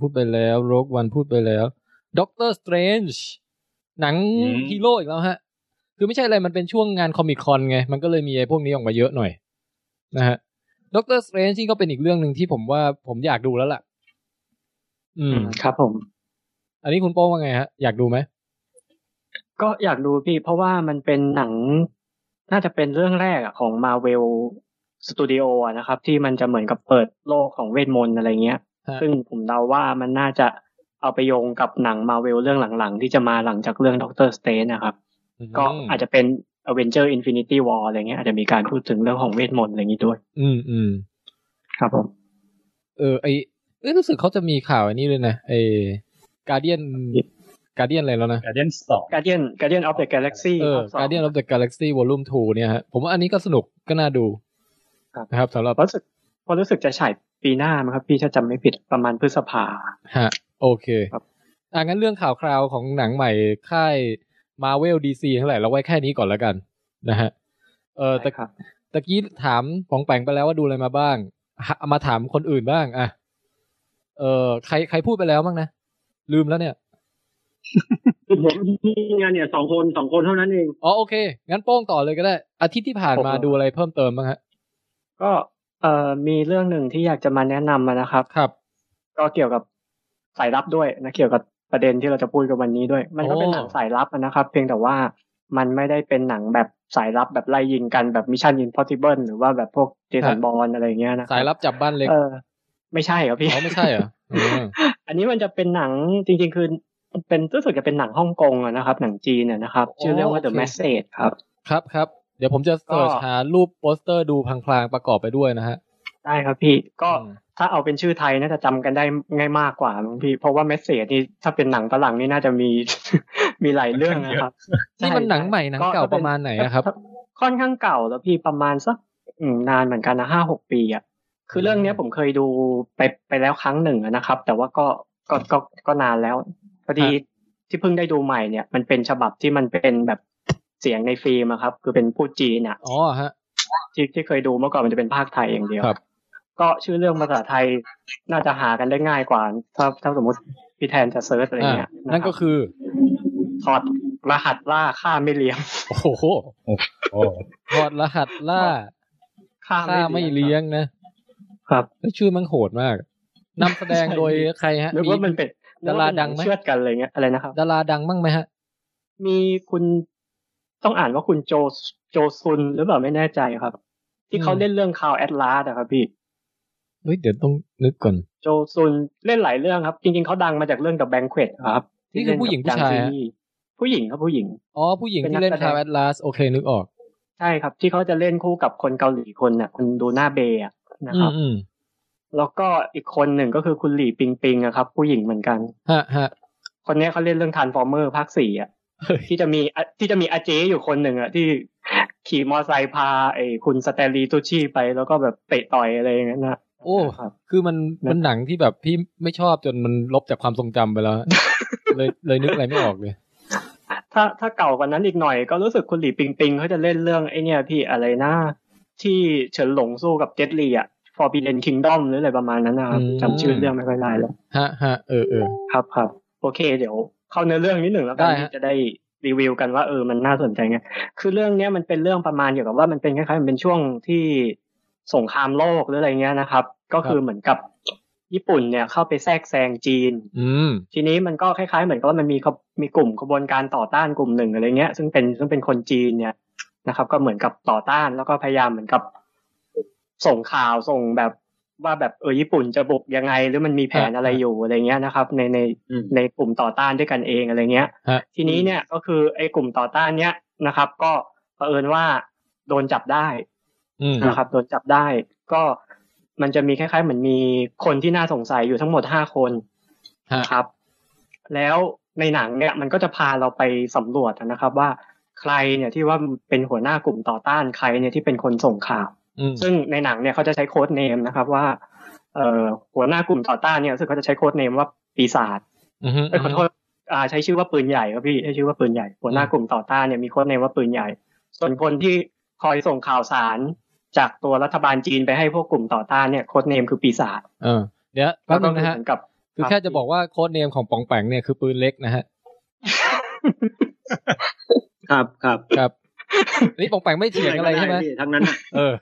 A: พูดไปแล้ว Rogue One พูดไปแล้ว Doctor Strange หนัง
E: อืม
A: ฮีโร่อีกแล้วฮะ คือไม่ใช่อะไร มันเป็นช่วงงานคอมิคอนไง มันก็เลยมีไอ้พวกนี้ออกมาเยอะหน่อย นะฮะ Doctor Strange นี่ก็เป็นอีกเรื่องหนึ่งที่ผมว่าผมอยากดูแล้วล่ะ อืม
D: ครับผม
A: อันนี้คุณโป้งว่าไงฮะ อยากดูไหม
D: ก็อยากดูพี่เพราะว่ามันเป็นหนัง น่าจะเป็นเรื่องแรกอะของ Marvel Studio อะนะครับ ที่มันจะเหมือนกับเปิดโลกของเวทมนต์อะไรเงี้ย
A: ฮะ
D: ซึ่งผมเดาว่ามันน่าจะเอาไปโยงกับหนัง Marvel เรื่องหลังๆ ที่จะมาหลังจากเรื่อง Doctor Strange นะครับ ก็
A: ม
D: อาจจะเป็น Avenger Infinity War อะไรเงี้ยอาจจะมีการพูดถึงเรื่องของเวทมนต์อะไรอย่างนี้ด้วย
A: อืมอืม
D: ครับผม
A: เออไอเอ้ยรู้สึกเขาจะมีข่าวอันนี้เลยนะไอการเดียนการเดียนอะไรแล้วนะ
E: Guardian สอง
D: Guardian Guardian of the Galaxy
A: เออ
D: ภคสง
A: Guardian of the Galaxy Volume 2 เนี่ยฮะ ผมว่าอันนี้ก็สนุกก็น่าดู
D: ครับ
A: นะครับสำหรับ
D: รู้สึกพอรู้สึกจะฉายปีหน้ามั้งครับ พี่ถ้าจำไม่ผิดประมาณพฤษภา
A: ฮะ โอเค
D: ครับ
A: อ่ะงั้นเรื่องข่าวคราวของหนังใหม่ค่าย Marvel DC เท่าไหร่เราไว้แค่นี้ก่อนแล้วกันนะฮะเออตะ
D: ครับ
A: ตะกี้ถามปองแปงไปแล้วว่าดูอะไรมาบ้างฮะมาถามคนอื่นบ้างอ่ะเออใครใครพูดไปแล้วบ้างนะลืมแล้วเนี่ย
B: คือผมที่งานเนี่ยสองคนสองคนเท่านั้นเอง
A: อ๋อโอเค งั้นโป้งต่อเลยก็ได้ อาทิตย์ที่ผ่านมา
D: ผม
A: ดูอะไรเพิ่มเติมบ้างฮะ
D: ก็เอ่อมีเรื่องหนึ่งที่อยากจะมาแนะนำอะนะครับ
A: ครับ
D: ก็เกี่ยวกับสายลับด้วยนะเกี่ยวกับประเด็นที่เราจะพูดกันวันนี้ด้วย มันก็เป็น
A: โอ้
D: หนังสายลับอะนะครับ เพียงแต่ว่ามันไม่ได้เป็นหนังแบบสายลับแบบไล่ยิงกันแบบมิชชั่นอินพอ s ิเบิลหรือว่าแบบพวกเจสันบอลอะไรอย่างเงี้ยนะค
A: สายลับจับบ้านเล็ก
D: เออไม่ใช่ครับพี่
A: เขาไม่ใช่เหรออืม
D: [laughs] อันนี้มันจะเป็นหนังจริงๆคือเป็นรู้สึกจะเป็นหนังฮ่องกงอะนะครับ หนังจีนอะนะครับชื่อเรื่องว่า The
A: โอเค
D: Message ครับ
A: ครับครับ เดี๋ยวผมจะเสิร์ชหารูปโปสเตอร์ดูพลางๆประกอบไปด้วยนะฮะ
D: ได้ครับพี่ก็
A: อืม
D: ถ้าเอาเป็นชื่อไทยน่าจะจำกันได้ง่ายมากกว่าบางพี่เพราะว่าเมสเซจนี่ถ้าเป็นหนังฝรั่งนี่น่าจะมี [laughs] มีหลายเรื่องนะครับ
A: นี่มันหนังใหม่หนังเก่าป
D: ก็ป็น
A: ระมาณไหนอะครับ
D: ค่อนข้างเก่าแล้วพี่ประมาณสักอืมนานเหมือนกันนะห้าหกปีอ่ะคือเรื่องเนี้ยผมเคยดูไปไปแล้วครั้งหนึ่งอะนะครับ แต่ว่าก็ก็ก็ก็นานแล้วพอดีที่เพิ่งได้ดูใหม่เนี่ย มันเป็นฉบับที่มันเป็นแบบเสียงในฟิล์มอะครับ คือเป็นพูดจีนอ่ะ
A: อ๋อฮะ
D: ที่ที่เคยดูเมื่อก่อนมันจะเป็นภาคไทยอย่างเดียว
A: ครับ
D: ก็ชื่อเรื่องภาษาไทยน่าจะหากันได้ง่ายกว่า ถ้าถ้าสมมติพี่แทนจะเซิร์ชอะไร
A: อ่ะ
D: เงี้ยะรับ
A: นั่นก็คือ
D: ถอดรหัสล่าฆ่าไม่เลี้ยง [laughs]
A: โอ้โหถอดรหัสล่า
D: ฆ่า
A: ฆ่าไม่เลี้ยงนะครับแล้วชื่อมันโหดมากนำแสดงโดยใครฮะ
D: นึกว่ามันเป็น
A: ดาราดัง
D: นึก
A: ไหม
D: ว่เป็นหนัเชือดกันอะไรเงี้ยอะไรนะครับ
A: ดาราดังบ้างไหมฮะ
D: มีคุณต้องอ่านว่าคุณโจโจซุนหรือเปล่าไม่แน่ใจครับ ที่เขาเล่นเรื่องคาวแอตลาสอะครับพี่
A: เฮ้ยเดี๋ยวต้องนึกก่อน
D: โจซุนเล่นหลายเรื่องครับ จริงๆเขาดังมาจากเรื่อง The Banquet ครับ
A: นี่คือผู้หญิงผู้ชาย
D: ที่เล่นกับจงซี
A: ฮะ
D: รีผู้หญิงครับผู้หญิง
A: อ๋อผู้หญิงที่เล่น
D: เป็นนักแสด
A: คาง ร์แอตลาสโอเคนึกออก
D: ใช่ครับ ที่เขาจะเล่นคู่กับคนเกาหลีคนน่ะคุณดูหน้าเบย์อะนะ
A: อื
D: ครั
A: ม
D: บ
A: อืม
D: แล้วก็อีกคนหนึ่งก็คือคุณหลี่ปิงปิงอะครับ ผู้หญิงเหมือนกัน
A: ฮะฮะ
D: คนเนี้ยเขาเล่นเรื่องทานฟอร์เมอร์ภาคสี่อะ
A: เฮ้ย
D: ที่จะมีอะที่จะมีอาเจอยู่คนหนึ่งอะที่ขี่มอไซค์พาไอ้คุณสแตนลีย์ตุชี่ไปแล้วก็แบบเตะต่อยอะไรอย่างเงี้ยนะ
A: โอ้
D: ครับ
A: คือมันมันหนังที่แบบพี่ไม่ชอบจนมันลบจากความทรงจำไป
D: [laughs]
A: แล้วฮะ เลยเลยนึกอะไรไม่ออกเลย
D: ถ้าถ้าเก่ากว่านั้นอีกหน่อยก็รู้สึกคุณหลี่ปิงปิงเขาจะเล่นเรื่องไอเนี่ยพี่อะไรนะที่เฉินหลงสู้กับเจ็ตลีอะ Forbidden Kingdom หรืออะไรประมาณนั้นนะครับ
A: อืม
D: จำชื่อเรื่องไม่ค่อยได้แล้ว
A: ฮะฮะเออเออ
D: ครับครับโอเค เดี๋ยวเข้าเนื้อเรื่องนิดหนึ่งแล้วกัน
A: ได้ฮะ
D: ที่จะได้รีวิวกันว่าเออมันน่าสนใจไงคือเรื่องเนี้ยมันเป็นเรื่องประมาณเกี่ยวกับว่ามันเป็นคล้ายๆมันเป็นช่วงที่สงครามโลกหรืออะไรเงี้ยนะครับ ก็คือเหมือนกับญี่ปุ่นเนี่ยเข้าไปแทรกแซงจีน
A: อืม
D: ทีนี้มันก็คล้ายๆ เหมือนกับว่ามันมีขบมีกลุ่มขบวนการต่อต้านกลุ่มหนึ่งอะไรเงี้ย ซึ่งเป็นซึ่งเป็นคนจีนเนี่ยนะครับ ก็เหมือนกับต่อต้านแล้วก็พยายามเหมือนกับ ส่งข่าวส่งแบบว่าแบบเออญี่ปุ่นจะบุกยังไง หรือมันมีแผนอะไรอยู่อะไรเงี้ยนะครับ ในใน
E: อืม
D: ในกลุ่มต่อต้านด้วยกันเองอะไรเงี้ย
A: ฮะ
D: ทีนี้เนี่ยก็คือไอ้กลุ่มต่อต้านเนี้ยนะครับ ก็เผอิญว่าโดนจับได้
A: อืม
D: นะครับโดนจับได้ก็มันจะมีคล้ายๆ เหมือนมีคนที่น่าสงสัยอยู่ทั้งหมดห้าคน
A: ฮะ
D: นะครับ แล้วในหนังเนี่ยมันก็จะพาเราไปสำรวจนะครับ ว่าใครเนี่ยที่ว่าเป็นหัวหน้ากลุ่มต่อต้านใครเนี่ยที่เป็นคนส่งข่าว
A: อืม
D: ซึ่งในหนังเนี่ยเขาจะใช้โค้ดเนมนะครับว่าเอ่อหัวหน้ากลุ่มต่อต้านเนี่ยซึ่งเขาจะใช้โค้ดเนมว่าปีศาจ
A: อืมฮึ
D: เอ้ยขอโทษอ่าใช้ชื่อว่าปืนใหญ่ครับพี่ใช้ชื่อว่าปืนใหญ่หัวหน้ากลุ่มต่อต้านเนี่ยมีโค้ดเนมว่าปืนใหญ่ ส่วนคนที่คอยส่งข่าวสาร จากตัวรัฐบาลจีนไปให้พวกกลุ่มต่อต้านเนี่ยโค้ดเนมคือปีศาจ
A: เออเดี๋ยวแป๊บนึงนะฮะ
D: เหมือนกับ
A: คือแค่จะบอกว่าโค้ดเนมของป๋องแปงเนี่ยคือปืนเล็กนะฮะ
B: ครับครับ
A: ครับนี่ป๋องแปงไม่เถียงอะไรใช่ไหม
B: ก็ด้พี่ทั้งนั้นน่ะ
A: เออ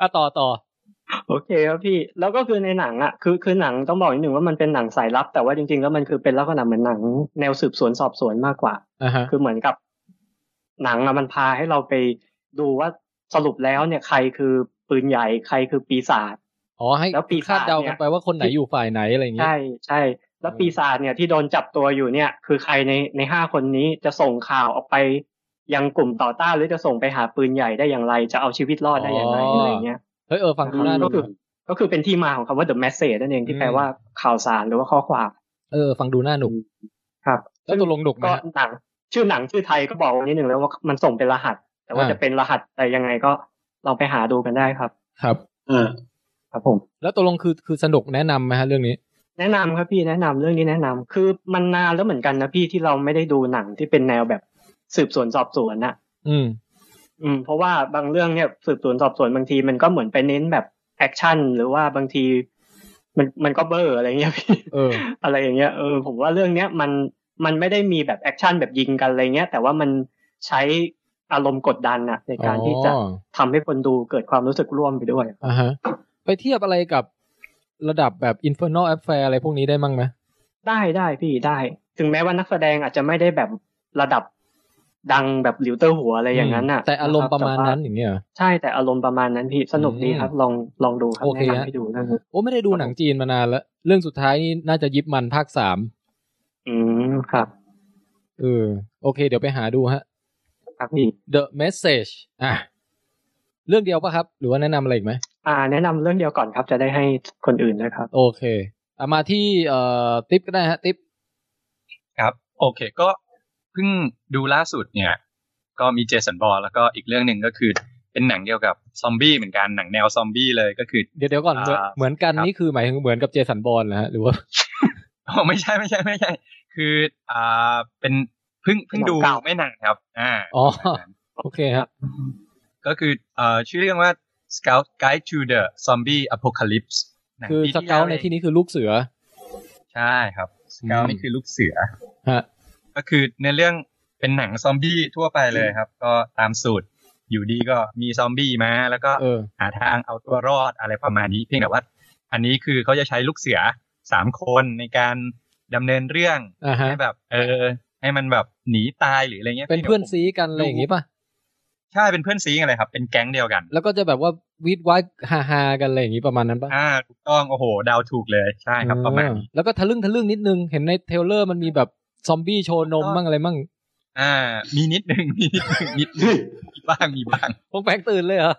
A: อ่ะต่อต่อ
D: โอเคครับพี่แล้วก็คือในหนังอ่ะคือคือหนังต้องบอกนิดหนึ่งว่ามันเป็นหนังสายลับ แต่ว่าจริงๆแล้วมันคือเป็นลักษณะเหมือนหนังแนวสืบสวนสอบสวนมากกว่า
A: อ่ะฮะ
D: คือเหมือนกับ หนังอะมันพาให้เราไปดูว่าสรุปแล้วเนี่ยใครคือปืนใหญ่ใครคือปีศาจ
A: อ๋อให้
D: แล้วปีศาจ
A: คาดเดา
D: เนี่
A: กัน
D: ย
A: ไปว่าคนไหนอยู่ฝ่ายไหนอะไรอย่างเงี้ย
D: ใช่ใช่แล้วปีศาจเนี่ยที่โดนจับตัวอยู่เนี่ย คือใครในในห้าคนนี้จะส่งข่าวออกไปยังกลุ่มต่อต้านหรือจะส่งไปหาปืนใหญ่ได้อย่างไร จะเอาชีวิตรอดได้อย่างไร
A: อ๋ออ
D: อะไรเงี้ย
A: เฮ้ยเออฟังดูน่า
D: ก็
A: ดู
D: คือ ก็คือเป็นที่มาของคำว่า the message นั่นเองที่แปลว่าข่าวสารหรือว่าข้อความ
A: เออฟังดูน่าหนุก
D: ครับ
A: แล้วตกลงหนุกไหม
D: ก็
A: ฮะ
D: หนังชื่อหนังชื่อไทยก็บอกไว้นิดหนึ่งแล้วว่ามันส่งเป็นรหัส แต่ว่าจะเป็นรหัสแต่ยังไงก็ลองไปหาดูกันได้ครับ
A: ครับ
B: อ่า
D: ครับผม
A: แล้วตกลงคือคือสนุกแนะนำไหมฮะเรื่องนี้
D: แนะนำครับพี่แนะนำเรื่องนี้แนะนำคือมันนานแล้วเหมือนกันนะพี่ที่เราไม่ได้ดูหนังที่เป็นแนวแบบสืบสวนสอบสวนนะ
A: อืม
D: อืมเพราะว่าบางเรื่องเนี่ยสืบสวนสอบสวนบางทีมันก็เหมือนไปเน้นแบบแอคชั่นหรือว่าบางทีมันมันก็เบอร์อะไรเงี้ยพี่
A: เออ
D: อะไรอย่างเงี้ยเออผมว่าเรื่องเนี้ยมันมันไม่ได้มีแบบแอคชั่นแบบยิงกันอะไรเงี้ยแต่ว่ามันใช้อารมณ์กดดันอะในการที่จะ
A: อ๋อ
D: ทำให้คนดูเกิดความรู้สึกร่วมไปด้วย
A: อ่ะฮะ ไปเทียบอะไรกับระดับแบบ Infernal Affair อะไรพวกนี้ได้มั้งไหม
D: ได้ได้พี่ได้ ถึงแม้ว่านักแสดงอาจจะไม่ได้แบบระดับดังแบบหลิวเตอร์หัวอะไรอย่างนั้นน่ะ
A: แต่อารมณ์
D: ค
A: ป
D: บ
A: ระมาณ
D: แต่ว่
A: นั้นอย่างเงี้ยเหรอ
D: ใช่แต่อารมณ์ประมาณนั้นพี่สนุกดีครับ ลองลองดูครับ
A: โอเค
D: แนะ
A: ฮะ
D: นำให้ดูนะ
A: โอ้ไม่ได้ดูหนังจีนมานานแล้วเรื่องสุดท้ายนี่น่าจะยิบมันภาคสาม
D: อืมครับ
A: เออโอเค เดี๋ยวไปหาดูฮะ
D: ครับพี่
A: The Message อ่ะเรื่องเดียวปะครับ หรือว่าแนะนำอะไรอีกไหม
D: อ่า แนะนำเรื่องเดียวก่อนครับ จะได้ให้คนอื่นด้วยครับ
A: โอเคเอามาที่เอ่อติปก็ได้ฮะติป
E: ครับโอเคก็เพิ่งดูล่าสุดเนี่ย ก็มีเจสันบอลแล้วก็อีกเรื่องหนึ่งก็คือเป็นหนังเกี่ยวกับซอมบี้เหมือนกันหนังแนวซอมบี้เลยก็คือ [laughs]
A: เดี๋ยวเดี๋ยวก่อนเหมือน
E: อ่า
A: เหมือนกัน
E: ครับ
A: นี่คือหมายถึงเหมือนกับเจสันบอลนะฮะหรือว่า
E: อ๋อไม่ใช่ไม่ใช่ไม่ใช่ คืออ่าเป็นเพิ่งเพิ่งดู
D: หนังเก่า
E: ไม่นานครับ อ่า
A: อ๋อ
E: ประมาณนั้น
A: โอเคฮะ
E: ก็คือเอ่อชื่อเรื่องว่า Scout Guide to the Zombie Apocalypse หนัง
A: คือ
E: ปี
A: ส
E: ที่
A: เกล
E: แล้ว
A: ใน
E: เอง
A: ที่นี้คือลูกเสือ
E: ใช่ครับ Scout
A: อืม
E: นี่คือลูกเสือ
A: ฮะ
E: ก็คือในเรื่องเป็นหนังซอมบี้ทั่วไปเลยครับ ก็ตามสูตรอยู่ดีก็มีซอมบี้มา แล้วก็
A: เออ
E: หาทางเอาตัวรอดอะไรประมาณนี้ เพียงแต่ว่า อันนี้คือเขาจะใช้ลูกเสือสามคนในการดำเนินเรื่อง
A: อ่าฮะ
E: ให้แบบ เออ ให้มันแบบหนีตายหรืออะไรเงี้ย
A: เป็นเพื่อน
E: พียงแต่ผม
A: ซีกันอะไรอย่างงี้ป่ะ
E: ใช่เป็นเพื่อนซีกันเลยครับ เป็นแก๊งเดียวกัน
A: แล้วก็จะแบบว่าวีดไว้ฮาฮาๆกันอะไรอย่างงี้ประมาณนั้นป่ะ
E: อ่าถูกต้องโอ้โหเดาวถูกเลยใช่ครับประมาณ
A: เออ
E: นี้
A: แล้วก็ทะลึ่งทะลึ่งนิดนึง เห็นในเทรลเลอร์มันมีแบบซอมบี้โชว์นมมั่งอะไรมั่ง
E: อ่า มีนิดนึง [laughs] มีนิด
A: [laughs]
E: นึงนิดนึงมีบ้างมีบ้าง
A: พวกแปลงตื่นเลยเหรอ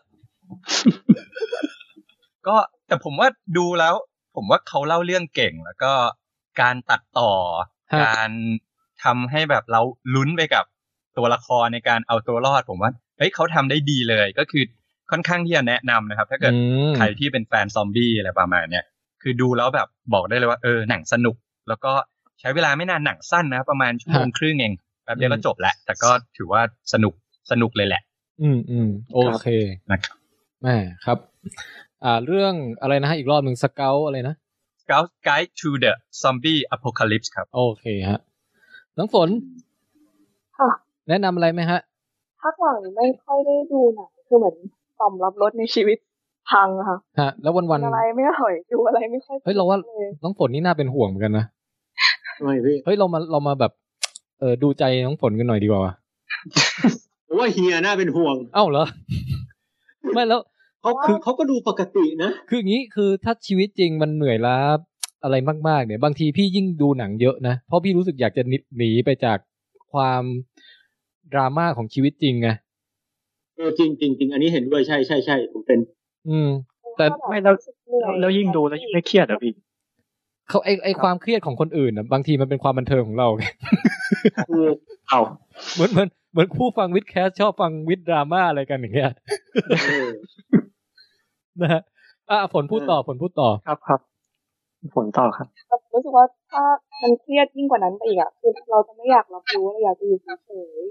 E: ก็แต่ผมว่าดูแล้ว ผมว่าเขาเล่าเรื่องเก่งแล้วก็การตัดต่อ
A: ฮะ
E: การทำให้แบบเราลุ้นไปกับตัวละครในการเอาตัวรอด ผมว่าเฮ้ยเขาทำได้ดีเลยก็คือค่อนข้างที่จะแนะนำนะครับ ถ้าเกิด
A: อืม
E: ใครที่เป็นแฟนซอมบี้อะไรประมาณเนี้ยคือดูแล้วแบบบอกได้เลยว่าเออหนังสนุก แล้วก็ใช้เวลาไม่นานหนังสั้นนะครับประมาณชั่วโมงครึ่งเองแป๊บเดียวก็จบแล้วแต่ก็ถือว่าสนุกสนุกเลยแหละ
A: อืมอืมโอเค
E: นะครับ
A: แหม่ครับ อ่าเรื่องอะไรนะฮะอีกรอบหนึ่งสเกลอะไรนะ
E: Scout Guide to the Zombie Apocalypse ครับ
A: โอเคฮะน้องฝน
C: ค่ะ
A: แนะนำอะไรไหมฮะ
C: ถ้าหลังไม่ค่อยได้ดูหนังคือเหมือนต่อมรับรสในชีวิตพังอะค่ะ
A: ฮะ แล้ววัน
C: กิ
A: วัน
C: อะไรไม่อร่อยดูอะไรไม่ค่อย
A: เฮ้ยเราว่า
C: สนุกลย
A: น้องฝนนี่น่าเป็นห่วงเหมือนกันนะ
B: ทำไมพี่
A: เฮ้ยเรามาเรามาแบบ เออดูใจน้องฝนกันหน่อยดีกว่าวะ
B: ผมว่าเฮียน่าเป็นห่วง
A: เอ้าเหรอ [laughs] ไม่แล้ว
B: เขาคือเขาก็ดูปกตินะ
A: คืออย่างนี้คือถ้าชีวิตจริงมันเหนื่อยล้าอะไรมากๆเนี่ย บางทีพี่ยิ่งดูหนังเยอะนะเพราะพี่รู้สึกอยากจะหนีไปจากความดราม่าของชีวิตจริงไง
B: เออจริงจริงจริงอันนี้เห็นด้วยใช่ใช่ใช่ผมเป็น
A: อืม แต่
D: ไม่แล้ว แล้วแล้วยิ่งดูแล้วยิ่งไม่เครียดเหรอพี่
A: เขาไอไอความเครียดของคนอื่นนะบางทีมันเป็นความบันเทิงของเราไง [laughs]
D: เอา
A: เหมือนเหมือนเหมือนผู้ฟังวิดแคสชอบฟังวิดดราม่าอะไรกันอย่างเงี้ยนะฮะอ่ะฝนพูดต่อฝนพูดต่อ
D: ครับครับผลต่อครับ
C: แบบรู้สึกว่าถ้ามันเครียดยิ่งกว่านั้นไปอีกอ่ะคือเราจะไม่อยากรับรู้เราอยากจะอยู่เฉย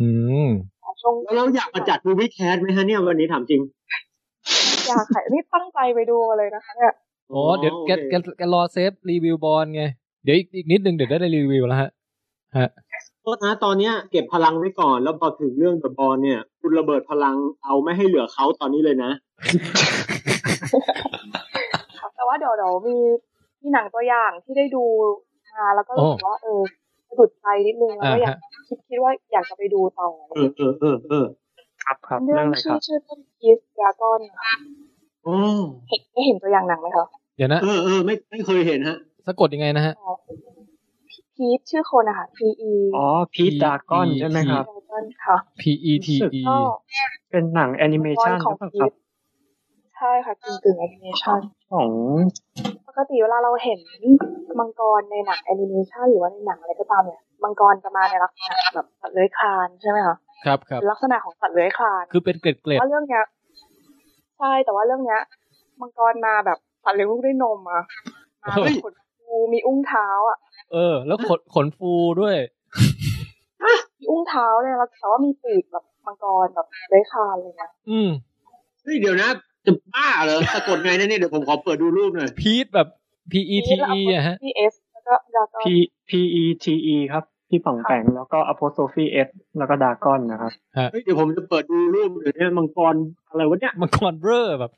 A: อืม
C: ๆอ่ะช่วง
B: แล้วเราอยากมาจัดมูวี่แคสไหมฮะเนี่ยวันนี้ถามจริง
C: อยากขายนี่ตั้งใจไปดูเลยนะคะเนี่ย
A: อ๋อเดี๋ยวแกแกแกรอเซฟรีวิวบอลไง เดี๋ยวอีกอีกนิดนึงเดี๋ยวได้รีวิวแล้วฮะ
B: โทษนะตอนเนี้ยเก็บพลังไว้ก่อนแล้วพอถึงเรื่องเดอะบอลเนี่ย คุณระเบิดพลังเอาไม่ให้เหลือเขาตอนนี้เลยนะ
C: ครับแต่ว่าเดี๋ยวเดี๋ยวมีมีหนังตัวอย่างที่ได้ดูมาแล้วก็รู้สึกว่าเออสะดุดใจนิดนึงแล้วก็อยากคิดคิดว่าอยากจะไปดูต่อ
B: เออเออเออเออ
D: ครับครับ
C: เรื่
D: เรื่
C: อ
D: อง งอะไรค
C: ชื่
D: รั
C: อบ ชื่อต้นคิสดราก้อน
B: โอ้
C: เห็นได้เห็นตัวอย่างหนังไหมคะ
A: เดี๋ยวนะ
B: เออเออไม่ไม่เคยเห็นฮะ
A: สะกดยังไงนะฮะ
C: อ๋อพีทชื่อคนนะคะ P E
D: อ๋อพีทดาก้อนใช่ไหมครับ
C: ดราก้อนค่ะ
A: P E T E
C: ก็
D: เป็นหนังแอนิเมชัน
C: ละ
D: ห
C: ครข
D: รือ อง เป
C: พี
D: ล่าครับ
C: ทใช่ค่ะกึ่งกึ่งแอนิเมชัน
D: ของ
C: ปกติเวลาเราเห็นมังกรในหนังแอนิเมชันหรือว่าในหนังอะไรก็ตามเนี่ยมังกรจะมาในลักษณะแบบสัตว์เลื้อยคลานใช่ไหมคะ
A: ครับครับ
C: ลักษณะของสัตว์เลื้อยคลาน
A: คือเป็นเกล็ดเกล็
C: แต่
A: ด
C: ว่าเรื่องเนี้ยใช่แต่ว่าเรื่องเนี้ย มังกรมาแบบสัตว์เลี้ยงลูกด้วยนมอะมาเป็นขนฟูมีอุ้งเท้าอ่ะ
A: เออ แล้วขนขนฟูด้วย
C: มีอุ้งเท้าเนี่ยแล้วแต่ว่ามีปีกแบบมังกรแบบเลื้อยคลานอะไรเงี้ย
A: อืม
B: เฮ้ยเดี๋ยวนะ จะบ้าเหรอสะกดไงนะเนี่ยเดี๋ยวผมขอเปิดดูรูปหน่อย
A: พีทแบบ P E T E อะฮะ
C: พีเอสแล้วก็ดราก้อน
D: พี E T E ครับพี่ป่องแปงแล้วก็ apostrophe S แล้วก็ดาก้อนนะครับ
B: เฮ้ยเดี๋ยวผมจะเปิดดูรูปเดี๋ยวเนี้มังกรอะไรวะเนี่ย
A: มังกรเบ้อแบบ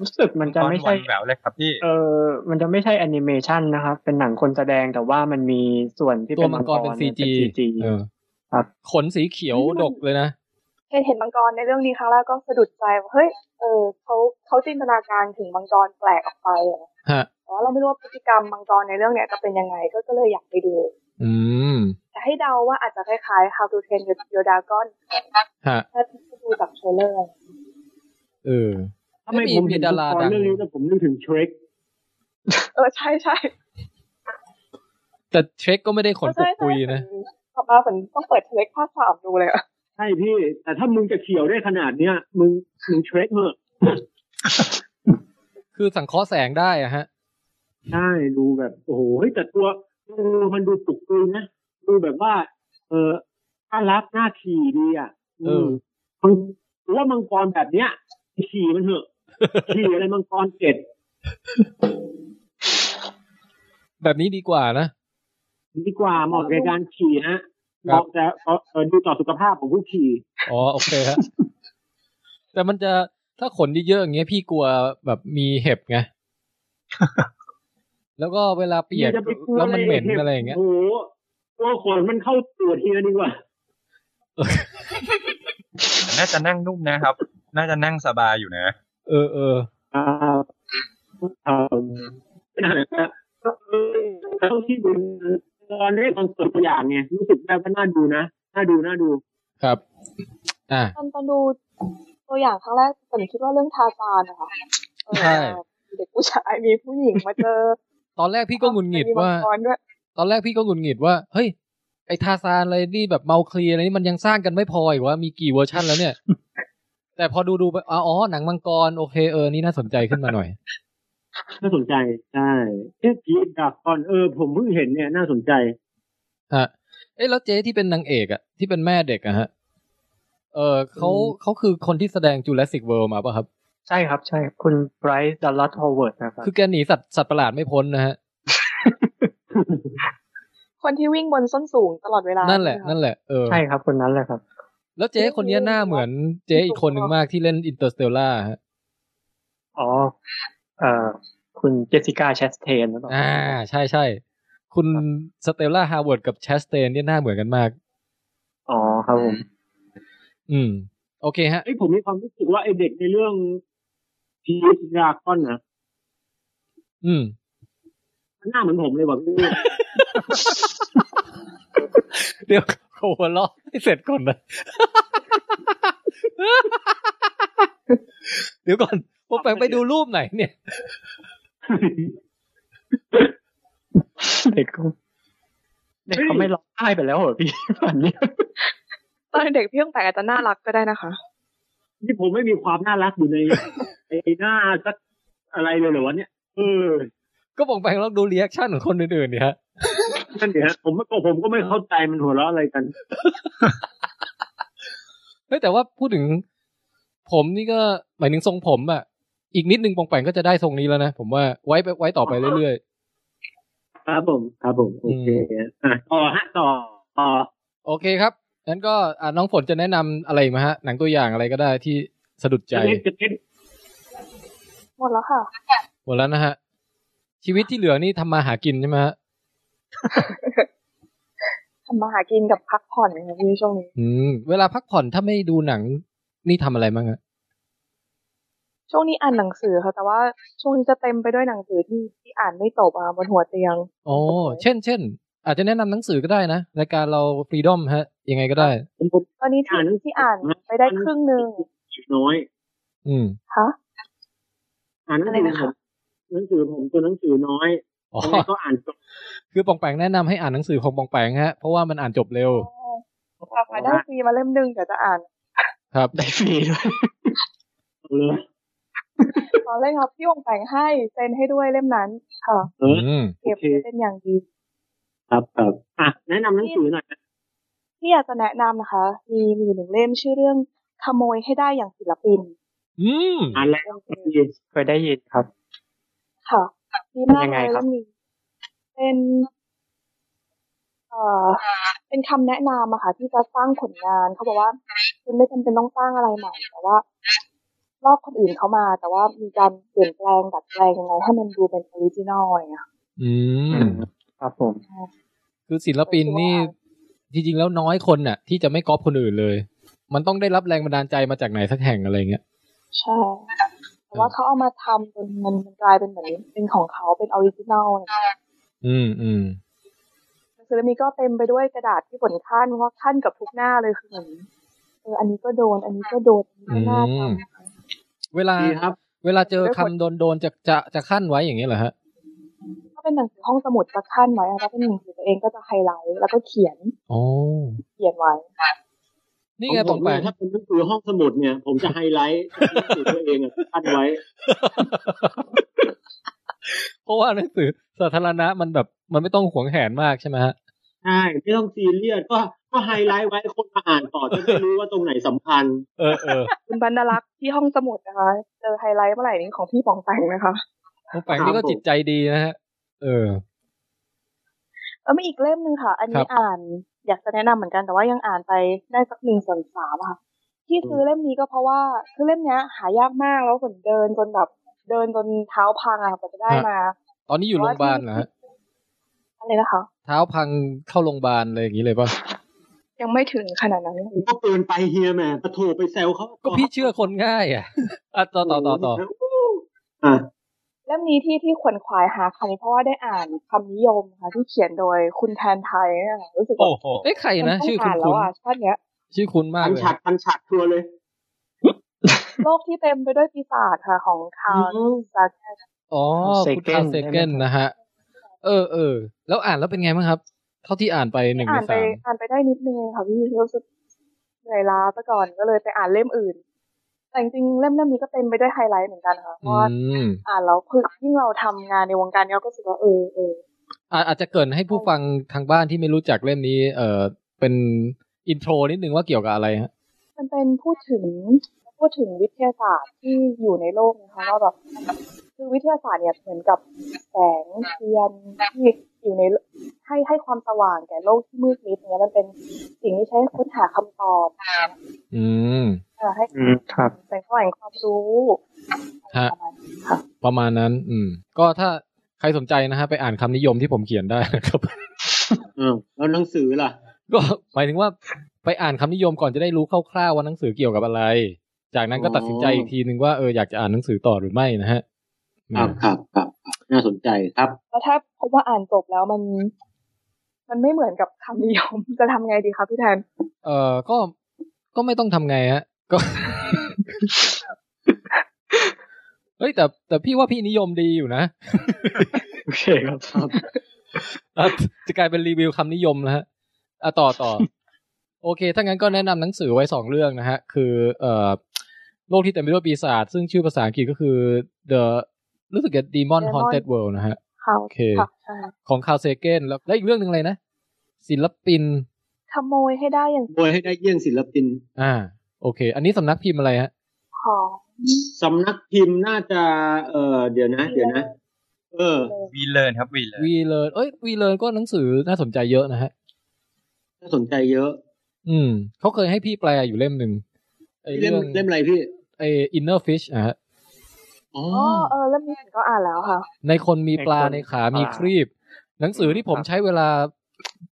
D: รู้สึกมันจะไม่
E: ตอ
D: ใช่
E: นวันแหววเลยครับพี่
D: เออมันจะไม่ใช่แอนิเมชันนะครับ เป็นหนังคนแสดงแต่ว่ามันมีส่วนที่
A: ตั
D: เป็
A: วน มังกรเป็น C
D: มั
A: G เออ
D: ครับ
A: ขนสีเขียวดกเลยนะ
C: เห็นเห็นมังกรในเรื่องนี้ครั้งแรกก็สะดุดใจว่าเฮ้ย เออเขาเขาจินตนาการถึงมังกรแปลกออกไปอะ
A: ฮะ
C: แต่ว่าเราไม่รู้ว่าพฤติกรรมมังกรในเรื่องเนี้ยจะเป็นยังไงก็ก็เลยอยากไปดู
A: อืม
C: แต่ให้เดาว่าอาจจะคล้ายๆ How to Train Your Dragon
A: ฮะ
C: ถ้าที่ดูจากเทรลเลอร์
A: เออ
B: ทำไม
A: ไม่มี
B: ผม
A: มี
B: เห็น
A: ดา
B: มัง
A: ราก
B: ร
A: ดัง
B: เรื่องนี้แล้วผมนึกถึงเทรค
C: เออ ใช่ใช่
A: แต่เช็คก็ไม่ได้ขน
C: เออ
A: ป
C: ใช่
A: กปุย
C: ใช่
A: นะ
C: กลับมาเหมือนต้องเปิดเทรลเลอร์ภาคสามดูเลยอะ
B: ใช่พี่ แต่ถ้ามึงจะเขียวได้ขนาดเนี้ยมึงมึงเทรคเหอะ
A: คือสังเคราะห์แสงได้อะฮะ
B: ใช่ดูแบบโอ้โหเฮ้ยแต่ตัวตัวมันดูปลุกปลุยนะดูแบบว่า เออน่ารักน่าขี่ดีอ่ะ
A: เออ
B: มึงรู้ว่ามังกรแบบเนี้ยขี่มันเห
A: [laughs]
B: อะขี่อะไรมังกรเกล็ด
A: แบบนี้ดีกว่านะ
B: ดีกว่าเหมาะกับการขี่ฮะเหมาะแต่เออดูต่อสุขภาพของผู้ขี่
A: อ๋อโอเคฮะ แต่มันจะถ้าขนเยอะๆอย่างเงี้ยพี่กลัวแบบมีเห็บ [laughs] ไง แล้วก็เวลาเปียก
B: จะไปก
A: แล้วมันเหม็น
B: ทพ
A: อะไรอย่างเงี้ย
B: โอ้โหกลัวขนมันเข้าตัวเฮียดีกว่า
E: น่าจะนั่งนุ่มนะครับ น่าจะนั่งสบายอยู่นะ
A: เออเออ
B: อ่าอ่าไม่นานนะครับเท่าที่ดูตอนแรกมันเปิดตัวอย่างไงรู้สึกได้ว่าน่าดูนะน่าดูน่าดู
A: ครับ อ่ะ
C: ตอนตอนดูตัวอย่างครั้งแรกตอนคิดว่าเรื่องทาซานนะคะเออ
A: ใช่
C: เด็กผู้ชายมีผู้หญิงมาเจอ
A: ตอนแรกพี่ก็หงุดหงิดว่า
C: มีมังกรด้วย
A: ตอนแรกพี่ก็หงุดหงิดว่า เฮ้ย ไอทาซานอะไรนี่แบบเมาเคลียร์อะไรนี่มันยังสร้างกันไม่พออีกว่ามีกี่เวอร์ชันแล้วเนี่ย แต่พอดูดูๆไปอ๋ออ๋อหนังมังกรโอเคเออนี่น่าสนใจขึ้นมาหน่อย
B: น่าสนใจใช่เอ๊ะพีดดักก่อนเออ ผมเพิ่งเห็นเนี่ยน่าสนใจ
A: ฮะ เอ้ยแล้วเจ๊ที่เป็นนางเอกอะที่เป็นแม่เด็กอะฮะ เออเขาเขาคือคนที่แสดงจูเลสิกเวิลด์มาป่ะครับ
D: ใช่ครับใช่คุณไบรท์ดัลลัตฮอวเวิร์ดนะครับ
A: คือแกหนีสัตว์สัตว์ประหลาดไม่พ้นนะฮะ
C: คนที่วิ่งบนส้นสูงตลอดเวลา
A: นั่
C: นั่
A: นแหละ นั่นแหละ เออ
D: ใช่ครับคนนั้นแหละครับ
A: แล้วเจ๊คนเนี้ยหน้าเหมือนเจ๊อีกคนหนึ่งมากที่เล่นอินเตอร์สเตลล่าฮะ
D: อ๋อเอ่อคุณเจสสิก้าแชสเทนหรือเปล่า
A: อ่า ใช่ใช่ คุณสเตลล่าฮาร์วาร์ดกับแชสเตนเนี่ยหน้าเหมือนกันมาก
D: อ๋อครับผม
A: อืม โอเคฮะ
B: เอ้ยผมมีความรู้สึกว่าไอเด็กในเรื่อง พีทดราก้อนนะ
A: อืม
B: หน้าเหมือนผมเลยว่ะพี่
A: เดี๋ยวเขาหัวเราะให้เสร็จก่อนนะ [laughs] เดี๋ยวก่อนผมแปลงไปดูรูปไหนเนี่ย
D: เด็กก็เด็กเขาไม่ร้องไห้ไปแล้วเหรอพี่ [laughs] ฝันเนี้ย
C: ตอนเด็กพี่ต้องแต่งอาจจะน่ารักก็ได้นะคะ
B: ที่ผมไม่มีความน่ารักอยู่ใน [laughs] ไอ้หน้าสักอะไรเลยเหรอวะเนี่ยเออ
A: ก็บอกแปลงลองดูรีแอคชั่นของคนอื่นๆเนี่ยฮะ
B: นั่นเนี่ยฮะผมก็ผมก็ไม่เข้าใจมันหัวเราะอะไรกัน
A: เฮ้ยแต่ว่าพูดถึง ผมนี่ก็หมายถึงทรงผมอะอีกนิดนึงปองแปงก็จะได้ทรงนี้แล้วนะ ผมว่าไว้ไปไว้ต่อไปเรื่อย
B: ครับผมครับผมโอเคอ่ะต่อฮะต่อต่อ
A: ๆ โอเคครับงั้นก็อ่ะน้องฝนจะแนะนำอะไรอีกไหมฮะ หนังตัวอย่างอะไรก็ได้ที่สะดุดใจ
B: จะเล่นจะเล่น
C: หมดแล้วค่ะ
A: หมดแล้วนะฮะ ชีวิตที่เหลือนี่ทำมาหากินใช่ไหมฮะ
C: ทำมาหากินกับพักผ่อนค่ะพี่ช่วงนี้
A: อืมเวลาพักผ่อนถ้าไม่ดูหนังนี่ทำอะไรบ้างฮะ
C: ช่วงนี้อ่านหนังสือค่ะ แต่ว่าช่วงนี้จะเต็มไปด้วยหนังสือที่ที่อ่านไม่จบอ่ะบนหัวเตียง
A: โอ้เช่น เช่น อาจจะแนะนำหนังสือก็ได้นะ รายการเราฟรีดอมฮะ ยังไงก็ได้
B: ผมผม
C: ตอนนี้ที่ที่อ่านไปได้ครึ่งหนึ่ง
B: น้อย
A: อืม
C: ฮะ
B: อ่านหนังสือผมหนังสือผมตัวหนังสือน้อย
A: อ๋อ
B: ทำไมก็อ่านจบ
A: คือปองแปงแนะนำให้อ่านหนังสือของปองแปงฮะ เพราะว่ามันอ่านจบเร็ว
C: กลับมาได้ฟรีมาเล่มหนึ่งเดี๋ยวจะอ่าน
A: ครับ
D: ได้ฟรีด้วย
B: เลย
C: ตอนเล่นครับพี่วงแต่งให้เซ็นให้ด้วยเล่มนั้น ค่ะ
B: เอ
A: อื
B: อ
A: ม
C: เก็บ
B: โอเค
C: ไว้เป็นอย่างดี
B: ครับครับอ่ะแนะนำหนังสือหน่อยนะ
C: ที่อยากจะแนะนำนะคะ มีมีอยู่หนึ่งเล่มชื่อเรื่องขโมยให้ได้อย่างศิลปิน
A: อืม
B: อ่านแล้วดี
D: เคยได้ยินครับ
C: ค่ะดีมาก
D: ยัง
C: เล
D: ไง
C: ย
D: ครั
C: เล่
D: บ
C: มนี้เป็นเอ่อเป็นคำแนะนำอะค่ะ ที่จะสร้างผลงานเขาบอกว่า คุณไม่จำเป็นต้องสร้างอะไรใหม่แต่ว่าลอกคนอื่นเขามา แต่ว่ามีการเปลี่ยนแปลงดัดแปลงยังไงให้มันดูเป็นออริจินอลอย่างเงี้ย
A: อืม
D: ครับผม
A: คือศิลปินนี่ จริงๆแล้วน้อยคนน่ะ ที่จะไม่ก๊อปคนอื่นเลย มันต้องได้รับแรงบันดาลใจมาจากไหนสักแห่งอะไรเงี้ย
C: ใช่ แต่ว่าเขาเอามาทำจนมันมันกลายเป็นเหมือนเป็นของเขาเป็นออริจินัลอะไรอย่างเงี้ย
A: อืมอืม
C: หนังสือเล่มนี้ก็เต็มไปด้วยกระดาษที่ผลขั้นเพราะว่าขั้นกับทุกหน้าเลยคือเหมือนเอออันนี้ก็โดน อันนี้ก็โดนอันนี้ก็หน้า
A: อื
C: จ
A: ม เวลา
B: ดีครับ
A: เวลาเจอคำโดนๆจะจะจะขั้นไว้อย่างเงี้ยเหรอฮะ
C: ำถ้าเป็นหนังสือห้องสมุดจะขั้นไว้ถ้าเป็นหนังสือตัวเองก็จะไฮไลท์แล้วก็เขียน
A: อ๋อ
C: เขียนไว้
A: นี่ไง
B: ข
A: ป
B: อ
A: อง ง
B: ผ
A: แป
B: ม
A: ง
B: เนี่ยถ้าเป็นหนังสือห้องสมุดเนี่ย ผมจะไฮไลท์หนังสือตัวเองอ่ะอันไว้
A: [laughs] เพราะว่าหนังสือสาธารณะมันแบบมันไม่ต้องหวงแหนมากใช่ไหมฮะ
B: ใช่ไม่ต้องซีเรียสก็ก็ไฮไลท์ไว้คนมาอ่านต่อจะได้รู้ว่าตรงไหนสำคัญ
A: เออเออ
C: คุณบรรลักษ์ที่ห้องสมุดนะคะเจอไฮไลท์เมื่อไหร่นี้ของพี่ปองแปงนะคะ
A: น้องแปงนี่ก็จิตใจดีนะฮะ เออ
C: แล้วมีอีกเล่มหนึ่งค่ะ อัน
A: ครั
C: นี้
A: บ
C: อ่านอยากจะแนะนำเหมือนกันแต่ว่ายังอ่านไปได้สักหนึ่งส่วนสามอะค่ะ ที่ซื้อเล่มนี้ก็เพราะว่าคือเล่มเนี้ย หายากมากแล้วฝนเดินจนแบบเดินจนเท้าพังอะค่ะกว่าจะได้มา
A: ตอนนี้อยู่โรงพยาบาลนะฮะ
C: อะไรนะคะ
A: เท้าพังเข้าโรงพยาบาลอะไรอย่างนี้เลยป่ะ
C: ยังไม่ถึงขนาดนั้น
B: ผมก็เกินไปเฮียแหม่ประโถไปแซวเขา
A: ก็พี่เชื่อคนง่ายอ่ะอ่ะต่อต่อต่อต่อ
B: อ่ะ
C: เล่มนี้ที่ที่ขวนขวายหาคันนี้เพราะว่าได้อ่านคำนิยมค่ะที่เขียนโดยคุณแทนไทยเนี่ยค่ะรู้สึกว่า
E: โอ้โห
A: เอ้ใคร
C: มั
A: นะ
C: ต้ง
A: ชื่อคุณ
C: อ่านแล้
A: คุ
C: ว
A: ณ
C: อ่ะชาติเนี้ย
A: ชื่อคุณมาก
B: พัน
A: เลย
B: ฉัดพันฉัดทัวร์เลย
C: โลกที่เต็มไปด้วยปีศาจค่ะ ของคาร์ลซาแกน
A: อ๋อคุณคาเซเกนนะฮะ เออเออแล้วอ่านแล้วเป็นไงบ้างครับ เท่าที่อ่านไปหนึ่งใน
C: อ่านไป
A: สาม
C: อ่านไปได้นิดนึงค่ะพี่รู้สึกเหนื่อยล้าซะก่อนก็เลยไปอ่านเล่มอื่น แต่จริงๆเล่มเล่มนี้ก็เต็มไปด้วยไฮไลท์เหมือนกันค่ะเพ
A: อื
C: ราะว่า
A: ม
C: อ่านแล้วคือยิ่งเราทำงานในวงการเนี้ยก็รู้สึกว่าเออเออ
A: อ่ะอาจจะเกรินให้ผู้ฟังทางบ้านที่ไม่รู้จักเล่มนี้ เออเป็นอินโทรนิดนึงว่าเกี่ยวกับอะไรฮะ
C: มันเป็นพูดถึงพูดถึงวิทยาศาสตร์ที่อยู่ในโลกนะคะว่าแบบคือวิทยาศาสตร์เนี่ยเหมือนกับแสงเทียนที่อยู่ในให้ให้ความสว่างแก่โลกที่มืดมิดเนี่ยมันเป็นสิ่งที่ใช้ค้นหาคำตอบ
A: อืม
C: เอ่อให้
D: อืมครับ
C: แสงสว่างแห่งความรู้
A: ฮะ
C: ประมาณนี้
A: ประมาณนั้น อืม ก็ถ้าใครสนใจนะฮะ ไปอ่านคำนิยมที่ผมเขียนได้นะครับ
B: อ้าวแล้วหนังสือล่ะ
A: [laughs] ก็หมายถึงว่าไปอ่านคำนิยมก่อนจะได้รู้คร่าวๆว่าหนังสือเกี่ยวกับอะไร จากนั้นก็ตัดสินใจอีกทีหนึ่งว่าเอออยากจะอ่านหนังสือต่อหรือไม่นะฮะอืม
B: ครับครับครับน่าสนใจครับ
C: แล้วถ้าพบว่าอ่านจบแล้วมัน มันไม่เหมือนกับคำนิยม [laughs] จะทำไงดีคะพี่แทน
A: เออก็ก็ไม่ต้องทำไงฮะ ก็ [laughs] เฮ้ยแต่แต่พี่ว่าพี่นิยมดีอยู่นะ
D: โอเคครับครับ
A: อ่ะจะกลายเป็นรีวิวคำนิยมแล้วฮะอ่ะต่อ
B: [laughs]
A: ต่อ โอเค ถ้างั้นก็แนะนำหนังสือไว้สองเรื่องนะฮะ คือ เอ่อโลกที่เต็มไปด้วยปีศาจซึ่งชื่อภาษาอังกฤษก็คือ The รู้สึกจะ Demon
C: Demon
A: Haunted World นะฮะ
C: ค่ะ
A: โอเค
C: ค่ะใช่
A: ของคาเซเกนแล้วและอีกเรื่องหนึ่งเลยนะ ศิลปิน
C: ขโมยให้ได้อย่าง
B: โดยให้ได้เยี่ยงศิลปิน
A: อ่า โอเค อันนี้สำนักพิมพ์อะไรฮะ
C: ของ
B: สำนักพิมพ์น่าจะ เออเดี๋ยวนะ เดี๋ยวนะ เออ
E: วีเลิร์นครับวีเลิร์น
A: วีเลอร์เอ้ยวีเลอร์ก็หนังสือน่าสนใจเยอะนะฮะ
B: น่าสนใจเยอะ
A: อืมเขาเคยให้พี่แปลอยู่เล่มหนึ่งไอ
B: เล่
A: เรื่
B: ม
A: อง
B: เล่มอะไรพี่
A: ไอ inner fish อ่ะฮะ
B: อ๋อ
C: อ๋อเออเล่มนี้ฉันก็อ่านแล้วค่ะ
A: ในคนมีปลาในขา มีครีบ หนังสือที่ผมใช้เวลา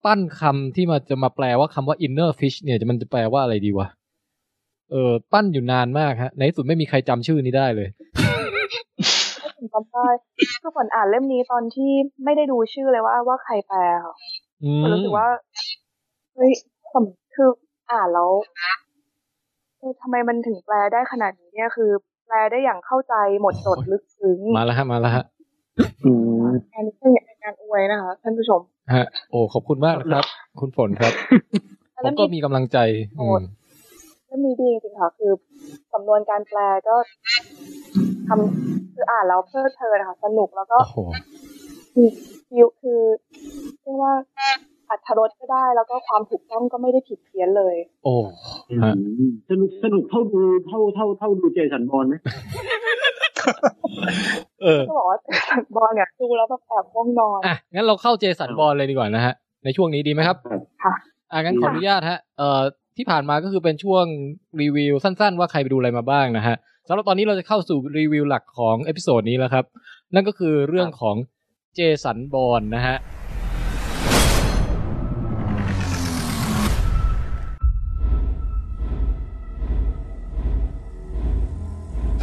A: ปั้นคำที่มาจะมาแปลว่าคำว่า inner fish เนี่ยจะมันจะแปลว่าอะไรดีวะเออปั้นอยู่นานมากฮะ ในที่สุดไม่มีใครจำชื่อนี้ได้เลย
C: จำได้คือฝนอ่านเล่มนี้ตอนที่ไม่ได้ดูชื่อเลยว่าว่าใครแปลค่ะ
A: อื
C: ฝ
A: ม
C: นรู้สึกว่าเฮ้ยสำคืออ่านแล้วคือทำไมมันถึงแปลได้ขนาดนี้เนี่ยคือ แปลได้อย่างเข้าใจหมดจดลึกซึ้ง
A: มาแล้วฮะมาแล้วฮะ
D: อืม
C: อันนี้เป็นงานอวยนะคะท่านผู้ชม
A: ฮะ โอ้ขอบคุณมากนะครับ คุณฝนครับ
C: แต่
A: ผม
C: เล่ม
A: ก็
C: นี้
A: มีกำลังใจอืม
C: เล่มนี้ดีจริงๆค่ะ คือสำนวนการแปลก็ทำคืออ่านแล้วเพลิดเพลินนะคะสนุกแล้วก็
A: โอ้โห
C: คือฟิลคือเรียกว่าอัธรสก็ได้แล้วก็ความถูกต้องก็ไม่ได้ผิดเพี้ยนเลย
A: โอ้ฮะ
B: สนุกสนุกเท่าดูเท่าเท่าเท่าดูเจสันบอลไหม
A: เออ
C: ก็บอกว่า [laughs] บอลเนี่ยดูแล้วแบบแอบง่วงนอน
A: อ่ะ งั้นเราเข้าเจสันบอลเลยดีกว่านะฮะ ในช่วงนี้ดีไหมครับ
C: ค่ะ
A: อ่ะงั้นขออนุญาตฮะ เอ่อ ที่ผ่านมาก็คือเป็นช่วงรีวิวสั้นๆ ว่าใครไปดูอะไรมาบ้างนะฮะสำหรับตอนนี้เราจะเข้าสู่รีวิวหลักของเอพิโซดนี้แล้วครับ นั่นก็คือเรื่องของเจสันบอลนะฮะ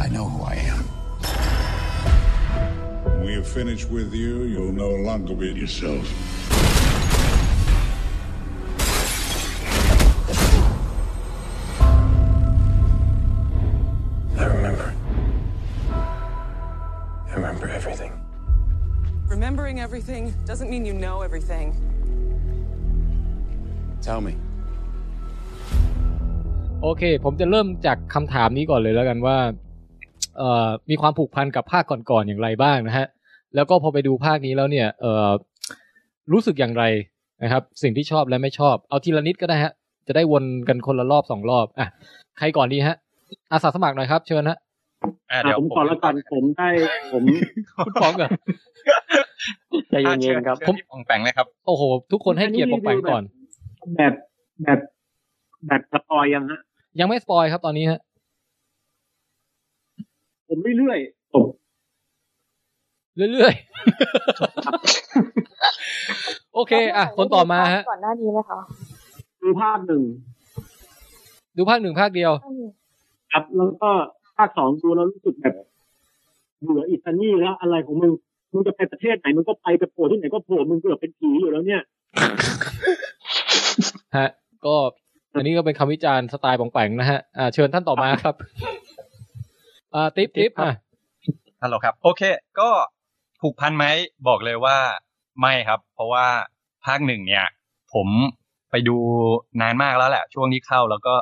F: I know who I am.
G: When we are finished with you, you'll no longer be yourself.
F: I remember. I remember everything.
H: Remembering everything doesn't mean you know everything.
F: Tell me.
A: โอเค ผมจะเริ่มจากคำถามนี้ก่อนเลยแล้วกันว่า เอ่อ มีความผูกพันกับภาคก่อนๆอย่างไรบ้างนะฮะ แล้วก็พอไปดูภาคนี้แล้วเนี่ย เอ่อ รู้สึกอย่างไรนะครับ สิ่งที่ชอบและไม่ชอบ เอาทีละนิดก็ได้ฮะ จะได้วนกันคนละรอบสองรอบ อ่ะ ใครก่อนดีฮะ อาสาสมัครหน่อยครับ เชิญฮะ
E: อ่ะ
B: อ่ะ
E: เดี๋ยว
B: ผมก่อนละกันผมได้ผม
A: คุณป๋องก่อน
D: ใจ
E: อ่ะ
D: เย็
E: ชิญ
D: นๆครับ
E: เชิญพี่ปองแปงเลยครับ
A: โอ้โห ทุกคนให้เกียรติผมไปก่อน
B: แบบแบบแบบสปอยยังฮะ
A: ยังไม่สปอยครับตอนนี้ฮะ
B: ผมเรื่อยๆผม
A: เรื่อยๆ [laughs] โอเค อ่ะ คนต่อมาฮะ
C: ก่อนหน้านี้ไหมคะ
B: ดูภาคหนึ่ง
A: ดูภาคหนึ่งภาคเดียว
C: อืม
B: ครับ แล้วก็ภาคสองดูแล้วรู้สึกแบบเบื่ออิตาลีแล้วอะไรของมึงมึงจะไปประเทศไหนมึงก็ไปไปโผล่ที่ไหนก็โผล่มึงเกือบเป็นผีอยู่แล้วเนี่ย
A: ฮะก็อันนี้ก็เป็นคำวิจารณ์สไตล์ปองแปงนะฮะอ่าเชิญท่านต่อมาครับอ่าติ๊บติ๊บอ่ะ
E: ฮัลโหลครับ โอเค ก็ผูกพันไหมบอกเลยว่าไม่ครับ เพราะว่าภาคหนึ่งเนี่ย ผมไปดูนานมากแล้วแหละ ช่วงที่เข้าแล้วก็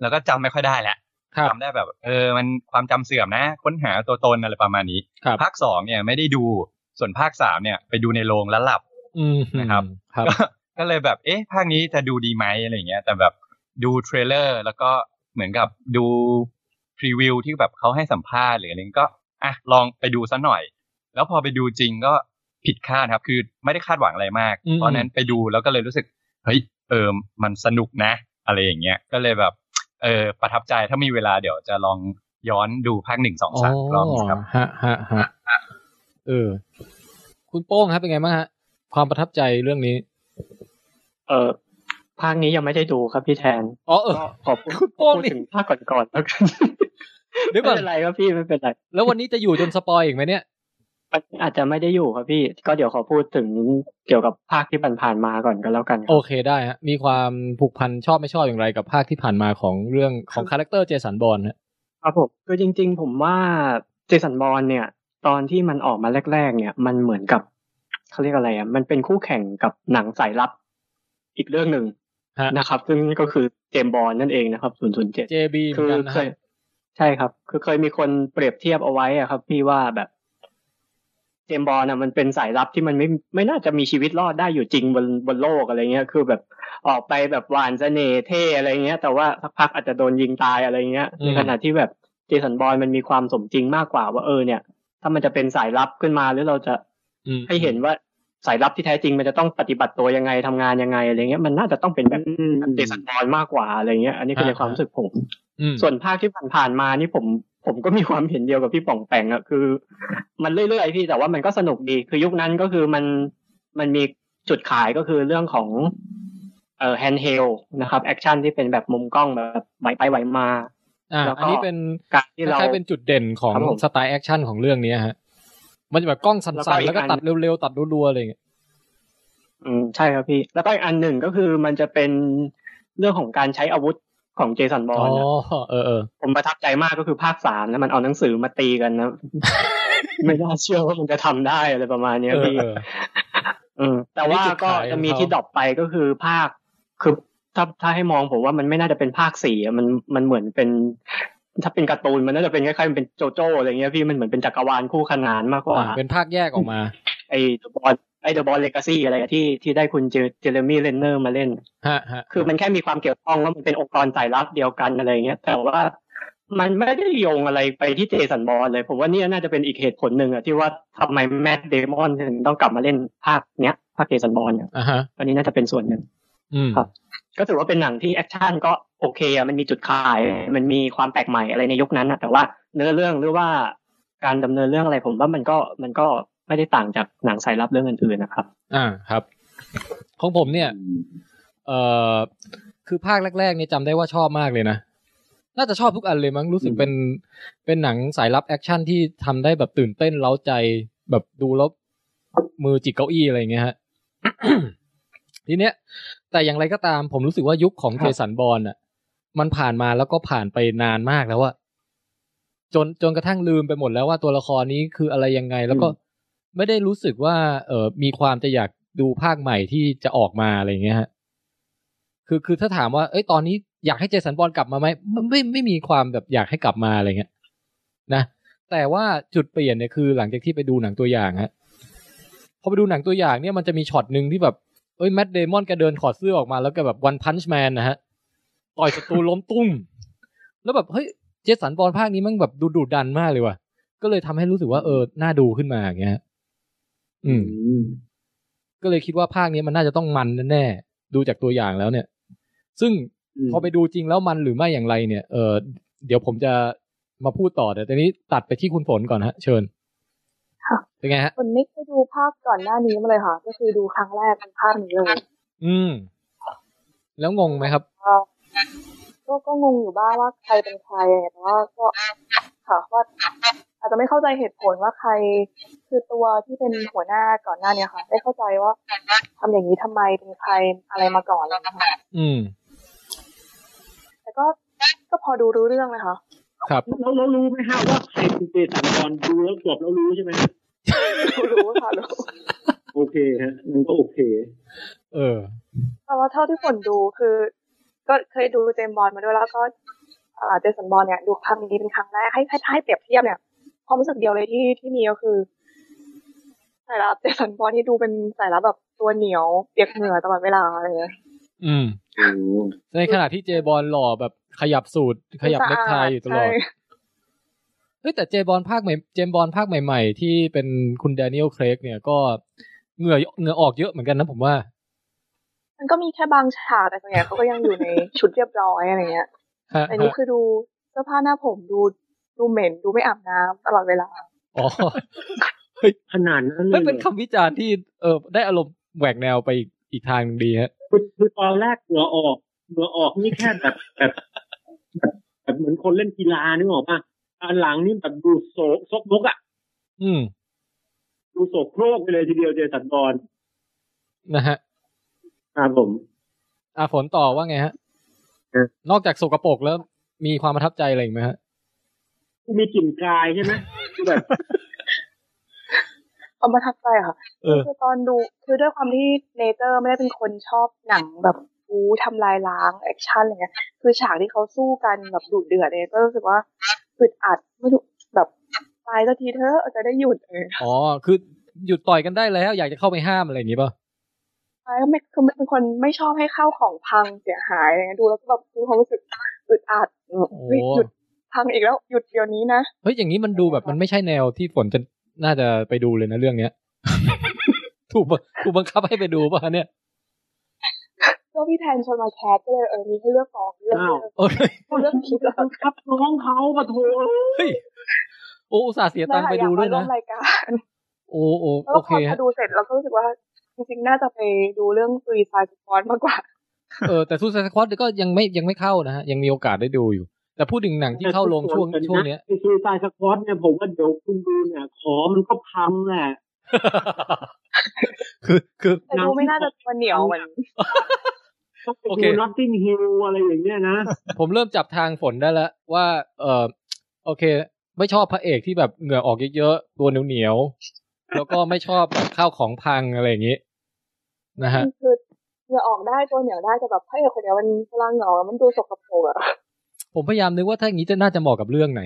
E: แล้วก็จำไม่ค่อยได้แหละ
A: ครับ
E: จำได้แบบ เออ มันความจำเสื่อมนะ ค้นหาตัวตนอะไรประมาณนี้
A: ครับ
E: ภาคสองเนี่ยไม่ได้ดูส่วนภาคสามเนี่ย ไปดูในโรงแล้วหลับ
A: อืม
E: นะครับ
A: ครับ
E: ก็ [laughs] ก็เลยแบบ เอ๊ะ ภาคนี้จะดูดีไหมอะไรอย่างเงี้ย แต่แบบดูเทรลเลอร์ แล้วก็เหมือนกับดูพรีวิวที่แบบเขาให้สัมภาษณ์หรืออะไรก็ อ่ะ ลองไปดูซะหน่อย แล้วพอไปดูจริงก็ผิดคาดครับ คือไม่ได้คาดหวังอะไรมาก
A: อืม
E: ตอนนั้นไปดูแล้วก็เลยรู้สึก เฮ้ย เออ มันสนุกนะ อะไรอย่างเงี้ย ก็เลยแบบ เออ ประทับใจ ถ้ามีเวลาเดี๋ยวจะลองย้อนดูภาคหนึ่งสองสามรอบนะครับ
A: ฮะฮะฮะเออ คุณโป้งครับเป็นไงบ้างฮะ ความประทับใจเรื่องนี้
D: เออ ภาคนี้ยังไม่ได้ดูครับพี่แทน
A: อ๋อเออ
D: ก็ขอบคุณ
A: คุณโป้ง
D: พูด
A: นี่
D: ถึงภาคก่อนๆแล้วกัน
A: เดี๋ยวก่
D: ไม่
A: อน
D: เป็นไรครับพี่ไม่เป็นไร
A: แล้ววันนี้จะอยู่จนสปอยอีกไหมเนี่ย
D: มันอาจจะไม่ได้อยู่ครับพี่ ก็เดี๋ยวขอพูดถึงเกี่ยวกับภาคที่ผ่านๆมาก่อนก็แล้วกันค
A: โอ
D: รับ
A: เคได้ฮะมีความผูกพันชอบไม่ชอบอย่างไรกับภาคที่ผ่านมาของเรื่องของคาแรคเตอร์เจสันบอลฮะ
D: ครับผมคือจริง ๆ ผมว่าเจสันบอลเนี่ย ตอนที่มันออกมาแรก ๆ เนี่ย มันเหมือนกับเขาเรียกอะไรอ่ะ มันเป็นคู่แข่งกับหนังสายลับอีกเรื่องหนึ่ง
A: ฮะ
D: นะครับ ซึ่งก็คือเจมส์บอลนั่นเองนะครับ 007
A: JB เหมื
D: คื
A: อน
D: อ
A: กันนะ
D: เคย
A: ฮะ
D: ใช่ครับ คือเคยมีคนเปรียบเทียบเอาไว้อะครับ พี่ว่าแบบเจมส์บอลนะมันเป็นสายลับที่มันไม่ไม่น่าจะมีชีวิตรอดได้อยู่จริงบนบนโลกอะไรเงี้ย คือแบบออกไปแบบหวานเสน่ห์เท่อะไรเงี้ย แต่ว่าสักพักอาจจะโดนยิงตายอะไรเงี้ยในขณะที่แบบเจสันบอลมันมีความสมจริงมากกว่าว่าเออเนี่ย ถ้ามันจะเป็นสายลับขึ้นมาหรือเราจะ
A: อืม
D: ให้เห็นว่าสายลับที่แท้จริงมันจะต้องปฏิบัติตัวยังไงทำงานยังไงอะไรเงี้ยมันน่าจะต้องเป็นแบบ
B: อืม
D: เจสันบอลมากกว่าอะไรเงี้ย อันนี้คือในความรู้สึกผม
A: อืม
D: ส่วนภาคที่ผ่านๆมานี่ผมผมก็มีความเห็นเดียวกับพี่ป่องแปงอะคือ มันเรื่อยๆพี่แต่ว่ามันก็สนุกดีคือยุคนั้นก็คือมันมันมีจุดขายก็คือเรื่องของเอ่อแฮนด์เฮลนะครับแอคชั่นที่เป็นแบบมุมกล้องแบบไหวไปไหวมา
A: อ่ะ
D: แล้ว
A: อั
D: ก็
A: นนี้เป็น
D: การที่เรา
A: คล้ายๆเป็นจุดเด่นของ
D: ครับผม
A: สไตล์แอคชั่นของเรื่องเนี้ยฮะ มันจะแบบกล้องสั
D: แล้วก็
A: ้นๆ
D: อีก
A: แล้วก็
D: อัน
A: ตัดเร็วๆ ตัดรัวๆอะไรอย่างเงี้ย
D: อืมใช่ครับพี่ แล้วก็อีกอันหนึ่งก็คือมันจะเป็นเรื่องของการใช้อาวุธของเจสันบอ
A: อ๋อ
D: ลนะ
A: เออเออ
D: ผมประทับใจมากก็คือภาคสามนะมันเอาหนังสือมาตีกัน
A: [laughs]
D: นะ ไม่น่าเชื่อว่ามันจะทำได้อะไรประมาณเนี้ย
A: เออ
D: พี่
A: เออ
D: เออแต่
A: อันนี้
D: ว่า
A: จุด
D: ก็
A: ขายของ
D: จะมี
A: เขา
D: ที่ดรอปไปก็คือภาคคือถ้าถ้าให้มองผมว่ามันไม่น่าจะเป็นภาคสี่อะมันมันเหมือนเป็น ถ้าเป็นการ์ตูนมันน่าจะเป็นคล้ายๆมันเป็นโจโจ้อะไรเงี้ยพี่มันเหมือนเป็นจักรวาลคู่ขนานมากกว่า
A: อ่ะเป็นภาคแยกออกมา
D: ไอ้เดอะบอลไอ้เดอะบอลเลกาซี่อะไรอะที่ที่ได้คุณเจเจเรมี่เรนเนอร์มาเล่น
A: ฮะฮะ
D: คือมันแค่มีความเกี่ยวข้องว่ามันเป็นองค์กรสายลับเดียวกันอะไรเงี้ย แต่ว่ามันไม่ได้โยงอะไรไปที่เจสันบอลเลย ผมว่าเนี่ยน่าจะเป็นอีกเหตุผลหนึ่งอะที่ว่าทำไมแมดเดมอนถึงต้องกลับมาเล่นภาคเนี้ยภาคเจสันบอลเนี่ย
A: อ่ะฮะ
D: อันนี้น่าจะเป็นส่วนหนึ่ง
A: อืม
D: ครับ ก็ถือว่าเป็นหนังที่แอคชั่นก็โอเคอะมันมีจุดขาย มันมีความแปลกใหม่อะไรในยุคนั้นนะแต่ว่าเนื้อเรื่องหรือว่าการดำเนินเรื่องอะไรผมว่ามันก็มันก็ไม่ได้ต่างจากหนังสายลับเรื่องอื่นๆนะครับ
A: อ่าครับ ของผมเนี่ย เอ่อคือภาคแรกๆเนี่ยจำได้ว่าชอบมากเลยนะ น่าจะชอบทุกอันเลยมั้งรู้สึกเป็นเป็นหนังสายลับแอคชั่นที่ทำได้แบบตื่นเต้นเล้าใจแบบดูแล้วมือจิกเก้าอี้อะไรอย่างเงี้ยฮะ [coughs] ทีเนี้ย แต่อย่างไรก็ตามผมรู้สึกว่ายุคของ
D: ครั
A: เจ
D: บ
A: สันบอลน่ะ มันผ่านมาแล้วก็ผ่านไปนานมากแล้วอะจนจนกระทั่งลืมไปหมดแล้วว่าตัวละครนี้คืออะไรยังไง แล้วก็ไม่ได้รู้สึกว่า เออมีความจะอยากดูภาคใหม่ที่จะออกมาอะไรอย่างเงี้ยฮะ คือคือถ้าถามว่า เอ้ยตอนนี้อยากให้เจสันบอลกลับมาไหมไม่ไม่ไม่มีความแบบอยากให้กลับมาอะไรเงี้ยนะแต่ว่าจุดเปลี่ยนเนี่ยคือหลังจากที่ไปดูหนังตัวอย่างฮะพอไปดูหนังตัวอย่างเนี่ยมันจะมีช็อตหนึ่งที่แบบเอ้ยแมดเดมอนแกเดินถอดเสื้อออกมาแล้วแกแบบวันพันช์แมนนะฮะต่อยศัตรูล้มตุ้ม แล้วแบบเฮ้ยเจสันบอลภาคนี้มันแบบดูดุดันมากเลยว่ะ ก็เลยทำให้รู้สึกว่าเออน่าดูขึ้นมาอย่างเงี้ยฮะอืม ก็เลยคิดว่าภาคนี้มันน่าจะต้องมันแน่ๆ ดูจากตัวอย่างแล้วเนี่ย ซึ่ง
B: อืม
A: พอไปดูจริงแล้วมันหรือไม่อย่างไรเนี่ย เออเดี๋ยวผมจะมาพูดต่อแต่ตอนนี้ตัดไปที่คุณฝนก่อนฮะ เชิญ
C: ค่ะ
A: เป็นไงฮะ
C: คนไม่เคยดูภาคก่อนหน้านี้มาเลยค่ะ ก็คือดูครั้งแรกเป็นภาคนี้เลย
A: อืม แล้วงงไหมครับ
C: ก็ก็ก็งงอยู่บ้างว่าใครเป็นใครอะไรแต่ว่าก็ค่ะว่าอาจจะไม่เข้าใจเหตุผลว่าใครคือตัวที่เป็นหัวหน้าก่อนหน้าเนี้ค่ะ ไม่เข้าใจว่าทำอย่างนี้ทำไมเป็นใครอะไรมาก่อนอะไรนะคะ
A: อืม
C: แต่ก็ก็พอดูรู้เรื่องนะคะ [laughs]
A: ครับ
B: แล้วเรารู้ไหมฮะว่าใครคือเจสันบอลดูแล้วจบแล้วรู้ใช่ไหมฮะ
C: รู้ค่ะรู้
B: โอเคฮะมันก็โอเค
A: เออ
C: แต่ว่าเท่าที่ฝนดูคือ ก็เคยดูเจมส์บอลมาด้วยแล้วก็เอ่อเจสันบอลเนี่ยดูครั้งนี้เป็นครั้งแรกให้ให้ให้เปรียบเทียบเนี่ยความรู้สึกเดียวเลยที่ที่มีก็คือสายลับเจ [laughs] สันบอลที่ดูเป็นสายลับแบบตัวเหนียวเปียกเหงื่อตลอดเวลาอะไรเงี้ย
A: อืม ในขณะที่เจบอลหล่อแบบขยับสูตร ขยับเล็กไทยอยู่ตลอด
C: ใช่
A: เฮ้ยแต่เจบอลภาคใหม่เจมบอลภาคใหม่ ๆ ที่เป็นคุณแดเนียลเครกเนี่ยก็เหงื่อเหงื่อออกเยอะเหมือนกันนะผมว่า
C: มันก็มีแค่บางฉากแต่ส่วนใหญ่เขาก็ยังอยู่ในชุดเรียบร้อยอะไรเงี้ย
A: ฮะ
C: แต่นี่
A: ฮะ
C: คือดูเสื้อผ้าหน้าผมดูดูเหม็นดูไม่อาบน้ำตลอดเวลา
A: อ๋อ
B: ขนาดนั้นเล
A: เฮ้ย
B: ย
A: เป็นคำวิจารณ์ที่เออได้อารมณ์แหวกแนวไปอีกอีกทางหนึ่งดีฮะ
B: คือคือตอนแรกเหงื่อออกเหงื่อออกนี่แค่แบบแบบแบบแบบเหมือนคนเล่นกีฬานึกออกปะอันหลังนี่แบบดูโศกซกมกอะ
A: อืม
B: ดูโศกโครกไปเลยทีเดียวเจสันบอล
A: นะฮะ
B: ครับผม
A: อ่ะฝนต่อว่าไงฮะ
B: เออ
A: นอกจากสกปรกแล้วมีความประทับใจอะไรอีกไหมฮะ
B: กูมีกลิ่นกายใช่ไหมกูแบบ
C: ความประทับใจค่ะ
A: เออ
C: คือตอนดูคือด้วยความที่เนเจอร์ไม่ได้เป็นคนชอบหนังแบบฟูทำลายล้างแอคชั่นอะไรเงี้ยคือฉากที่เขาสู้กันแบบดุเดือดเนเจอร์รู้สึกว่าอึดอัดไม่รู้แบบตายสักทีเธอะจะได้หยุดเออ
A: อ๋อคือหยุดต่อยกันได้แล้ว อยากจะเข้าไปห้ามอะไรอย่างงี้ป่ะ
C: ตายก็ไม่คือไม่เป็นคนไม่ชอบให้เข้าวของพังเสียหายอะไรเงี้ยดูแล้วก็แบบคือความรู้สึกอึดอัด
A: โอ้
C: เฮ้ยหยุดพังอีกแล้วหยุดเดี๋ยวนี้นะ
A: เฮ้ยอย่างนี้มันดูแบบมันไม่ใช่แนวที่ฝนจะน่าจะไปดูเลยนะเรื่อง [laughs] เนี้ย ถูกปะถูกบังคับให้ไปดูป่ะเนี่ย
C: ก็พี่แทนชวนมาแคสก็เลยเออมีให้เลือกสองเรื่อง
B: อ้าว
A: โอ้ย
C: ก็เลือกคิดแล้ว
B: บังคับน้องเขาปะโถ
A: เฮ้ยโอ้อุตส่าห์เสียตังค์ไปดูด้วย
C: อ
A: นะ
C: กมาร่มรายการ
A: โอ้โอ้โอ
C: แล้วก็พ
A: เค
C: อพ
A: ฮะ
C: อดูเสร็จเราก็รู้สึกว่า จริงๆ น่าจะไปดูเรื่องซูซายสปอนมากกว่า
A: เออแต่ซูซายสควอตก็ยังไม่ยังไม่เข้านะฮะยังมีโอกาสได้ดูอยู่ แต่พูดถึงหนังที่เข้าโรงช่วงช่วงเนี้ย [laughs]
B: ไอ้ซูซายสควอตเนี่ยผมว่าเดี๋ยวคุณดูเนี่ยของมันก็พังแหละ
A: คือคือ
C: แต่ดูไม่น่าจะมันเหนียวเหมือน
B: ต้องไป
A: โอเค
B: ดูนอตติงฮิลอะไรอย่างเงี้ยนะ
A: ผมเริ่มจับทางฝนได้แล้วว่า เออโอเค ไม่ชอบพระเอกที่แบบเหงื่อออกเยอะๆตัวเหนียวๆแล้วก็ไม่ชอบแบบข้าวของพังอะไรอย่างนี้นะฮะ
C: คือเหงื่อออกได้ตัวเหนียวได้แต่แบบพระเอกคนเดียวมันพลังเหงามันดูสกปรกอะ
A: ผมพยายามนึกว่าถ้าอย่างนี้จะน่าจะเหมาะกับเรื่องไหน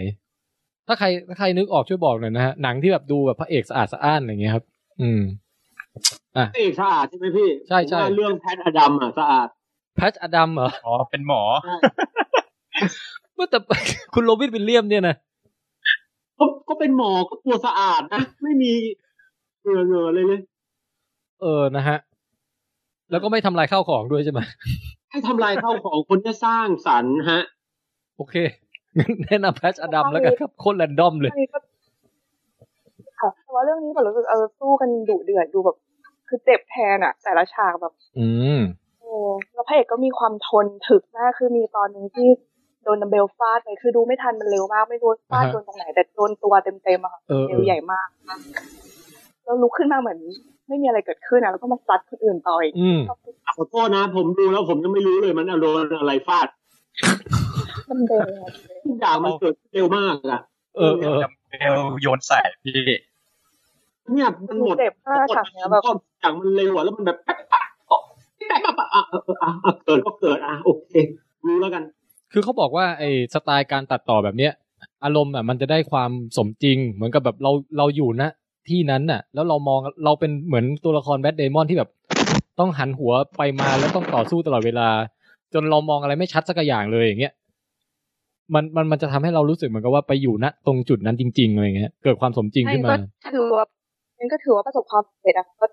A: ถ้าใครถ้าใครนึกออกช่วยบอกหน่อยนะฮะหนังที่แบบดูแบบพระเอกสะอาดสะอ้านอะไรอย่างเงี้ยครับ อืม
B: เอกสะอาดใช่ไหมพี่
A: ใช่ใช่
B: ผมว่าเรื่องแพทอดัมอ่ะสะอาด
A: แพทอดัมเหรอ [laughs]
E: อ๋อเป็นหมอ
A: เมื่อแต่ [laughs] คุณโรบินวิลเลียมเนี่ยนะ
B: ก็ก็เป็นหมอก็ตัวสะอาดนะ ไม่มีเหงื่อเหงื่อเลยเลย
A: เออ นะฮะ แล้วก็ไม่ทำลายข้าวของด้วยใช่ไหม
B: ให้ทำลายเข้าวของคนที่สร้างสรรค์ฮะ
A: โอเค งั้นแนะนำแพชอดัมแล้วกันครับ โคตรแรนดอมเลย
C: อันนี้ก็ค่ะแต่ว่าเรื่องนี้แบบรู้สึกเออสู้กันดุเดือดดูแบบ คือเจ็บแทนอะแต่ละฉากแบบ
A: อืม
C: โอ้แล้วพระเอกก็มีความทนถึกมากคือมีตอนหนึ่งที่โดนดัมเบลฟาดไปคือดูไม่ทันมันเร็วมาก ไม่รู้ฟาด
A: อ่าฮะ
C: โดนตรงไหน แต่โดนตัวเต็มๆอะค่ะ
A: เออ
C: เอวใหญ่มากแล้วลุกขึ้นมาเหมือน ไม่มีอะไรเกิดขึ้นอะแล้วก็มาซัดคนอื่นต่ออีก
A: อืม
B: ขอโทษนะ ผมดูแล้วผมยังไม่รู้เลยมันอารมณ์อะไรฟาด
C: ดัมเบล
B: ทุกอย่างมันเกิดเร็วมากอ่ะ
A: เออเออ
E: ดัมเบลโยนใส่พี่
B: เนี่ยมันหมด
C: เจ็บมากฉากเนี้ยแบบ
B: ก็อย่างมันเร็วอ่ะแล้วมันแบบแป๊บปะแป๊บปะอ่ะเออเอออ่ะอ่ะเกิดก็เกิดอ่ะโอเครู้แล้วกัน
A: คือเขาบอกว่าไอ้สไตล์การตัดต่อแบบเนี้ย อารมณ์อ่ะมันจะได้ความสมจริง เหมือนกับแบบเราเราอยู่นะที่นั้นน่ะ แล้วเรามองเราเป็นเหมือนตัวละครแบทเดมอนที่แบบ ต้องหันหัวไปมาแล้วต้องต่อสู้ตลอดเวลา จนเรามองอะไรไม่ชัดสักอย่างเลยอย่างเงี้ยมันมันมันจะทำให้เรารู้สึกเหมือนกับว่าไปอยู่ณตรงจุดนั้นจริงๆอะไรเงี้ยเกิดความสมจริง
C: ใช่
A: ขึ้น
C: ก็
A: มา
C: ถือว่ามันก็ถือว่าประสบความสำเร็จอะก็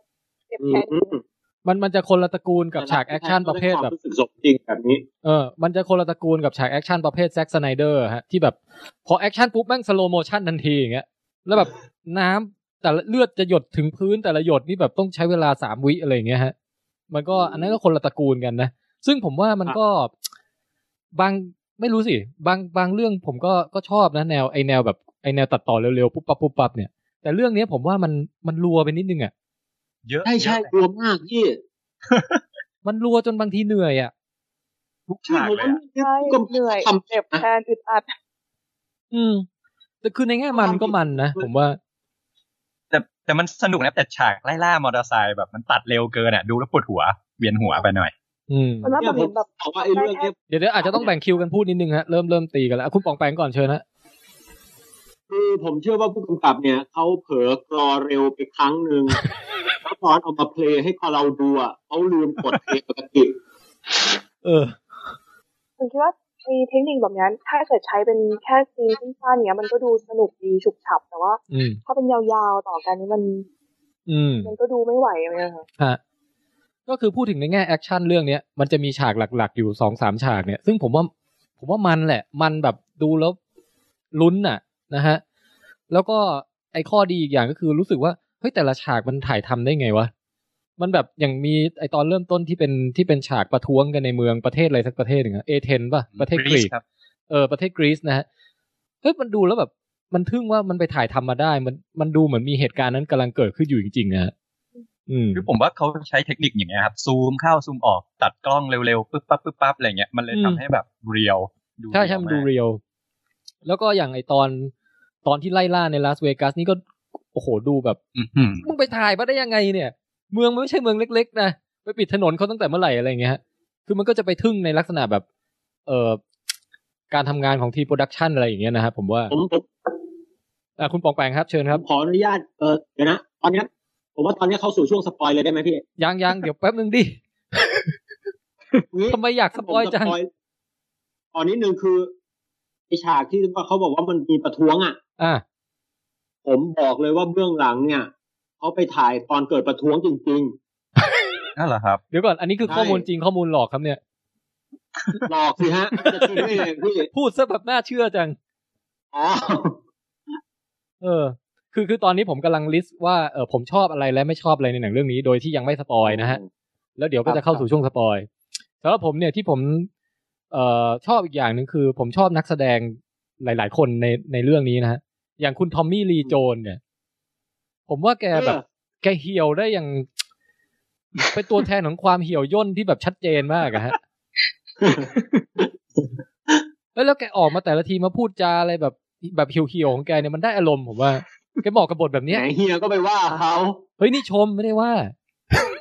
C: เจ็บ
B: อื
C: แท
B: ม
C: น
B: อืม
A: มันมันจะคนละตระกูลกับฉากแอคชั่นประเภทแบบ
B: ได้ความรู้สึกสมจริงแบบนี้
A: เออ มันจะคนละตระกูลกับฉากแอคชั่นประเภทแซ็กสไนเดอร์ฮะที่แบบพอแอคชั่นปุ๊บแม่งสโลโมชั่นทันทีอย่างเงี้ย แล้วแบบ น้ำแต่ละเลือดจะหยดถึงพื้นแต่ละหยดนี่แบบต้องใช้เวลาสามวิอะไรอย่างเงี้ยฮะ มันก็อันนั้นก็คนละตระกูลกันนะ ซึ่งผมว่ามันก็บางไม่รู้สิ บางบางเรื่องผมก็ก็ชอบนะแนวไอแนวแบบไอแนวตัดต่อเร็วๆปุ๊บปั๊บปุ๊บปั๊บเนี่ย แต่เรื่องเนี้ยผมว่ามันมันรัวไปนิดนึงอ่ะ
E: เยอะ
B: ใช่ใช่
E: เยอะ
B: กลัวมากพี่
A: มันรัวจนบางทีเหนื่อยอ่ะ
E: ทุกฉากเลยอะ
C: ใช่เหนื่อย
B: ทำ
C: เจ็บแทนอึดอัด
A: อืม แต่คือในแง่มันก็มันนะผมว่า
E: แต่แต่มันสนุกนะแต่ฉากไล่ล่ามอเตอร์ไซค์แบบมันตัดเร็วเกินอ่ะดูแล้วปวดหัวเวียนหัวไปหน่อย
A: อืม
C: มันว่า
B: เนี่
C: แบ
B: ย
C: บ
B: ผมบ
C: เห็นแบบ
B: อกว่าไอ้เรื่องเนี้ย
A: เดี๋ยวเดี๋ยวอาจจะต้องแบ่งคิวกันพูดนิดนึงฮะ เริ่มเริ่มตีกันแล้วอ่ะคุณปองแปงก่อนเชิญนะ
B: คือผมเชื่อว่าผู้กำกับเนี่ยเขาเผลอกรอเร็วไปครั้งหนึ่งแล้วตอนเอามาเพลย์ให้เราดูอ่ะเขาลืมกดเพลย์ปกติ
A: เออ
C: ผมคิดว่าไอ้เทคนิคแบบเนี้ยถ้าเกิดใช้เป็นแค่ซีนสั้นๆเนี้ยมันก็ดูสนุกดีฉุกฉับแต่ว่า
A: อืม
C: ถ้าเป็นยาวๆต่อกันนี่มัน
A: อืม
C: มันก็ดูไม่ไหวอะไรอย่างเงี้ยค่ะ
A: ฮะ ก็คือพูดถึงในแง่แอคชั่นเรื่องเนี้ย มันจะมีฉากหลัก ๆ อยู่สองสามฉากเนี่ย ซึ่งผมว่า ผมว่ามันแหละ มันแบบดูแล้วลุ้นน่ะ นะฮะ แล้วก็ไอ้ข้อดีอีกอย่างก็คือรู้สึกว่า เฮ้ยแต่ละฉากมันถ่ายทำได้ไงวะ มันแบบอย่างมีไอตอนเริ่มต้นที่เป็นที่เป็นฉากประท้วงกันในเมืองประเทศอะไรสักประเทศหนึ่งอะเอเธนป่ะประเทศกรีก
E: ครับ
A: เออประเทศกรีซนะฮะเฮ้ยมันดูแล้วแบบ มันทึ่งว่ามันไปถ่ายทำมาได้ มันมันดูเหมือนมีเหตุการณ์นั้นกำลังเกิดขึ้นอยู่จริงๆนะฮะอืม
E: คือผมว่าเขาใช้เทคนิคอย่างเงี้ยครับ ซูมเข้าซูมออกตัดกล้องเร็วๆปึ๊บปั๊บปึ๊บปั๊บอะไรเงี้ยมันเลยทำ
A: อืม
E: ให้แบบเรียว
A: ใช่ใช่มันดู
E: าก
A: เรียว แล้วก็อย่างไอตอนตอนที่ไล่ล่าในลาสเวกัสนี่ก็ โอ้โหดูแบบ
E: อื้อหือ
A: มึงไปถ่ายมาได้ยังไงเนี่ย เมืองมันไม่ใช่เมืองเล็ก ๆ นะ ไปปิดถนนเขาตั้งแต่เมื่อไหร่อะไรอย่างเงี้ยฮะคือมันก็จะไปทึ่งในลักษณะแบบ เอ่อการทำงานของทีโปรดักชันอะไรอย่างเงี้ยนะครับผมว่า
B: ผมผม
A: อ่ะคุณปองแปงครับเชิญครับ
B: ขออนุญาตเออเดี๋ยวนะตอนนี้ผมว่าตอนนี้เข้าสู่ช่วงสปอยเลยได้ไหมพี่
A: ยังยังเดี๋ยวแป๊บนึงดิทำไมอยากสปอยจัง
B: ผมตอนนี้หนึ่งคือไอฉากที่เขาบอกว่ามันมีประท้วงอ่ะ
A: อ่ะ
B: ผมบอกเลยว่าเบื้องหลังเนี่ยเขาไปถ่ายตอนเกิดประท้วงจริง
E: นั่นแหละครับ
A: เดี๋ยวก่อนอันนี้คือ
B: ใช่
A: ข้อมูลจริงข้อมูลหลอกครับเนี่ย
B: ๆหลอกสิ
A: [laughs]
B: ฮะจะจริงได้ยังไงพี่
A: พูดซะแบบน่าเชื่อจัง
B: อ๋อ
A: เออ คือคือตอนนี้ผมกำลังลิสต์ว่าเออผมชอบอะไรและไม่ชอบอะไรในหนังเรื่องนี้ โดยที่ยังไม่สปอยนะฮะ แล้วเดี๋ยวก็จะเข้าสู่ช่วงสปอยสำหรับผมเนี่ยที่ผมเอ่อชอบอีกอย่างหนึ่งคือ ผมชอบนักแสดงหลาย ๆ คนในในเรื่องนี้นะฮะ อย่างคุณทอมมี่ลีโจนเนี่ย ผมว่าแกแบบ แกเหี่ยวได้อย่าง เป็นตัวแทนของความเหี่ยวย่นที่แบบชัดเจนมากอะฮะ เอ้ยแล้วแกออกมาแต่ละทีมาพูดจาอะไรแบบแบบเหี่ยวๆของแกเนี่ยมันได้อารมณ์ผมว่าแกเหมาะกับบทแบบเนี้ย
B: [laughs] ไหนเฮียก็ไปว่าเขา
A: เฮ้ยนี่ชมไม่ได้ว่า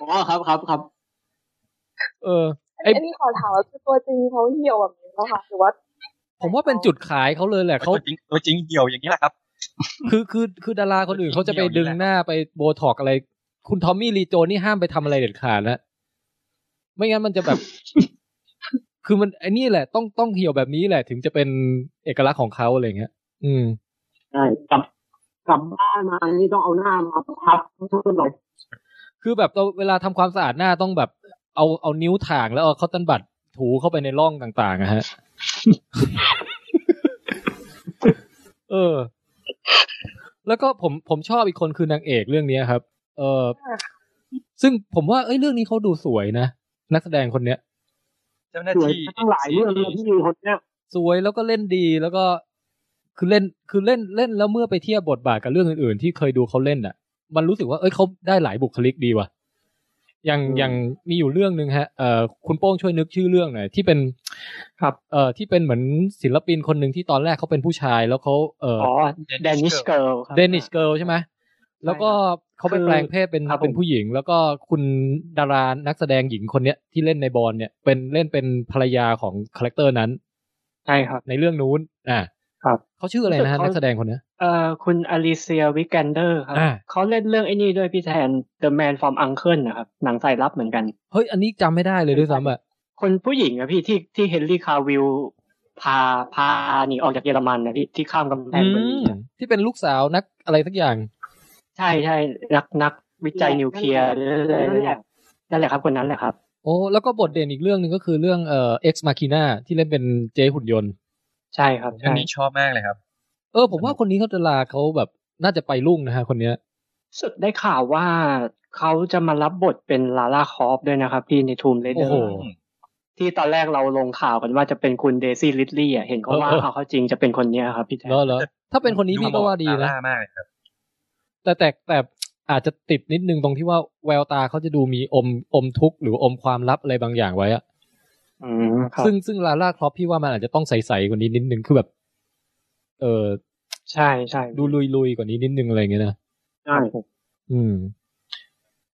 B: อ๋อครับครับครับ
A: เออ ไอ้
C: อันนี้ขอถามว่าคือตัวจริงเขาเหี่ยวแบบนี้แล้วค่ะหรือว่า
A: ผมว่าเป็นจุดขายเขาเลยแหละ
E: [laughs]
A: เขา
E: ตัวจริงตัวจริงเหี่ยวอย่างนี้แหละครับ
A: คือคือคือดาราคนอื่นเขาจะไปดึงหน้าไปโบท็อกอะไร คุณทอมมี่ลีโจนนี่ห้ามไปทำอะไรเด็ดขาดนะไม่งั้นมันจะแบบ [laughs] คือมันไอ้นี่แหละ ต้องต้องเหี่ยวแบบนี้แหละ ถึงจะเป็นเอกลักษณ์ของเขาอะไรอย่างเงี้ย อืม
B: ใช่กลับกลับบ้านมานี่ต้องเอาหน้ามาพับทุกหลบ
A: คือแบบเราเวลาทำความสะอาดหน้าต้องแบบ เอาเอานิ้วถ่างแล้วเอาคอตตอนบัดถูเข้าไปในร่องต่างๆอะฮะ เออ แล้วก็ผมผมชอบอีกคนคือนางเอกเรื่องเนี้ยครับ เออซึ่งผมว่าเอ้ยเรื่องนี้เขาดูสวยนะ นักแสดงคนเนี้ย
E: เจ้าหน้า
B: สวย
E: ที่
B: ทั้งหลายเรื่องเลยที่อยู่คนเนี้ย
A: สวยแล้วก็เล่นดีแล้วก็คือเล่นคือเล่นเล่นแล้วเมื่อไปเทียบบทบาทกับเรื่องอื่นๆ ที่เคยดูเขาเล่นอ่ะ มันรู้สึกว่าเอ้ยเขาได้หลายบุคลิกดีว่ะอย่างอย่างมีอยู่เรื่องหนึ่งฮะเอ่อคุณโป้งช่วยนึกชื่อเรื่องหน่อยที่เป็น
D: ครับ
A: เอ่อที่เป็นเหมือนศิลปินคนหนึ่งที่ตอนแรกเขาเป็นผู้ชาย แล้วเขาเอ่อ
D: อ๋อเดนิชเกิลครับ
A: เดนิชเกิลใช่ไหมแล้วก็เขาไปแปลงเพศเป็น
D: ครับผม
A: เป็นผู้หญิง แล้วก็คุณดารานักแสดงหญิงคนเนี้ยที่เล่นในบอลเนี่ยเป็นเล่นเป็นภรรยาของคาแรคเตอร์นั้น
D: ใช่ครับ
A: ในเรื่องนู้น อ่า
D: ครับ
A: เขาชื่ออะไรนะฮะ
D: เขา
A: นักแสดงคนเนี้ย
D: เอ่อคุณอลิเซียวิกแกนเดอร์ครับ
A: อ่า
D: เขาเล่นเรื่องไอ้นี่ด้วยพี่แทน The Man from Uncle นะครับ หนังสายลับเหมือนกัน
A: เฮ้ย อันนี้จำไม่ได้เลยด้วยซ้ำอ่ะ
D: คนผู้หญิงอะพี่ที่ที่เฮนรี่คาวิลพาพาหนีออกจากเยอรมันนะพี่ที่ข้ามกำแพงเบอร์ลินอะ
A: ที่เป็นลูกสาวนักอะไรสักอย่าง
D: ใช่ใช่นักนักวิจัยนิวเคลียร์นั่นแหละครับคนนั้นแหละครับ
A: โอ้แล้วก็บทเด่นอีกเรื่องหนึ่งก็คือเรื่องเอ่อ Ex Machina ที่เล่นเป็นเจหุ่นยนต์
D: ใช่ครับ
E: อัน
D: ใช่
E: นี้ชอบมากเลยครับ
A: เออ ผมว่าคนนี้เขาดาราเขาแบบน่าจะไปรุ่งนะฮะคนเนี้ย
D: สุดได้ข่าวว่าเขาจะมารับบทเป็นลาลาคอฟด้วยนะครับ พี่ในทูมเลเด
A: โอ้
D: อ
A: โห
D: ร์ที่ตอนแรกเราลงข่าวกันว่าจะเป็นคุณเดซี่ลิตลี่อะเห็นเขาว่า
A: เออเออ
D: เอาเขาจริงจะเป็นคนเนี้ยครับพี่แทน
A: แล้วเหรอถ้าเป็นคนนี้พี่ก็ว่าดี
E: ดูเหม
A: นะ
E: กับซร่มากเลยครับ
A: แต่แต่แต่อาจจะติดนิดนึงตรงที่ว่าแววตาเขาจะดูมีอมอมทุกข์หรืออมความลับอะไรบางอย่างไว้อะ
D: อืมครับ
A: ซึ่งซึ่งลาล่าครอปพี่ว่ามันอาจจะต้องใสๆกว่านี้นิดนึงคือแบบ เออ
D: ใช่ใช่
A: ดูลุยลุยๆกว่านี้นิดนึงอะไรอย่างเงี้ยนะ
B: ใช่
A: อืม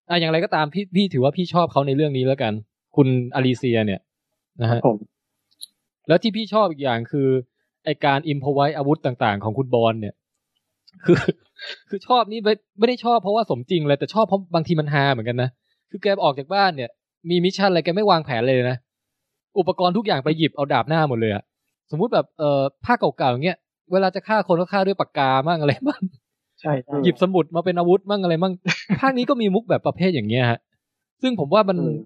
A: อ่ะอย่างไรก็ตามพี่พี่ถือว่าพี่ชอบเขาในเรื่องนี้แล้วกัน คุณอลิเซียเนี่ยนะฮะ
D: ผม
A: แล้วที่พี่ชอบอีกอย่างคือไอการอิมพอไว้อาวุธต่างๆ ของคุณบอลเนี่ย คือ คือชอบนี่ไม่ไม่ได้ชอบเพราะว่าสมจริงเลยแต่ชอบเพราะบางทีมันฮาเหมือนกันนะ คือแกออกจากบ้านเนี่ย มีมิชชั่นอะไรแกไม่วางแผนเลยนะ อุปกรณ์ทุกอย่างไปหยิบเอาดาบหน้าหมดเลยอะสมมุติแบบเอ่อผ้าเก่าๆอย่างเงี้ยเวลาจะฆ่าคนก็ฆ่าด้วยปากกามั่งอะไรบ้าง
D: ใช่ใช่
A: หยิบสมุดมาเป็นอาวุธมั่งอะไร [laughs] มั่ง ภาคนี้ก็มีมุกแบบประเภทอย่างเงี้ยฮะ ซึ่งผมว่ามัน
D: อืม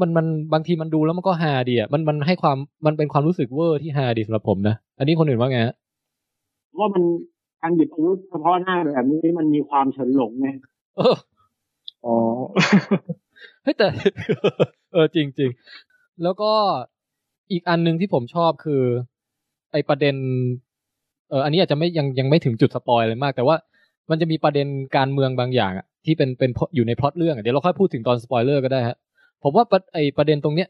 A: มันมันบางทีมันดูแล้วมันก็ฮาดีอ่ะมันมันให้ความมันเป็นความรู้สึกเวอร์ที่ฮาดีสำหรับผมนะ อันนี้คนอื่นว่าไงฮะ
B: ว่ามันการหยิบอาวุธเฉพาะหน้าแบบนี้มันมีความเฉินหลงไง
A: เออ
D: อ๋อ
A: เฮ้ยแต่ [laughs] เออจริงจริงๆ แล้วก็อีกอันหนึ่งที่ผมชอบคือ ไอประเด็น เอออันนี้อาจจะไม่ยังยังไม่ถึงจุดสปอยเลยมาก แต่ว่ามันจะมีประเด็นการเมืองบางอย่างอะที่เป็นเป็น plot- อยู่ในพล็อตเรื่องอะเดี๋ยวเราค่อยพูดถึงตอนสปอยเลอร์ก็ได้ฮะผมว่าประไอประเด็นตรงเนี้ย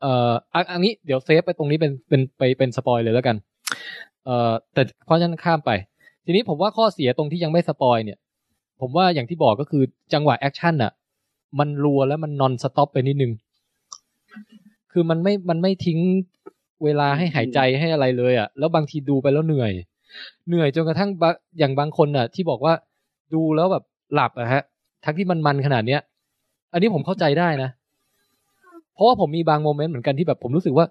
A: เอ่ออันอันนี้เดี๋ยวเซฟไปตรงนี้เป็นเป็นไปเป็นสปอยเลยแล้วกัน เอ่อแต่เพราะฉะนั้นข้ามไป ทีนี้ผมว่าข้อเสียตรงที่ยังไม่สปอยเนี่ย ผมว่าอย่างที่บอกก็คือจังหวะแอคชั่นอ่ะ มันรัวแล้วมันนอนสต็อปไปนิดนึง คือมันไม่ มันไม่ทิ้งเวลาให้หายใจให้อะไรเลยอ่ะ แล้วบางทีดูไปแล้วเหนื่อย เหนื่อยจนกระทั่งบะอย่างบางคนอ่ะ ที่บอกว่าดูแล้วแบบหลับอะฮะ ทั้งที่มันมันขนาดเนี้ย อันนี้ผมเข้าใจได้นะ เพราะว่าผมมีบางโมเมนต์เหมือนกันที่แบบผมรู้สึกว่า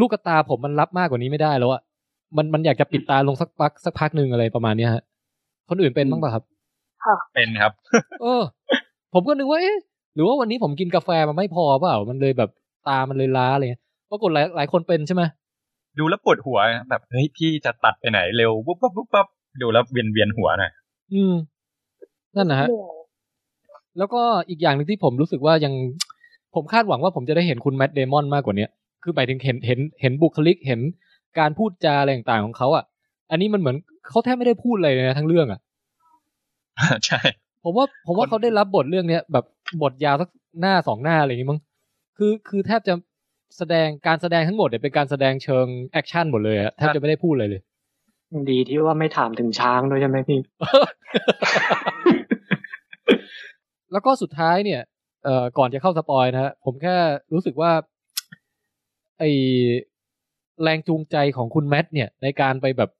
A: ลูกตาผมมันรับมากกว่านี้ไม่ได้แล้วอ่ะ มันมันอยากจะปิดตาลงสักพักสักพักหนึ่งอะไรประมาณเนี้ยฮะ คนอื่นเป็นบ้างปะครับ
E: เป็นครับ
A: เออ ผมก็นึกว่าเอ๊ะหรือว่าวันนี้ผมกินกาแฟมันไม่พอเปล่า มันเลยแบบตามันเลยล้าอะไรเงี้ยปรากฏหลายหลายคนเป็นใช่ไหม
E: ดูแล้วปวดหัวแบบเฮ้ยพี่จะตัดไปไหนเร็วปุ๊บปุ๊บปุ๊บปุ๊บดูแล้วเวียนเวียนหัวหน่อย [laughs]
A: อืม นั่นนะฮะ
C: เหนื่อย
A: แล้วก็อีกอย่างหนึ่งที่ผมรู้สึกว่ายัง ผมคาดหวังว่าผมจะได้เห็นคุณแมดเดมอนมากกว่าเนี้ยคือหมายถึงเห็นเห็นเห็นบุคลิกเห็นการพูดจาอะไรต่างๆของเขาอ่ะ อันนี้มันเหมือนเขาแทบไม่ได้พูดอะไรเลยนะทั้งเรื่องอ่ะ
E: ใช่
A: ผมว่าผมว่า
E: คน
A: เขาได้รับบทเรื่องเนี้ยแบบบทยาวสักหน้าสองหน้าอะไรอย่างงี้มั้งคือคือแทบจะแสดงการแสดงทั้งหมดเนี่ยเป็นการแสดงเชิงแอคชั่นหมดเลยอะแทบจะไม่ได้พูดเลยเลย
D: ดีที่ว่าไม่ถามถึงช้างด้วยใช่ไหม
A: [laughs]
D: พี่
A: แล้วก็สุดท้ายเนี่ยเอ่อก่อนจะเข้าสปอยนะฮะผมแค่รู้สึกว่า ไอแรงจูงใจของคุณแมทเนี่ย ในการไปแบบ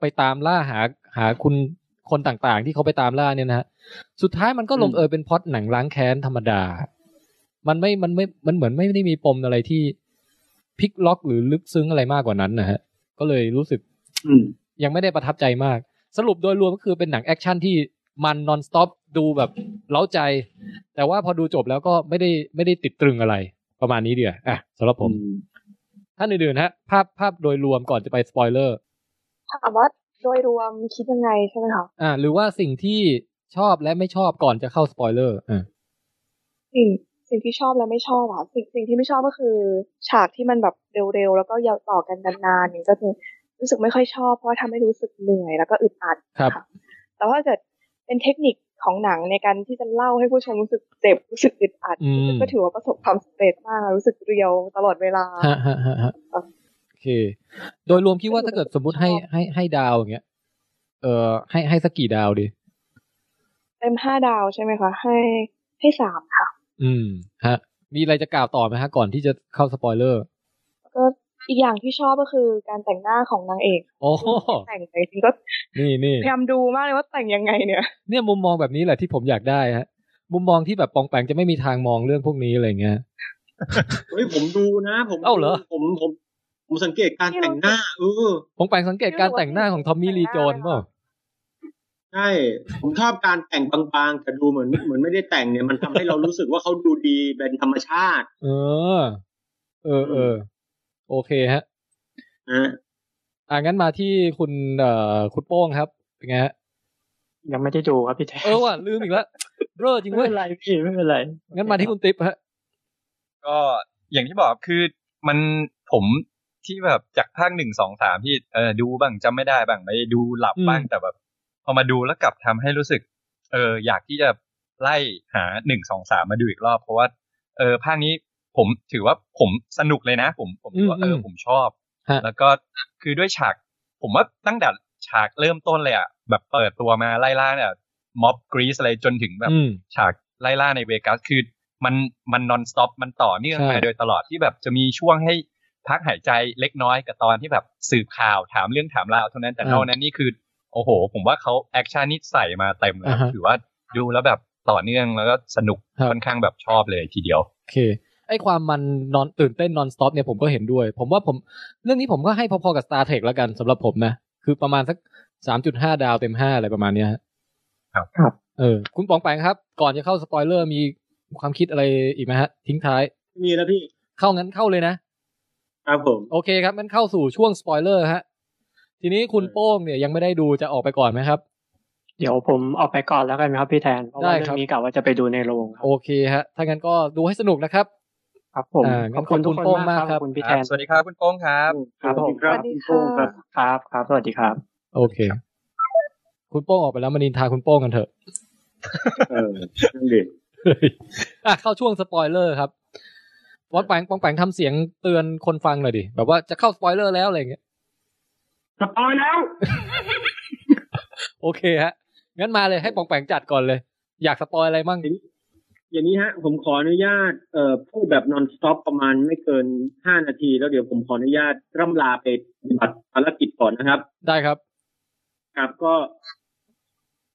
A: ไปตามล่าหาหาคุณคนต่างๆ ที่เขาไปตามล่าเนี่ยนะฮะสุดท้ายมันก็ลงเอยเป็นพล็อดหนังล้างแค้นธรรมดา มันไม่มันไม่มันเหมือนไม่ได้มีปมอะไรที่พลิกล็อกหรือลึกซึ้งอะไรมากกว่านั้นนะฮะ ก็เลยรู้สึก
B: อืม
A: ยังไม่ได้ประทับใจมาก สรุปโดยรวมก็คือเป็นหนังแอคชั่นที่มันนอนสต็อปดูแบบเล้าใจ แต่ว่าพอดูจบแล้วก็ไม่ได้ไม่ได้ติดตรึงอะไร ประมาณนี้เดียวอ่ะสำหรับผมท่านอื่นๆฮะ ภาพภาพโดยรวมก่อนจะไปสปอยเลอร์
C: ถามว่าโดยรวมคิดยังไงใช่ไหมคะ
A: อ่าหรือว่าสิ่งที่ชอบและไม่ชอบก่อนจะเข้าสปอยเลอร์อ่า
C: สิ่งสิ่งที่ชอบและไม่ชอบอะสิ่งสิ่งที่ไม่ชอบก็คือ ฉากที่มันแบบเร็วๆแล้วก็ยาวต่อกันนานๆอย่างนี้ก็คือรู้สึกไม่ค่อยชอบเพราะว่าทำให้รู้สึกเหนื่อยแล้วก็อึดอัด
A: ครับ
C: ค่ะแต่ว่าถ้าเกิดเป็นเทคนิคของหนังในการที่จะเล่าให้ผู้ชมรู้สึกเจ็บรู้สึกอึดอัด
A: อืม
C: ก็ถือว่าประสบความสำเร็จมากรู้สึกเรียวตลอดเวลา
A: ฮะฮะฮะฮะ
C: ครับ
A: โอเค โดยรวมคิดว่าถ้าเกิดสมมุติให้
C: ชอบ
A: ให้ให้ดาวอย่างเงี้ยเอ่อให้ให้สักกี่ดาวดี
C: เต็มห้าดาวใช่ไหมคะ ให้ให้สามค่ะ
A: อืม ฮะ มีอะไรจะกล่าวต่อไหมฮะ ก่อนที่จะเข้าสปอยเลอร์
C: แล้วก็อีกอย่างที่ชอบก็คือการแต่งหน้าของนางเอก
A: โอ้โห
C: แต่งแต่จริงๆก็
A: นี่นี่
C: พยายามดูมากเลยว่าแต่งยังไงเนี่ย
A: เนี่ยมุมมองแบบนี้แหละที่ผมอยากได้ฮะ มุมมองที่แบบปองแปงจะไม่มีทางมองเรื่องพวกนี้อะไรเงี้ย
B: เฮ้ยผมดูนะ ผม
A: เอ้าเหรอ
B: ผมผม ผมสังเกตการแต่งหน้า เออ
A: ปองแปงสังเกตการแต่งหน้าของทอมมี่ลีโจนเปล่า
B: ใช่ ผมชอบการแต่งบางๆแต่ดูเหมือนเหมือนไม่ได้แต่งเนี่ยมันทำให้เรารู้สึกว่าเขาดูดีเป็นธรรมชาติ
A: เออ เออเออโอเคฮะ
B: นะ
A: อ่ะงั้นมาที่คุณเอ่อคุณโป้งครับ เป็นไงฮะ
D: ยังไม่ได้ดูครับพี่แท้
A: เออว่ะลืมอีกแล้วเร่อจริง
D: ไม่
A: เว้ย
D: เป็นไรพี่ไม่เป็นไร
A: งั้นมาที่คุณติ๊บฮะ
E: ก็อย่างที่บอกคือมันผมที่แบบจากภาคหนึ่งสองสามที่เออดูบ้างจำไม่ได้บ้างไม่ดูหลับบ้าง
A: อืม
E: แต่แบบพอมาดูแล้วกลับทำให้รู้สึก เอออยากที่จะไล่หาหนึ่งสองสามมาดูอีกรอบ เพราะว่าเออภาคนี้ผมถือว่าผมสนุกเลยนะ ผมผมถือว่าเออผมชอบ
A: ฮะ
E: แล้วก็คือด้วยฉาก ผมว่าตั้งแต่ฉากเริ่มต้นเลยอ่ะแบบเปิดตัวมาไล่ล่าเนี่ยม็อบกรีซอะไรจนถึงแบบ
A: อืม
E: ฉากไล่ล่าในเวกัสคือมันมันนอนสต็อปมันต่อเนื่อง
A: ใช่
E: มาโดยตลอดที่แบบจะมีช่วงให้พักหายใจเล็กน้อยกับตอนที่แบบสืบข่าวถามเรื่องถามราวเท่านั้นแต่นอกนั้นนี่คือ โอ้โห ผมว่าเขาแอคชั่นนี่ใส่มาเต็มเลยครับถือว่าดูแล้วแบบต่อเนื่องแล้วก็สนุกค่อนข้างแบบชอบเลยทีเดียว
A: โอเค ไอความมันนอนตื่นเต้นนอนสต็อปเนี่ยผมก็เห็นด้วย ผมว่าผมเรื่องนี้ผมก็ให้พอๆกับ Star Trek แล้วกันสำหรับผมนะ คือประมาณสักสามจุดห้าดาวเต็มห้าอะไรประมาณเนี้ยฮะ
E: ครับ
D: ครับ
A: เออ คุณปองแปงครับ ก่อนจะเข้าสปอยเลอร์มีความคิดอะไรอีกไหมฮะ ทิ้งท้าย
B: มีแล้วพี่
A: เข้างั้นเข้าเลยนะ
B: ครับผม
A: โอเคครับงั้นเข้าสู่ช่วงสปอยเลอร์ฮะ ทีนี้คุณโป้งเนี่ยยังไม่ได้ดูจะออกไปก่อนไหมครับ
D: เดี๋ยวผมออกไปก่อนแล้วกันครับพี่แทน เพราะว่า
A: ได้ครั
D: เรื่อบ งนี้กะว่าจะไปดูในโรงครับ
A: โอเคฮะ ถ้างั้นก็ดูให้สนุกนะครับ
D: ครับผม
A: อ่างั้น
D: ขอบคุณทุก
A: ขอบคุณ
D: ค
A: โป้ง
D: นมากครับ
A: มากครับ
D: ขอบคุณพี่
E: ค
D: แท
E: รับ
D: น
E: สวัสดีครับคุณโป้งครับ
D: ครับผม
C: สวัสดีค่ะ
D: ครับครับสวัสดีครับ
A: โอเค คุณโป้งออกไปแล้วมานินทาคุณโป้งกันเถอะ
B: เออนั่นดิ
A: เฮ้ยอ่ะเข้าช่วงสปอยเลอร์ครับปองแปงปองแปงทำเสียงเตือนคนฟังหน่อยดิ แบบว่าจะเข้าสปอยเลอร์แล้วอะไรอย่างเงี้ย
B: สปอยแล้ว
A: โอเคฮะ งั้นมาเลยให้ปองแปงจัดก่อนเลย อยากสปอยอะไรมั่ง
B: อย่างนี้ฮะ ผมขออนุญาตเอ่อพูดแบบนอนสต็อปประมาณไม่เกินห้านาที แล้วเดี๋ยวผมขออนุญาตร่ำลาไปปฏิบัติภารกิจก่อนนะครับ
A: ได้ครับ
B: ครับก็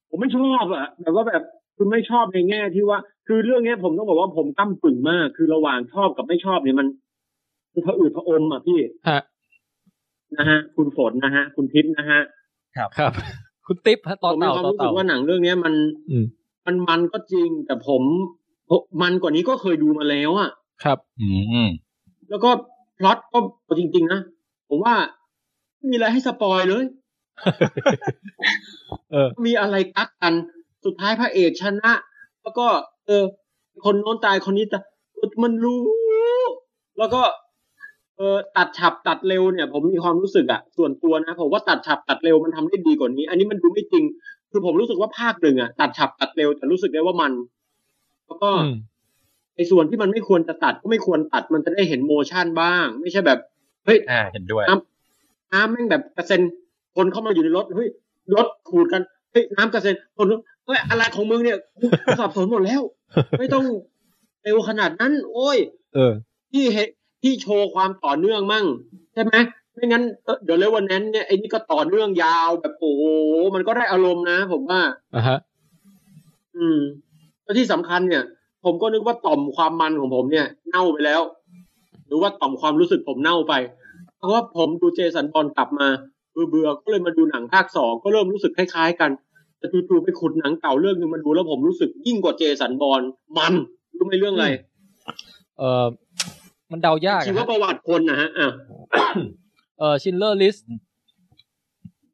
B: ผมไม่ชอบอะแต่ว่าแบบคือไม่ชอบในแง่ที่ว่า คือเรื่องเนี้ย ผมต้องบอกว่าผมกั้มกึ่งมาก คือระหว่างชอบกับไม่ชอบเนี่ยมันคือพะอืดพะอมอ่ะพี่
A: ฮะ
B: นะฮะ คุณฝนนะฮะ คุณทิพย์นะฮะ
A: ครับ คุณติ๊บฮะต่อ
B: ผมมี
A: เต่า
B: ค
A: ต่อ
B: วามรู้สึ
A: เต่าก
B: ว่าหนังเรื่องเนี้ยมัน
A: อืม
B: มันมันก็จริง แต่ผมผมมันกว่านี้ก็เคยดูมาแล้วอะ
A: ครับ
E: อืม
B: แล้วก็พล็อตก็เอาจริง ๆ นะ ผมว่าไม่มีอะไรให้สปอยเลย
A: เออ
B: มีอะไรกักกัน สุดท้ายพระเอกชนะ แล้วก็ เออ คนโน้นตายคนนี้ตายมันรู้ แล้วก็ เออตัดฉับตัดเร็วเนี่ย ผมมีความรู้สึกอะส่วนตัวนะผมว่าตัดฉับตัดเร็วมันทำได้ดีกว่านี้ อันนี้มันดูไม่จริง คือผมรู้สึกว่าภาคหนึ่งอะตัดฉับตัดเร็วแต่รู้สึกได้ว่ามัน แล้วก็
A: อืม
B: ไอ้ส่วนที่มันไม่ควรจะตัดก็ไม่ควรตัดมันจะได้เห็นโมชั่นบ้าง ไม่ใช่แบบ เฮ้ย
E: อ่า เห็นด้วย
B: น้ำน้ำแม่งแบบกระเซ็นคนเข้ามาอยู่ในรถเฮ้ยรถขูดกันเฮ้ยน้ำกระเซ็นคนเฮ้ยอะไรของมึงเนี่ยกูกูสับสนหมดแล้ว [laughs] ไม่ต้องเร็วขนาดนั้น โอ้ย
A: เออ
B: ที่เฮที่โชว์ความต่อเนื่องมั่ง ใช่ไหมไม่งั้นเดี๋ยวเลวันนั้นเนี่ยไอ้นี่ก็ต่อเนื่องยาวแบบโอ้โหมันก็ได้อารมณ์นะ ผมว่า
A: อ่ะฮะ
B: อืมแล้วที่สำคัญเนี่ย ผมก็นึกว่าต่อมความมันของผมเนี่ย เน่าไปแล้ว หรือว่าต่อมความรู้สึกผมเน่าไป เพราะว่าผมดูเจสันบอลกลับมาเบื่อเบื่อๆก็เลยมาดูหนังภาคสองก็เริ่มรู้สึกคล้ายๆกันแต่จู่ๆไปขุดหนังเก่าเรื่องหนึ่งมาดูแล้วผมรู้สึกยิ่งกว่าเจสันบอลมันรู้ไหมเรื่องอะไร
A: เออมันเดายาก
B: ชี
A: อะ
B: ว
A: ฮะ
B: ประวัติคนนะฮะอ่ะ
A: เออชินเลอร์ลิส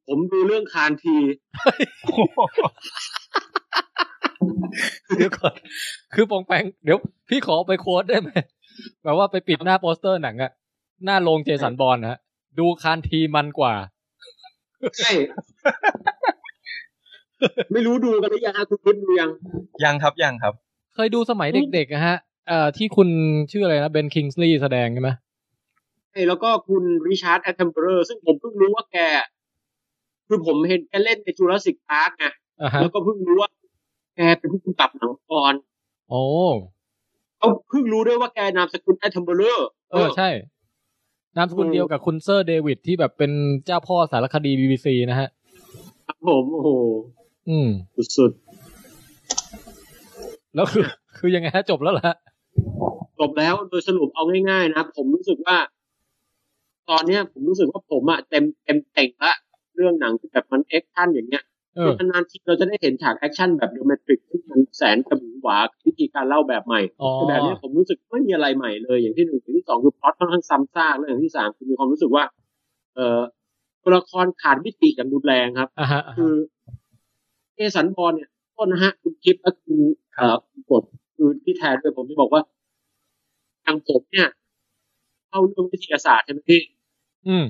B: ผมดูเรื่องคานที
A: เดี๋ยวก่อน คือปองแปงเดี๋ยว พี่ขอไปโค้ดได้ไหมแบบว่าไปปิดหน้าโปสเตอร์หนังอะหน้าโรงเจสันบอลนะฮะ ดูคานทีมันกว่า
B: ใช่ [laughs] ไม่รู้ดูกันหรือยังคุณคิดดูยัง
E: ยังครับ ยังครับ
A: เคยดูสมัยเด็กๆนะฮะเอ่อที่คุณชื่ออะไรนะเบนคิงส์ลีย์แสดงใช่ไหม
B: ใช่แล้วก็คุณริชาร์ดแอตเทมเบอร์ซึ่งผมเพิ่งรู้ว่าแก คือผมเห็นแกเล่นในจูราสสิกพาร์กไง
A: อ่าฮะ
B: แล้วก็เพิ่งรู้ว่า แกเป็นผู้กำกับหนังองค์กร
A: โอ้
B: เขาเพิ่งรู้ด้วยว่าแกนามสกุลแอตเทมเบอร์
A: เออใช่นามสกุลเดียวกับคุณเซอร์เดวิดที่แบบเป็นเจ้าพ่อสารคดีบีบีซีนะฮะ
B: ครับผมโอ้โห
A: อืม
B: สุด
A: แล้วคือ คือยังไงฮะจบแล้วล่ะ
B: ๆจบแล้วโดยสรุปเอาง่ายๆนะ ผมรู้สึกว่า ตอนเนี้ย ผมรู้สึกว่าผมอะเต็มเต็มเต็งละเรื่องหนังที่แบบมันแอคชั่นอย่างเงี้ย
A: เอ
B: คือ อนานๆทีเราจะได้เห็นฉากแอคชั่นแบบเดอะแมทริกที่มันแสนกระหมูหวาวิธีการเล่าแบบใหม่
A: อ๋อ
B: แต่แบบเนี้ยผมรู้สึกไม่มีอะไรใหม่เลยอย่างที่หนึ่งอย่างที่สองคือพล็อตค่อนข้างซ้ำซากแล้วอย่างที่สามคือมีความรู้สึกว่า เอ่อตัวละครขาดมิติอย่างรุนแรงครับ
A: อ่าฮะอ่า
B: คื
A: ฮะ
B: อเจสันบอลเนี่ยโทษนะฮะคุณคลิปและคุณเอ่อคุณกดคือพี่แทนด้วยผมที่บอกว่าทางผมเนี่ยเข้าเรื่องวิทยาศาสตร์ใช่ไหมพี่
A: อืม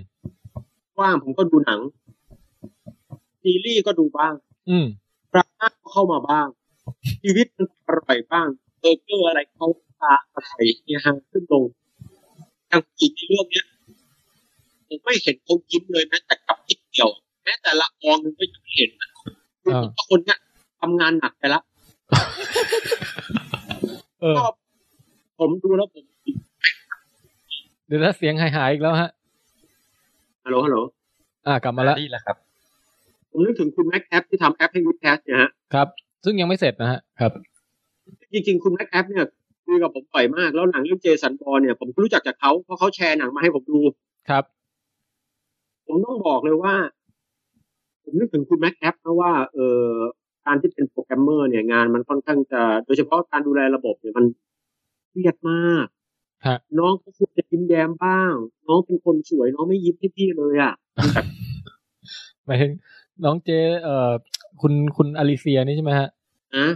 B: ว่างผมก็ดูหนังซีรีส์ก็ดูบ้าง
A: อืม
B: ดราม่าก็เข้ามาบ้าง ชีวิตมันอร่อยบ้างเบอร์เกอร์อะไรเขาตาอร่อยเนี่ยฮะขึ้นลงทางอีกในเรื่องเนี้ยผมไม่เห็นเขายิ้มเลยแม้แต่กับนิดเดียว แม้แต่ละอองนึงก็ยังไม่เห็นนะคือ
A: อ่า
B: ผมว่าคนเนี้ยทำงานหนักไปละ
A: เออ
B: ก็ผมดูแล้วผม
A: เดี๋ยวนะเสียงหายๆอีกแล้วฮะ
B: ฮัลโหลฮัลโหล
A: อ่ากลับมาแล้ว
E: นี่แหละครับ
B: ผมนึกถึงคุณแม็กแอปที่ทำแอปให้วิดแคสเนี่ยฮะ
A: ครับ ซึ่งยังไม่เสร็จนะฮะครับ
B: จริงๆ คุณแม็กแอปเนี่ยคุยกับผมบ่อยมาก แล้วหนังเรื่องเจสันบอลเนี่ยผมรู้จักจากเขาเพราะเขาแชร์หนังมาให้ผมดู
A: ครับ
B: ผมต้องบอกเลยว่า ผมนึกถึงคุณแม็กแอปนะว่าเออการที่เป็นโปรแกรมเมอร์เนี่ยงานมันค่อนข้างจะโดยเฉพาะการดูแลระบบเนี่ยมันเครียดมาก
A: ฮะ
B: น้องก็ควรจะยิ้มแย้มบ้าง น้องเป็นคนสวยน้องไม่ยิ้มให้พี่เลยอะ่ะ
A: หมายถึงน้องเจ เอ่อ คุณคุณอลิเซียนี่ใช่ไหมฮะ
B: นะ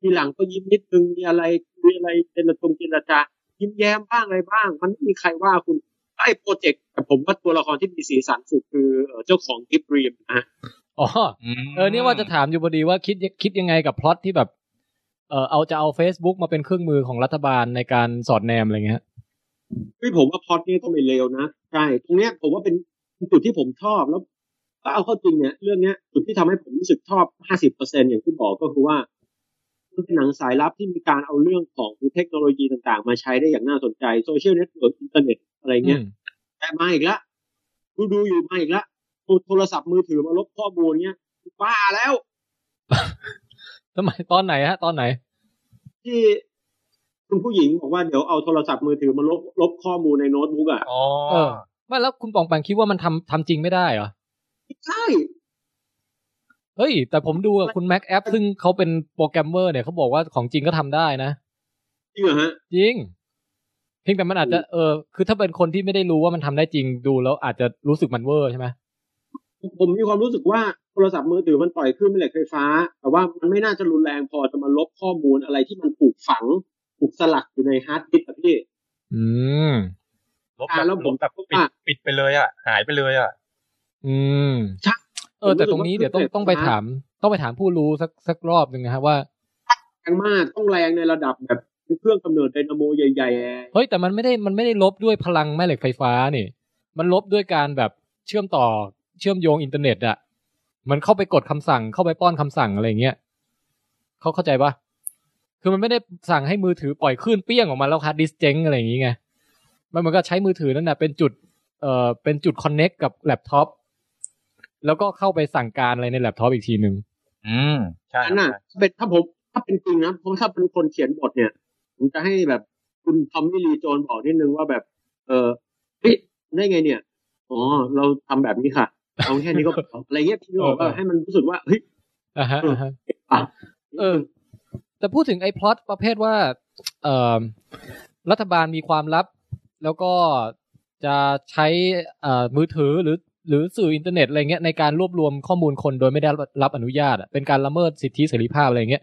B: ทีหลังก็ยิ้มนิดนึงมีอะไรมีอะไรเจรจงเจรจายิ้มแย้มบ้างอะไรบ้าง มันไม่มีใครว่าคุณไอ้โปรเจกต์แต่ผมว่าตัวละครที่มีสีสันสุดคือเอ่อเจ้าของกิฟต์รีมนะฮะ
A: อ๋อ
I: ม
A: เออเนี่ยว่าจะถามอยู่พอดีว่าคิดคิดยังไงกับพล็อตที่แบบ เออเอาจะเอา Facebook มาเป็นเครื่องมือของรัฐบาลในการสอดแนมอะไรเงี้ย
B: คือผมว่าพล็อตนี้ต้องไม่เลวนะใช่ตรงเนี้ยผมว่าเป็นจุดที่ผมชอบแล้วก็เอาเข้าจริงเนี่ยเรื่องเนี้ยจุดที่ทำให้ผมรู้สึกชอบ 50เปอร์เซ็นอย่างที่บอกก็คือว่ามันเป็นหนังสายลับที่มีการเอาเรื่องของเทคโนโลยีต่างๆ มาใช้ได้อย่างน่าสนใจโซเชียลเน็ตเวิร์กอินเทอร์เน็ตอะไรเงี้ย แต่มาอีกละดูดูอยู่มาอีกละโทรโทรศัพท์มือถือมาลบข้อมูลเนี้ยบ้าแล้ว
A: ทำไมตอนไหนฮะ ตอนไหน
B: ที่คุณผู้หญิงบอกว่าเดี๋ยวเอาโทรศัพท์มือถือมาลบลบข้อมูลในโน้ตบุ๊กอ่ะ
I: อ๋อ
A: เออไม่แล้วคุณปองแปงคิดว่ามันทำทำจริงไม่ได้เหรอ
B: ใช่
A: เฮ้ย แต่ผมดูกับคุณแม็กแอปซึ่งเขาเป็นโปรแกรมเมอร์เนี่ยเขาบอกว่าของจริงก็ทำได้นะ
B: จริงเหรอฮะ
A: จริง เพียงแต่มันอาจจะเออคือถ้าเป็นคนที่ไม่ได้รู้ว่ามันทำได้จริงดูแล้วอาจจะรู้สึกมันเวอร์ใช่ไหม
B: ผมมีความรู้สึกว่าโทรศัพท์มือถือมันปล่อยคลื่นแม่เหล็กไฟฟ้า แต่ว่ามันไม่น่าจะรุนแรงพอจะมาลบข้อมูลอะไรที่มันถูกฝังถูกสลักอยู่ในฮาร์ดดิสก์อะพี่
A: อืม
I: ลบแบบ
B: อ่าแล้วผม
I: ลบแบบปิด
B: ว่า
I: ปิดไปเลยอ่ะ หายไปเลยอ่ะ
A: อืม
B: ใช่
A: เออ แต่ตรงนี้เดี๋ยวต้องต้องไปถาม ต้องไปถามผู้รู้สักสักรอบหนึ่งนะฮะว่า
B: แรงมากต้องแรงในระดับแบบเป็นเครื่องกำเนิดไดนาโมใหญ่
A: เฮ้ยแต่มันไม่ได้มันไม่ได้ลบด้วยพลังแม่เหล็กไฟฟ้านี่ มันลบด้วยการแบบเชื่อมต่อเชื่อมโยงอินเทอร์เน็ตอะมันเข้าไปกดคำสั่งเข้าไปป้อนคำสั่งอะไรอย่างเงี้ยเขาเข้าใจปะคือมันไม่ได้สั่งให้มือถือปล่อยคลื่นเปี้ยงออกมาแล้วฮาร์ดดิสก์เจ๊งอะไรอย่างงี้ไงมันเหมันก็ใช้มือถือนั่นแหะเป็นจุดเอ่อเป็นจุดคอนเน็กกับแล็ปท็อปแล้วก็เข้าไปสั่งการอะไรในแล็ปท็อปอีกทีหนึ่ง
I: อืม ใช่
B: ๆอันน่ะถ้าเป็นถ้าผมถ้าเป็นจริงนะผมถ้าเป็นคนเขียนบทเนี่ย ผมจะให้แบบคุณทอมมี่ลีโจนบอกนิดนึงว่าแบบ เออเฮ้ยได้ไงเนี่ยอ๋อเราทำแบบนี้ค่ะเอาแค่นี้ก็พออะไรเงี้ยที่บอกว่าให้มันรู้สึกว่าเฮ้ย
A: อ่าฮะอ่าฮะ
B: อ่ะ
A: เออ แต่พูดถึงไอ้พล็อตประเภทว่า เอ่อรัฐบาลมีความลับ แล้วก็จะใช้เอ่อมือถือหรือ หรือสื่ออินเทอร์เน็ตอะไรเงี้ยในการรวบรวมข้อมูลคนโดยไม่ได้รับอนุญาตอะเป็นการละเมิดสิทธิเสรีภาพอะไรเงี้ย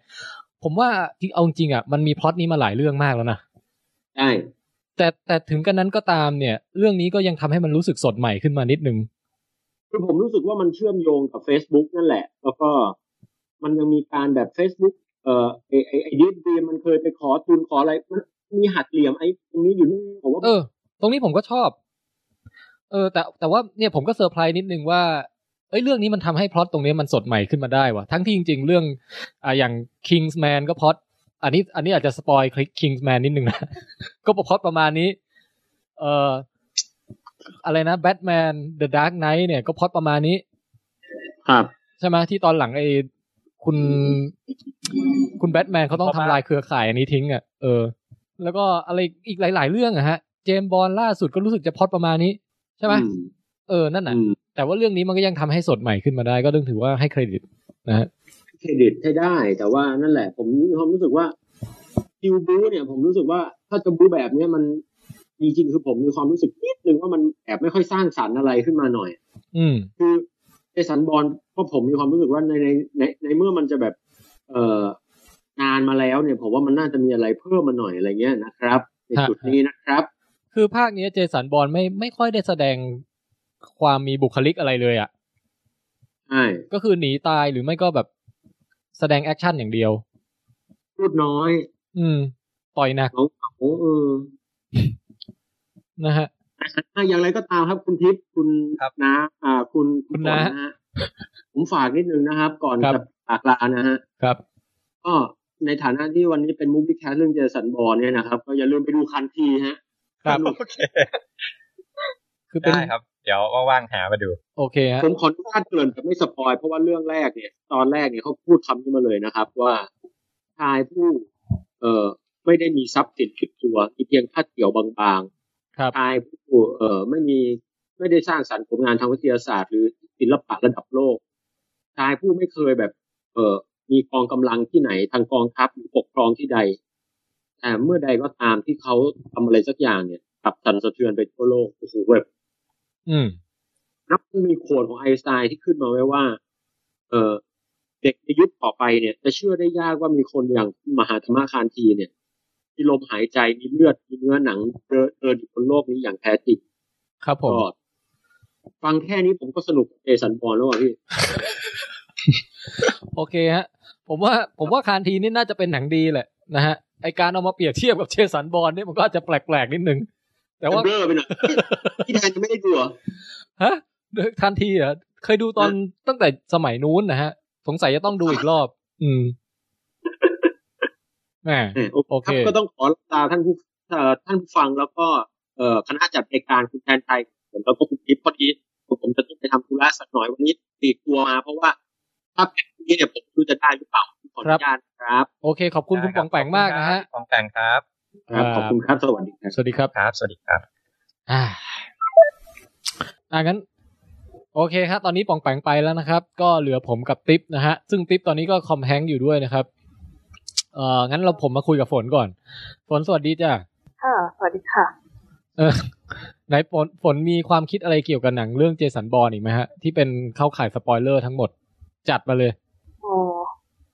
A: ผมว่าที่เอาจริงอ่ะมันมีพล็อตนี้มาหลายเรื่องมากแล้วนะ
B: ใช่
A: แต่แต่ถึงกันนั้นก็ตามเนี่ย เรื่องนี้ก็ยังทำให้มันรู้สึกสดใหม่ขึ้นมานิดนึง
B: คือผมรู้สึกว่ามันเชื่อมโยงกับ Facebook นั่นแหละ แล้วก็มันยังมีการแบบ Facebook เอ่อไอไอไอดีดีมันเคยไปขอทุนขออะไรมันมีหัดเหลี่ยมไอ้ตรงนี้อยู่นี่ผมว่า
A: เออ ตรงนี้ผมก็ชอบ เออ แต่แต่ว่าเนี่ยผมก็เซอร์ไพรส์นิดนึงว่า เอ้ยเรื่องนี้มันทำให้พล็อตตรงนี้มันสดใหม่ขึ้นมาได้ว่ะ ทั้งที่จริง ๆ เรื่องอ่าอย่าง Kingsman ก็พล็อตอันนี้ อันนี้อาจจะสปอยคลิก Kingsman นิดนึงนะ [laughs] ก็พล็อตประมาณนี้ เอ่ออะไรนะ Batman The Dark Knight เนี่ยก็พล็อตประมาณนี้
B: ครับ
A: ใช่ไหมที่ตอนหลังไอ้คุณ คุณแบทแมนเขาต้องทำลายเครือข่ายอันนี้ทิ้งอ่ะเออ แล้วก็อะไรอีกหลาย ๆ เรื่องอะฮะ เจมส์บอลล่าสุดก็รู้สึกจะพล็อดประมาณนี้ ใช่ไหมเออนั่นน่ะ
B: อืม
A: แต่ว่าเรื่องนี้มันก็ยังทำให้สดใหม่ขึ้นมาได้ ก็ต้องถือว่าให้เครดิตนะฮะ
B: เครดิตให้ได้ แต่ว่านั่นแหละ ผมมีความรู้สึกว่าคิวบูเนี่ย ผมรู้สึกว่าถ้าจะบูแบบเนี้ยมันจริงๆคือผมมีความรู้สึกนิดนึงว่ามันแอบไม่ค่อยสร้างสรรค์อะไรขึ้นมาหน่อย
A: อืม
B: คือเจสันบอลเพราะผมมีความรู้สึกว่าในในในในเมื่อมันจะแบบ เอ่อนานมาแล้วเนี่ย ผมว่ามันน่าจะมีอะไรเพิ่มมาหน่อยอะไรเงี้ยนะครับ ใน
A: ฮะ
B: จุดนี้นะครับ
A: คือภาคเนี้ยเจสันบอลไม่ไม่ค่อยได้แสดงความมีบุคลิกอะไรเลยอ่ะ
B: ใช่
A: ก็คือหนีตายหรือไม่ก็แบบแสดงแอคชั่นอย่างเดียว
B: พูดน้อย
A: อืม ต่อยหนัก
B: เหงาเาๆเออ
A: นะฮะ
B: อ่ะอย่างไรก็ตามครับคุณทิพย์คุณ
I: ครับ
B: นะอ่า คุณ
A: คุณ
B: ฝ
A: นะ
B: ฮผมฝากนิดนึงนะครับ ก่อน
A: ครับ
B: จะจากลานะฮะ
A: ครับ
B: ก็ในฐานะที่วันนี้เป็นมูฟวี่แคสเรื่องเจสันบอลเนี่ยนะครับ ก็อย่าลืมไปดูคันทีฮะ
A: ครับ
B: สนุก
I: โอเค
A: คือเป็น
I: ได้ครับ เดี๋ยวว่างๆหามาดู
A: โอเคฮะ
B: ผมขออนุญาตเกริ่นแต่ไม่สปอยเพราะว่าเรื่องแรกเนี่ย ตอนแรกเนี่ยเขาพูดคำนี้มาเลยนะครับ ว่าชายผู้เอ่อไม่ได้มีทรัพย์สินติดตัวมีเพียงผ้าเกี่ยวบาง
A: ครับ
B: ๆชายผู้เอ่อไม่มีไม่ได้สร้างสรรค์ผลงานทางวิทยาศาสตร์ หรือศิลปะระดับโลกชายผู้ไม่เคยแบบ เอ่อมีกองกำลังที่ไหนทางกองทัพหรือปกครองที่ใดแต่เมื่อใดก็ตามที่เขาทำอะไรสักอย่างเนี่ยกลับสั่นสะเทือนไปทั่วโลกโอ้โหแบบ
A: อืม
B: นับมีโขดของไอน์สไตน์ที่ขึ้นมาไว้ว่า เออ เด็กในยุคต่อไปเนี่ย จะเชื่อได้ยากว่ามีคนอย่างมหาธรรมาคารทีเนี่ยมีลมหายใจมีเลือดมีเนื้อหนังเดินเดินอยู่บนโลกนี้อย่างแท้จริง
A: ครับผม
B: ก็ฟังแค่นี้ผมก็สนุกกับเจสันบอลแล้วอ่ะพี่
A: โอเคฮะ ผมว่าผมว่าคานทีนี่น่าจะเป็นหนังดีแหละนะฮะไอการเอามาเปรียบเทียบกับเชสันบอลนี่มันก็อาจจะแปลกๆนิดนึง แต่ว่า
B: เบลอไปหน่อยพี่แทนจะไม่ได้ดูเหรอ
A: ฮะคานทีเหรอ่ะเคยดูตอนตั้งแต่สมัยนู้นนะฮะ สงสัยจะต้องดูอีกรอบ อื
B: [laughs]
A: มแหม
B: แหม่
A: โอเค
B: รับก็ต้องขอลาท่านผู้เอ่อท่านผู้ฟังแล้วก็เอ่อคณะจัดรายการคุณแทนไทยผมแล้วก็คุณทิพย์พอดีผมจะต้องไปทำธุระสักหน่อยวันนี้ตีตัวมาเพราะว่า ถ้าเป็นพรุ่งนี้เนี่ยผมไม่รู้จะได้หรือเปล่าขออนุญาตนะครับ
A: โอเค ขอบคุณคุณปองแปงมากนะฮะ
I: ปองแปงครับ
B: ครับ ขอบคุณครับ สวัสดีครับ
A: สวัสดีครับ
I: ครับ สวัสดีครับ
A: อ่าอ่างั้น โอเคครับ ตอนนี้ป่องแปงไปแล้วนะครับ ก็เหลือผมกับติ๊บนะฮะ ซึ่งติ๊บตอนนี้ก็คอมแฮงก์อยู่ด้วยนะครับ เอ่อ งั้นเราผมมาคุยกับฝนก่อน ฝนสวัสดีจ้ะ
C: ค่ะ สวัสดีค่ะ
A: เออ ไหนฝนฝนมีความคิดอะไรเกี่ยวกับหนังเรื่องเจสันบอร์นอีกไหมฮะ ที่เป็นเข้าข่ายสปอยเลอร์ทั้งหมด จัดมาเลย
C: อ๋อ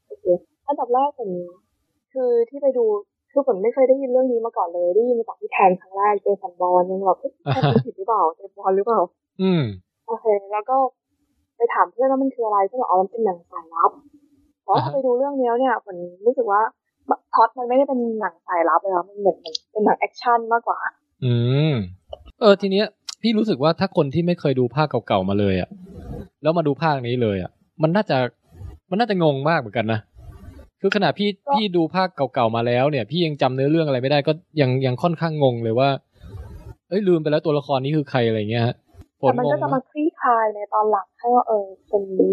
C: โอเคอันดับแรกผมคือที่ไปดูคือผมไม่เคยได้ยินเรื่องนี้มาก่อนเลยได้ยินมาจากพี่แทนครั้งแรกเจสันบอลยังแบบเอ๊ะ
A: อ่า
C: ใช่
A: ฮะ
C: ผิดหรือเปล่าเจสันบอลหรือเปล่า
A: อืม
C: โอเค แล้วก็ไปถามเพื่อนว่ามันคืออะไรเพื่อนบอกอ๋อมันเป็นหนังสายลับเพราะ
A: อ่าฮะ
C: ไปดูเรื่องนี้แล้วเนี่ยผมรู้สึกว่าท็อตมันไม่ได้เป็นหนังสายลับเลยครับมันเหมือนเป็นหนังแอคชั่นมากกว่า
A: อืม เออ ทีเนี้ย พี่รู้สึกว่าถ้าคนที่ไม่เคยดูภาคเก่าๆมาเลยอะแล้วมาดูภาคนี้เลยอะมันน่าจะมันน่าจะงงมากเหมือนกันนะคือขณะพี่
C: ก็
A: พี่ดูภาคเก่าๆมาแล้วเนี่ย พี่ยังจำเนื้อเรื่องอะไรไม่ได้ก็ยังยังค่อนข้างงงเลยว่า เอ้ยลืมไปแล้วตัวละครนี้คือใครอะไรเงี้ยฮะผล
C: แต่มัน
A: ง
C: ก็
A: ง
C: จะ
A: ไหม
C: มาคลี่คลายในตอนหลังให้ว่าเออคนนี้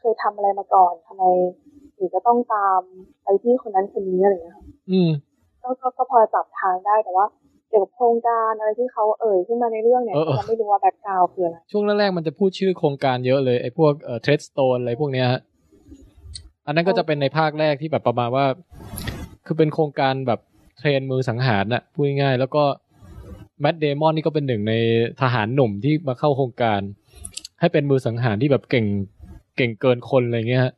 C: เคยทำอะไรมาก่อนทำไมถึงจะต้องตามไปที่คนนั้นคนนี้อะไรอย่างเงี้ย
A: อืม
C: ก็ก็ก็พอจับทางได้แต่ว่าเกี่ยวกับโครงการอะไรที่เขาเอ่ยขึ้นมาในเรื่องเนี่ย
A: เออเออ
C: เราไม่รู้ว่าแบ็กกราวคืออะไร
A: ช่วงแรกๆมันจะพูดชื่อโครงการเยอะเลยไอ้พวกเอ่อเทรดสโตนอะไรพวกเนี้ยฮะอันนั้นก็จะเป็นในภาคแรกที่แบบประมาณว่า คือเป็นโครงการแบบเทรนมือสังหารน่ะพูดง่ายๆแล้วก็แมดเดมอนนี่ก็เป็นหนึ่งในทหารหนุ่มที่มาเข้าโครงการ ให้เป็นมือสังหารที่แบบเก่งเก่งเกินคนอะไรเงี้ยฮะ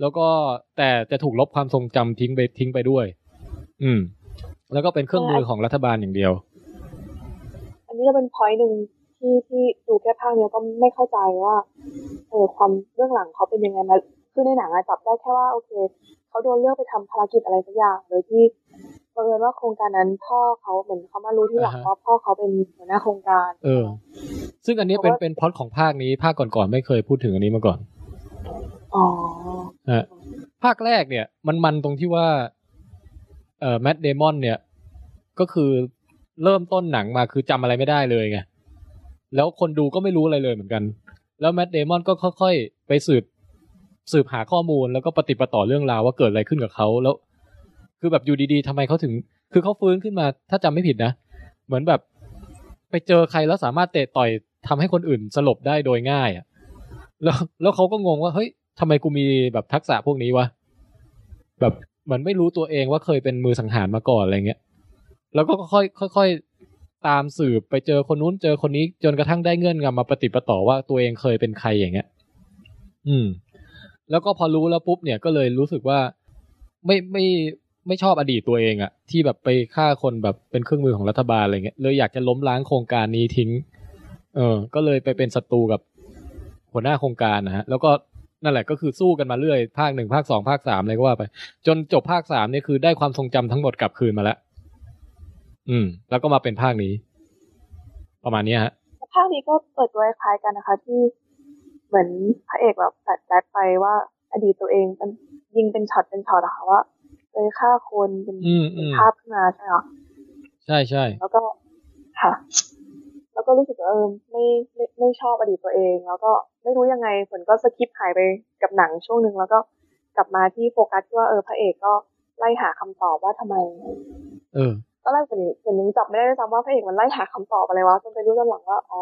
A: แล้วก็แต่จะถูกลบความทรงจำทิ้งไปทิ้งไปด้วย อืม แล้วก็เป็นเครื่องมือของรัฐบาลอย่างเดียว
C: อันนี้ก็เป็นพอยต์หนึ่งที่ที่ดูแค่ภาคเนี้ยก็ไม่เข้าใจว่าเออความเรื่องหลังเขาเป็นยังไงมาคือในหนังอะจับได้แค่ว่าโอเคเขาโดนเลือกไปทำภารกิจอะไรสักอย่างโดยที่บังเอิญว่าโครงการนั้นพ่อเขาเหมือนเขามารู้ที่หลัง
A: อ่าฮะ
C: ว่าพ่อเขาเป็นหัวหน้าโครงการ
A: เออ ซึ่งอันนี้เป็น
C: เพราะว่า
A: เป็นพล็อตของภาคนี้ภาคก่อนๆไม่เคยพูดถึงอันนี้มาก่อน
C: อ๋อ
A: ภาคแรกเนี่ย มันมันตรงที่ว่า เอ่อแมดเดมอนเนี่ย ก็คือเริ่มต้นหนังมาคือจำอะไรไม่ได้เลยไง แล้วคนดูก็ไม่รู้อะไรเลยเหมือนกัน แล้วแมดเดมอนก็ค่อยๆ ไปสืบ สืบหาข้อมูลแล้วก็ปฏิดปะต่อเรื่องราวว่าเกิดอะไรขึ้นกับเขาแล้ว คือแบบอยู่ดีๆทำไมเขาถึง คือเขาฟื้นขึ้นมา ถ้าจำไม่ผิดนะ เหมือนแบบไปเจอใครแล้วสามารถเตะต่อยทำให้คนอื่นสลบได้โดยง่ายอะแล้วแล้วเขาก็งงว่าเฮ้ยทำไมกูมีแบบทักษะพวกนี้วะแบบเหมือนไม่รู้ตัวเองว่าเคยเป็นมือสังหารมาก่อนอะไรเงี้ยแล้วก็ค่อยค่อยค่อยตามสืบไปเจอคนนู้นเจอคนนี้จนกระทั่งได้เงื่อนงำมาปฏิดปะต่อว่าตัวเองเคยเป็นใครอย่างเงี้ย อืม แล้วก็พอรู้แล้วปุ๊บเนี่ยก็เลยรู้สึกว่าไม่ไม่ไม่ชอบอดีตตัวเองอะที่แบบไปฆ่าคนแบบเป็นเครื่องมือของรัฐบาลอะไรเงี้ยเลยอยากจะล้มล้างโครงการนี้ทิ้ง เออ ก็เลยไปเป็นศัตรูกับหัวหน้าโครงการนะฮะ แล้วก็นั่นแหละก็คือสู้กันมาเรื่อยภาคหนึ่งภาคสองภาคสามอะไรก็ว่าไป จนจบภาคสามเนี่ยคือได้ความทรงจำทั้งหมดกลับคืนมาแล้วอืม แล้วก็มาเป็นภาคนี้ ประมาณเนี้ยฮะ
C: ภาคนี้ก็เปิดตัวคล้ายๆกันนะคะ ที่เหมือนพระเอกแบบแฟลชแบ็กไปว่าอดีตตัวเองมันยิงเป็นช็อตเป็นช็อตอะค่ะว่าเคยฆ่าคนเป็น
A: อืม
C: เป็
A: อื
C: น
A: ม
C: ภาพขึ้นมาใช่ไหมคะ
A: ใช่ใช่
C: แล้วก็ค่ะ แล้วก็รู้สึกว่าเออไม่ไม่ไม่ชอบอดีตตัวเอง แล้วก็ไม่รู้ยังไงฝนก็สคิปหายไปกับหนังช่วงหนึ่งแล้วก็กลับมาที่โฟกัสที่ว่าเออพระเอกก็ไล่หาคำตอบว่าทำไม
A: เออ
C: ตอนแรกผมผมยังจับไม่ได้ด้วยซ้ำว่าพระเอกมันไล่หาคำตอบอะไรวะจนไปรู้ตอนหลังว่า อ๋อ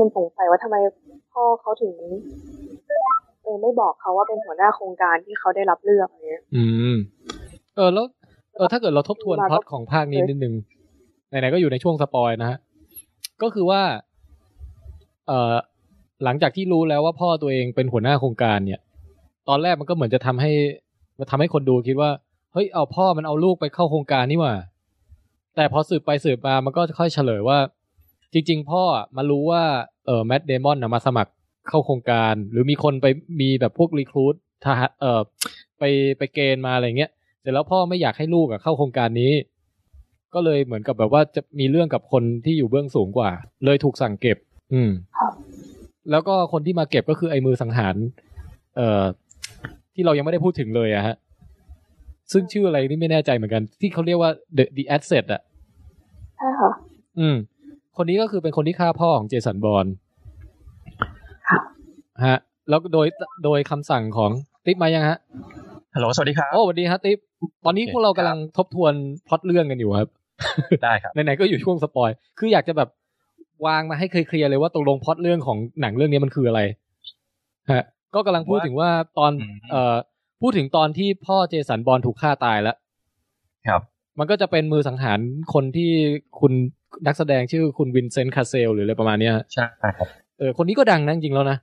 C: มันสงสัยว่าทำไมพ่อเขาถึงเออไม่บอกเขาว่าเป็นหัวหน้าโครงการที่เขาได้รับเลือกอะไรเงี้ย
A: อืม เออแล้ว เออถ้าเกิดเราทบทวนพล็อตของภาคนี้นิดนึงไหนๆก็อยู่ในช่วงสปอยนะฮะก็คือว่า เออหลังจากที่รู้แล้วว่าพ่อตัวเองเป็นหัวหน้าโครงการเนี่ย ตอนแรกมันก็เหมือนจะทำให้มันทำให้คนดูคิดว่า เฮ้ยเอาพ่อมันเอาลูกไปเข้าโครงการนี่หว่า แต่พอสืบไปสืบมามันก็ค่อยเฉลยว่า จริง ๆ พ่ออะมารู้ว่าเออแมดเดมอนนะมาสมัครเข้าโครงการ หรือมีคนไปมีแบบพวกรีครูททหารเออไปไปเกณฑ์มาอะไรเงี้ยเสร็จแล้วพ่อไม่อยากให้ลูกอะเข้าโครงการนี้ ก็เลยเหมือนกับแบบว่าจะมีเรื่องกับคนที่อยู่เบื้องสูงกว่า เลยถูกสั่งเก็บ อืม
C: ครับ
A: แล้วก็คนที่มาเก็บก็คือไอ้มือสังหาร เอ่อ ที่เรายังไม่ได้พูดถึงเลยอะฮะ ซึ่งชื่ออะไรนี่ไม่แน่ใจเหมือนกัน ที่เขาเรียกว่า the the asset อะ
C: ใช่ค่ะ
A: อืม คนนี้ก็คือเป็นคนที่ฆ่าพ่อของเจสันบอล
C: ค่ะ
A: ฮะ แล้วโดยโดยคำสั่งของติ๊บมายังฮะ
E: ฮัลโหลสวัสดีครับ
A: โอ้สวัสดีฮะติ๊บตอนนี้
E: โอเค
A: พวกเรากำลังทบทวนพล็อตเรื่องกันอยู่ครับ
E: ได้ครับ
A: ไหนๆก็อยู่ช่วงสปอย คืออยากจะแบบวางมาให้เคลียร์ๆเลยว่าตกลงพล็อตเรื่องของหนังเรื่องนี้มันคืออะไร ฮะ ก็กำลังพูดถึงว่าตอน
E: อืม
A: เอ่อ พูดถึงตอนที่พ่อเจสันบอลถูกฆ่าตายแล้ว
E: ครับ
A: มันก็จะเป็นมือสังหารคนที่คุณนักแสดงชื่อคุณวินเซนต์คาเซล หรืออะไรประมาณเนี้ยฮะ
E: ใช่ครับ
A: เออ คนนี้ก็ดังนะจริงๆแล้วนะ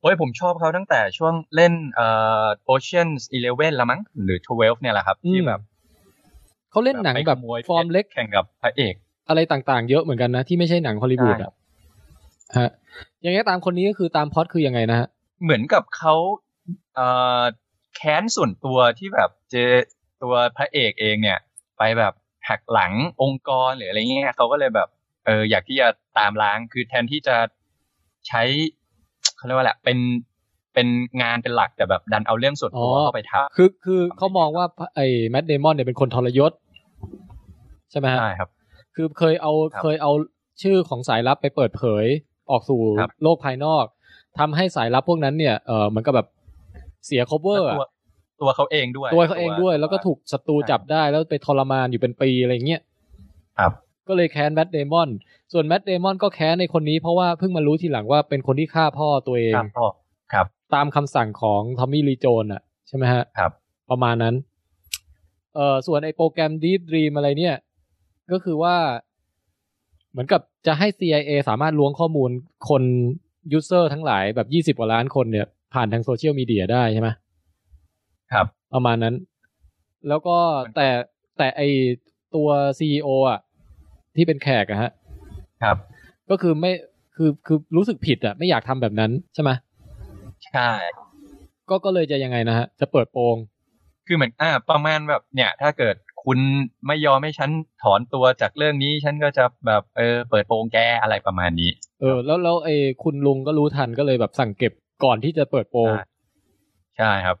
E: โอ้ยผมชอบเขาตั้งแต่ช่วงเล่นเอ่อ Ocean's Eleven ละมั้งหรือ Twelve เนี่ยแหละครับ
A: อืม
E: ที่แบบ
A: เขาเล่นหนังแบบ
E: ไปขโย
A: ฟอร์มเล็ก
E: แข่งกับพระเอก
A: อะไรต่างๆ เยอะเหมือนกันนะ ที่ไม่ใช่หนังฮอลลีวูด
E: ใช่
A: อะ
E: ครับ
A: ฮะ อย่างเงี้ยตามคนนี้ก็คือตามพล็อตคือยังไงนะฮะ
E: เหมือนกับเขาเอ่อแค้นส่วนตัวที่แบบเจอตัวพระเอกเองเนี่ย ไปแบบหักหลังองค์กรหรืออะไรเงี้ยเขาก็เลยแบบเอออยากที่จะตามล้างคือแทนที่จะใช้เขาเรียกว่าแหละไรเป็นเป็นงานเป็นหลักแต่แบบดันเอาเรื่องส่วนตัว
A: อ๋อ
E: เข้าไปทำ
A: คือคือเขามองว่าไอ้แมดเดมอนเนี่ยเป็นคนทรยศ ใช่ไหมฮะ
E: ใช่ครับ
A: คือเคยเอา
E: ครับ
A: เคยเอาชื่อของสายลับไปเปิดเผยออกสู่
E: ครับ
A: โลกภายนอกทำให้สายลับพวกนั้นเนี่ยเออเหมือนกับแบบเสีย cover
E: แล้วตัว
A: อะ
E: ตัวเขาเองด้วย
A: ตัวเขาเองด้วย แล้วก็ถูกศัตรูจับได้แล้วไปทรมานอยู่เป็นปีอะไรอย่างเงี้ย
E: ครับ
A: ก็เลยแค้นแมดเดมอน ส่วนแมดเดมอนก็แค้นในคนนี้เพราะว่าเพิ่งมารู้ทีหลังว่าเป็นคนที่ฆ่าพ่อตัวเอง
E: ครับพ่อครับ
A: ตามคำสั่งของทอมมี่ลีโจนอะใช่ไหมฮะ
E: ครับ
A: ประมาณนั้น เอ่อส่วนไอโปรแกรม Deep Dream อะไรเนี่ย ก็คือว่า เหมือนกับจะให้ CIA สามารถล้วงข้อมูลคนยูเซอร์ทั้งหลายแบบยี่สิบ20 กว่าล้านคนเนี่ย ผ่านทางโซเชียลมีเดียได้ใช่ไหม
E: ครับ
A: ประมาณนั้น แล้วก็แต่แต่ไอตัว CEO อะที่เป็นแขกอะฮะ
E: ครับ
A: ก็คือไม่คือคือรู้สึกผิดอะไม่อยากทำแบบนั้นใช่ไหม
E: ใช่
A: ก็ก็เลยจะยังไงนะฮะ จะเปิดโปง
E: คือเหมือนอ่าประมาณแบบเนี่ย ถ้าเกิดคุณไม่ยอมให้ฉันถอนตัวจากเรื่องนี้ ฉันก็จะแบบเออเปิดโปงแกอะไรประมาณนี้
A: เออ แล้วแล้วไอ้คุณลุงก็รู้ทันก็เลยแบบสั่งเก็บก่อนที่จะเปิดโปง
E: ใช่ ใช่ครับ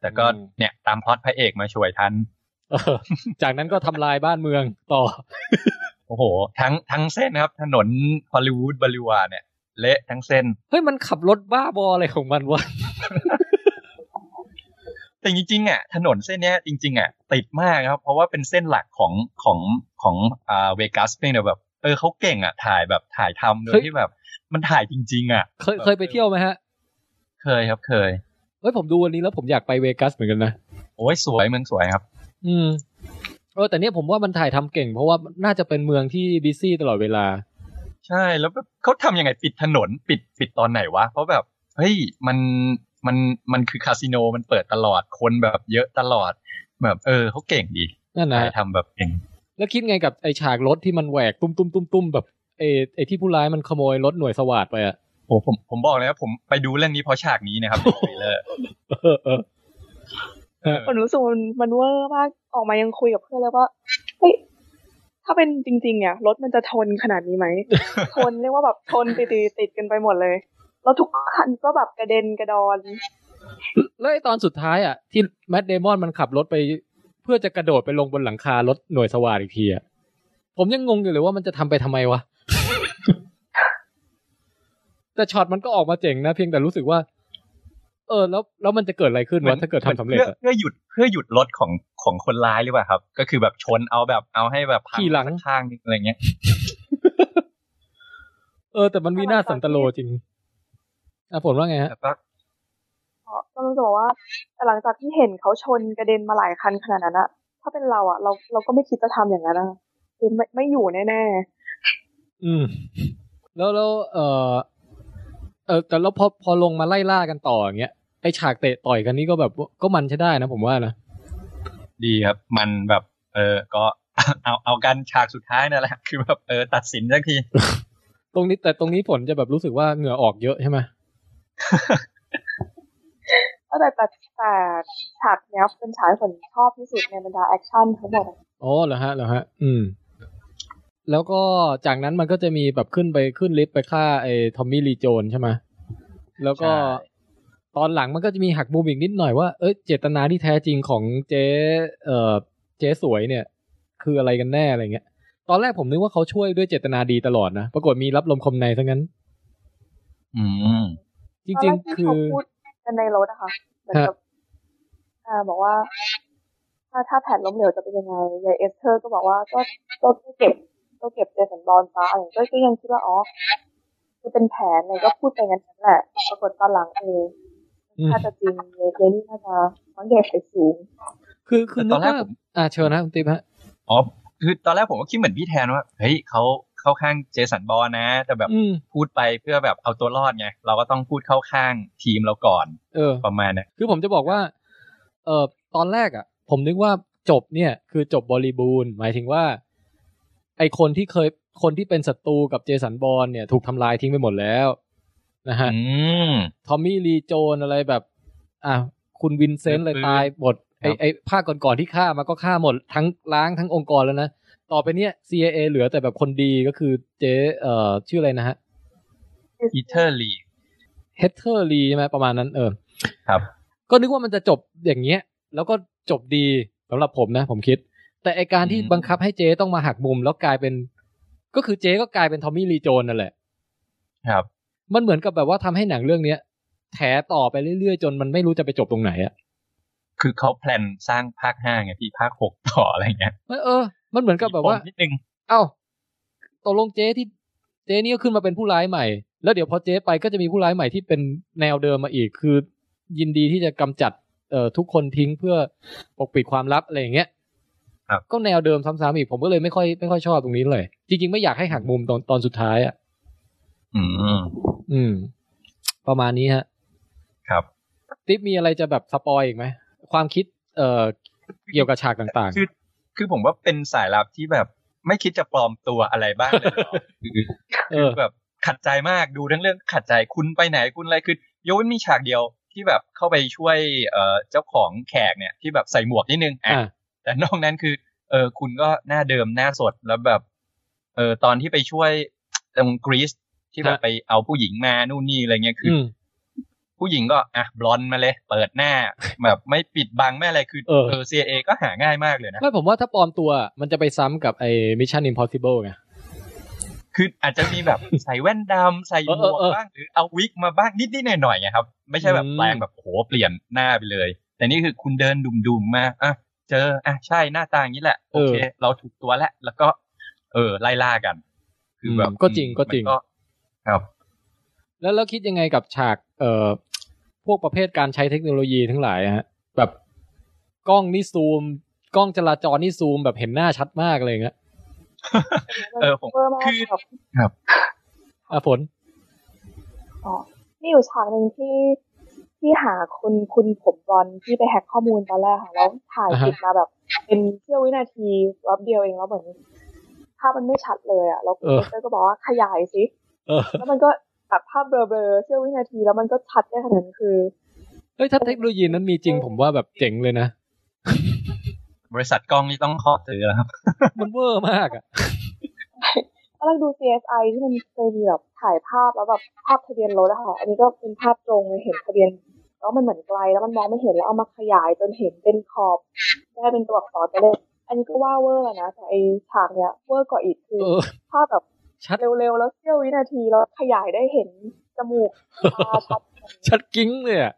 E: แต่ก็
A: อืม
E: เนี่ยตามพล็อตพระเอกมาช่วยทัน
A: เออจากนั้นก็ทำลายบ้านเมืองต่อ
E: โอ้โห ทั้งทั้งเส้นนะครับ ถนนฮอลลีวูดบริวารเนี่ย เละทั้งเส้น
A: [laughs] เฮ้ย มันขับรถบ้าบออะไรของมันวะ
E: แต่จริงๆอ่ะถนนเส้นเนี้ยจริงๆอ่ะติดมากครับ เพราะว่าเป็นเส้นหลักของของของอ่าเวกัสเพียงแต่แบบเออเขาเก่งอ่ะถ่ายแบบถ่ายทำโดย
A: เฮ้ย
E: ที่แบบมันถ่ายจริง ๆ อ่ะ
A: เคยเคยไปเที่ยวไหมฮะ
E: เคยครับเคย
A: เฮ้ย ผมดูวันนี้แล้วผมอยากไปเวกัสเหมือนกันนะ
E: โอ้ยสวยเมืองสวยครับ
A: อืม เออ แต่เนี่ยผมว่ามันถ่ายทำเก่ง เพราะว่าน่าจะเป็นเมืองที่บิซี่ตลอดเวลา
E: ใช่แล้วแบบเขาทำยังไงปิดถนนปิดปิดตอนไหนวะ เพราะแบบเฮ้ยมันมันมันคือคาสิโนมันเปิดตลอดคนแบบเยอะตลอด แบบเออเขาเก่งดี
A: นั่นนะ
E: ถ่ายทำแบบเก่ง
A: แล้วคิดไงกับไอ้ฉากรถที่มันแหวกตุ้มตุ้มตุ้มตุ้มๆๆๆแบบไอ้ไอ้ที่ผู้ร้ายมันขโมยรถหน่วยสวาดไปอะ
E: โอ้ผมผมบอกเลยว่าผมไปดูเรื่องนี้เพราะฉากนี้
A: [laughs]
E: นะครับในเทรลเลอร์
A: เออเออ
C: มันรู้สึกมันมันเวอร์มากออกมายังคุยกับเพื่อนเลยว่าเฮ้ยถ้าเป็นจริง ๆ เนี่ยรถมันจะทนขนาด [laughs] นี้ไหม ทนเรียกว่าแบบทนติดๆติดกันไปหมดเลย แล้วทุกคันก็แบบกระเด็นกระดอน
A: แล้วไอตอนสุดท้ายอ่ะ ที่แมดเดมอนมันขับรถไป เพื่อจะกระโดดไปลงบนหลังคารถหน่วยสวาดอีกทีอ่ะผมยังงงอยู่เลยว่ามันจะทำไปทำไมวะ [laughs] แต่ช็อตมันก็ออกมาเจ๋งนะ เพียงแต่รู้สึกว่า เออ แล้วแล้วมันจะเกิดอะไรขึ้น
E: เหมือ
A: วะ
E: น
A: ถ้าเกิดทำสำเร็จ
E: เพื่อ
A: อะ
E: เพื่อหยุดเพื่อหยุดรถของของคนร้ายหรือเปล่าครับ ก็คือแบบชนเอาแบบเอาให้แบบพั
A: ขี่หลัง
E: สักข้างนึงอะไรเงี้ย
A: เออแต่มันมีหน้าสันตโลจริงอ่ะผมว่าไงฮะ
E: แล้วก็
C: ก็รู้สึกว่าแต่หลังจากที่เห็นเขาชนกระเด็นมาหลายคันขนาดนั้นอะถ้าเป็นเราอะเราเราก็ไม่คิดจะทำอย่างนั้นอะคือไม่ไม่อยู่แน่
A: อืม แล้วแล้วเออเออแต่แล้วพอพอลงมาไล่ล่ากันต่ออย่างเงี้ยไอ ไอฉากเตะต่อยกันนี่ก็แบบก็มันใช้ได้นะผมว่านะ
E: ดีครับ มันแบบ เออก็ [laughs] เอาเอากันฉากสุดท้ายนั่นแหละ คือแบบเออตัดสินสักที
A: ตรงนี้แต่ตรงนี้ผลจะแบบรู้สึกว่าเหงื่อออกเยอะใช่ไหม
C: ก็แต่แต่แต่ฉากเนี้ยเป็นฉากที่ผมชอบที่สุดในบรรดาแอคชั่นทั้งหมดอะ
A: อ๋อเหรอฮะเหรอฮะ อืม แล้วก็จากนั้นมันก็จะมีแบบขึ้นไปขึ้นลิฟต์ไปฆ่าไอ้ทอมมี่ลีโจนใช่ไหมแล้วก็
E: ใช่
A: ตอนหลังมันก็จะมีหักมุมอีกนิดหน่อยว่าเอ้ยเจตนาที่แท้จริงของเจ๊เอ่อเจ๊สวยเนี่ย คืออะไรกันแน่อะไรเงี้ย ตอนแรกผมนึกว่าเขาช่วยด้วยเจตนาดีตลอดนะปรากฏมีรับลมคมในซะงั้น
E: อืม
A: จริง
C: ตนแก
A: ๆ
C: ที่
A: คือ
C: เขาพูดกันในรถนะคะเหมือนกับอ่าบอกว่า ถ้าถ้าแผนล้มเหลวจะเป็นยังไงยายเอสเธอร์ก็บอกว่าก็ก็ก็เก็บก็เก็บเจสันบอลซะอะไรอย่างเงี้ยก็ก็ยังคิดว่าอ๋อคือเป็นแผนเลยก็พูดไปงั้นแหละปรากฏตอนหลังเอง
A: อืม
C: ถ้าจะจริงเยเยนี่น่าจะน้องใหญ่ใส่สูง
A: คือคือนึก
E: แต่ตอนแรก
A: ว่า
E: ผม
A: อ่าเชิญนะคุณติ๊บฮะ
E: อ๋อคือตอนแรกผมก็คิดเหมือนพี่แทนว่า เฮ้ยเขาเข้าข้างเจสันบอลนะ แต่แบบ
A: อืม
E: พูดไปเพื่อแบบเอาตัวรอดไง เราก็ต้องพูดเข้าข้างทีมเราก่อน
A: เออ
E: ประมาณเนี้ย
A: คือผมจะบอกว่า เอ่อ ตอนแรกอะ่ะ ผมนึกว่าจบเนี่ย คือจบบริบูรณ์ หมายถึงว่า ไอคนที่เคย คนที่เป็นศัตรูกับเจสันบอลเนี่ย ถูกทำลายทิ้งไปหมดแล้วนะฮะ
E: อืม
A: ทอมมี่ลีโจนอะไรแบบ อ่ะคุณวินเซนต์เลย
E: เออ
A: ตายหมด ไอ
E: ครับ
A: ไอภาคก่อนๆที่ฆ่ามาก็ฆ่าหมด ทั้งล้างทั้งองค์กรแล้วนะ ต่อไปเนี่ย CIA เหลือแต่แบบคนดีก็คือเจเอ่อ ชื่ออะไรนะฮะ
E: อีเทอร์ลี
A: เฮเทอร์ลีใช่ไหมประมาณนั้นเออ
E: ครับ
A: ก็นึกว่ามันจะจบอย่างเงี้ย แล้วก็จบดีสำหรับผมนะ ผมคิด แต่ไอการที่
E: อืม
A: บังคับให้เจต้องมาหักมุมแล้วกลายเป็น ก็คือเจก็กลายเป็นทอมมี่ลีโจนนั่นแหละ
E: ครับ
A: มันเหมือนกับแบบว่าทำให้หนังเรื่องเนี้ยแถต่อไปเรื่อยๆ จนมันไม่รู้จะไปจบตรงไหนอะ
E: คือเขาแพลนสร้างภาคห้าไงพี่ภาคหก [laughs] ต่ออะไรเงี้ย
A: เออเออ มันเหมือนกับแบบว่า
E: มีปมนิดนึง
A: เอ้าตกลงเจที่เจนี่ก็ขึ้นมาเป็นผู้ร้ายใหม่ แล้วเดี๋ยวพอเจไปก็จะมีผู้ร้ายใหม่ที่เป็นแนวเดิมมาอีก คือ ยินดีที่จะกำจัดเอ่อทุกคนทิ้งเพื่อปกปิดความลับอะไรอย่างเงี้ย
E: ครับ
A: ก็แนวเดิมซ้ำๆอีกผมก็เลยไม่ค่อยไม่ค่อยชอบตรงนี้เลย จริงๆไม่อยากให้หักมุมตอนตอนสุดท้ายอ่ะ
E: อืม
A: อืม ประมาณนี้ฮะ
E: ครับ
A: ติ๊บมีอะไรจะแบบสปอยอีกไหมความคิด เอ่อเกี่ยวกับฉากต่าง
E: คือคือผมว่าเป็นสายลับที่แบบไม่คิดจะปลอมตัวอะไรบ้างเลยเหรอ คือ
A: ๆ เออ
E: แบบขัดใจมากดูทั้งเรื่องขัดใจคุณไปไหนคุณอะไรคือยกเว้นมีฉากเดียวที่แบบเข้าไปช่วยเอ่อเจ้าของแขกเนี่ยที่แบบใส่หมวกนิดนึงอ่ะ
A: อ่ะ
E: แต่นอกนั้นคือ เออคุณก็หน้าเดิมหน้าสดแล้วแบบเออตอนที่ไปช่วยตรงกรีซที่แบบ
A: ฮะ
E: ไปเอาผู้หญิงมานู่นนี่อะไรเงี้ยคือ
A: อื
E: อ
A: ม
E: ผู้หญิงก็อ่ะบลอนด์มาเลย เปิดหน้า แบบไม่ปิดบังไม่อะไรคือ
A: เออ
E: เออ CIA ก็หาง่ายมากเลยนะ
A: ไม่ผมว่าถ้าปลอมตัวมันจะไปซ้ำกับไอ้ Mission Impossible ไง
E: คืออาจจะมีแบบ ใส่แว่นดำใส่หมวก
A: เออเออเออ
E: บ้างหรือเอาวิกมาบ้างนิดนิดหน่อยหน่อยๆไงครับ ไม่ใช่แบบ
A: อืม
E: แปลงแบบโอ้โหเปลี่ยนหน้าไปเลย แต่นี่คือคุณเดินดุมๆมาอ่ะเจออ่ะใช่หน้าตาอย่างนี้แหละ โอเค เราถูกตัวแล้วแล้วก็ เออ ไล่ล่ากัน คือแบบ
A: ก็จริงก็จริง
E: มันครับ
A: แล้วแล้วคิดยังไงกับฉากเอ่อพวกประเภทการใช้เทคโนโลยีทั้งหลายอะฮะแบบกล้องนี่ซูม กล้องจราจรนี่ซูมแบบเห็นหน้าชัดมากอะไรอย่างเงี้ย
E: เออผม
C: เวอร์มาก
E: คือ
C: แบบ
A: อ่ะผล
C: อ๋อมีอยู่ฉากหนึ่งที่ที่หาคุณคุณผมบอลที่ไปแฮกข้อมูลตอนแรกค่ะแล้วถ่าย
A: อ่าฮะ
C: ติดมาแบบ เป็นเสี้ยววินาทีแป๊บเดียวเองแล้วเหมือนภาพมันไม่ชัดเลยอ่ะแล้วคุณเตอร์ก็บอกว่าขยายสิ
A: เออ
C: แล้วมันก็ตัดภาพเบลอๆเสี้ยววินาทีแล้วมันก็ชัดได้ขนาดนั้นคือ
A: เฮ้ยถ้าเทคโนโลยีนั้นมีจริงผมว่าแบบเจ๋งเลยนะ
E: บริษัทกล้องนี่ต้องเคาะถือแล้วครับ
A: มันเวอร์มากอ่ะ
C: ตอนแรกดู CSI ที่มันเคยมีแบบถ่ายภาพแล้วแบบภาพทะเบียนรถอะค่ะอันนี้ก็เป็นภาพตรงเลยเห็นทะเบียนแล้วมันเหมือนไกลแล้วมันมองไม่เห็นแล้วเอามาขยายจนเห็นเป็นขอบได้เป็นตัวอักษรไปเลย อันนี้ก็ว่าเวอร์นะแต่ไอฉากเนี้ยเวอร์กว่าอีกคือ
A: เออ
C: ภาพแบบ
A: ชัด
C: เร็วๆแล้วเสี้ยววินาทีแล้วขยายได้เห็นจมูกตา
A: [laughs]
C: ชัด
A: ชัดกิ้งเลยอะ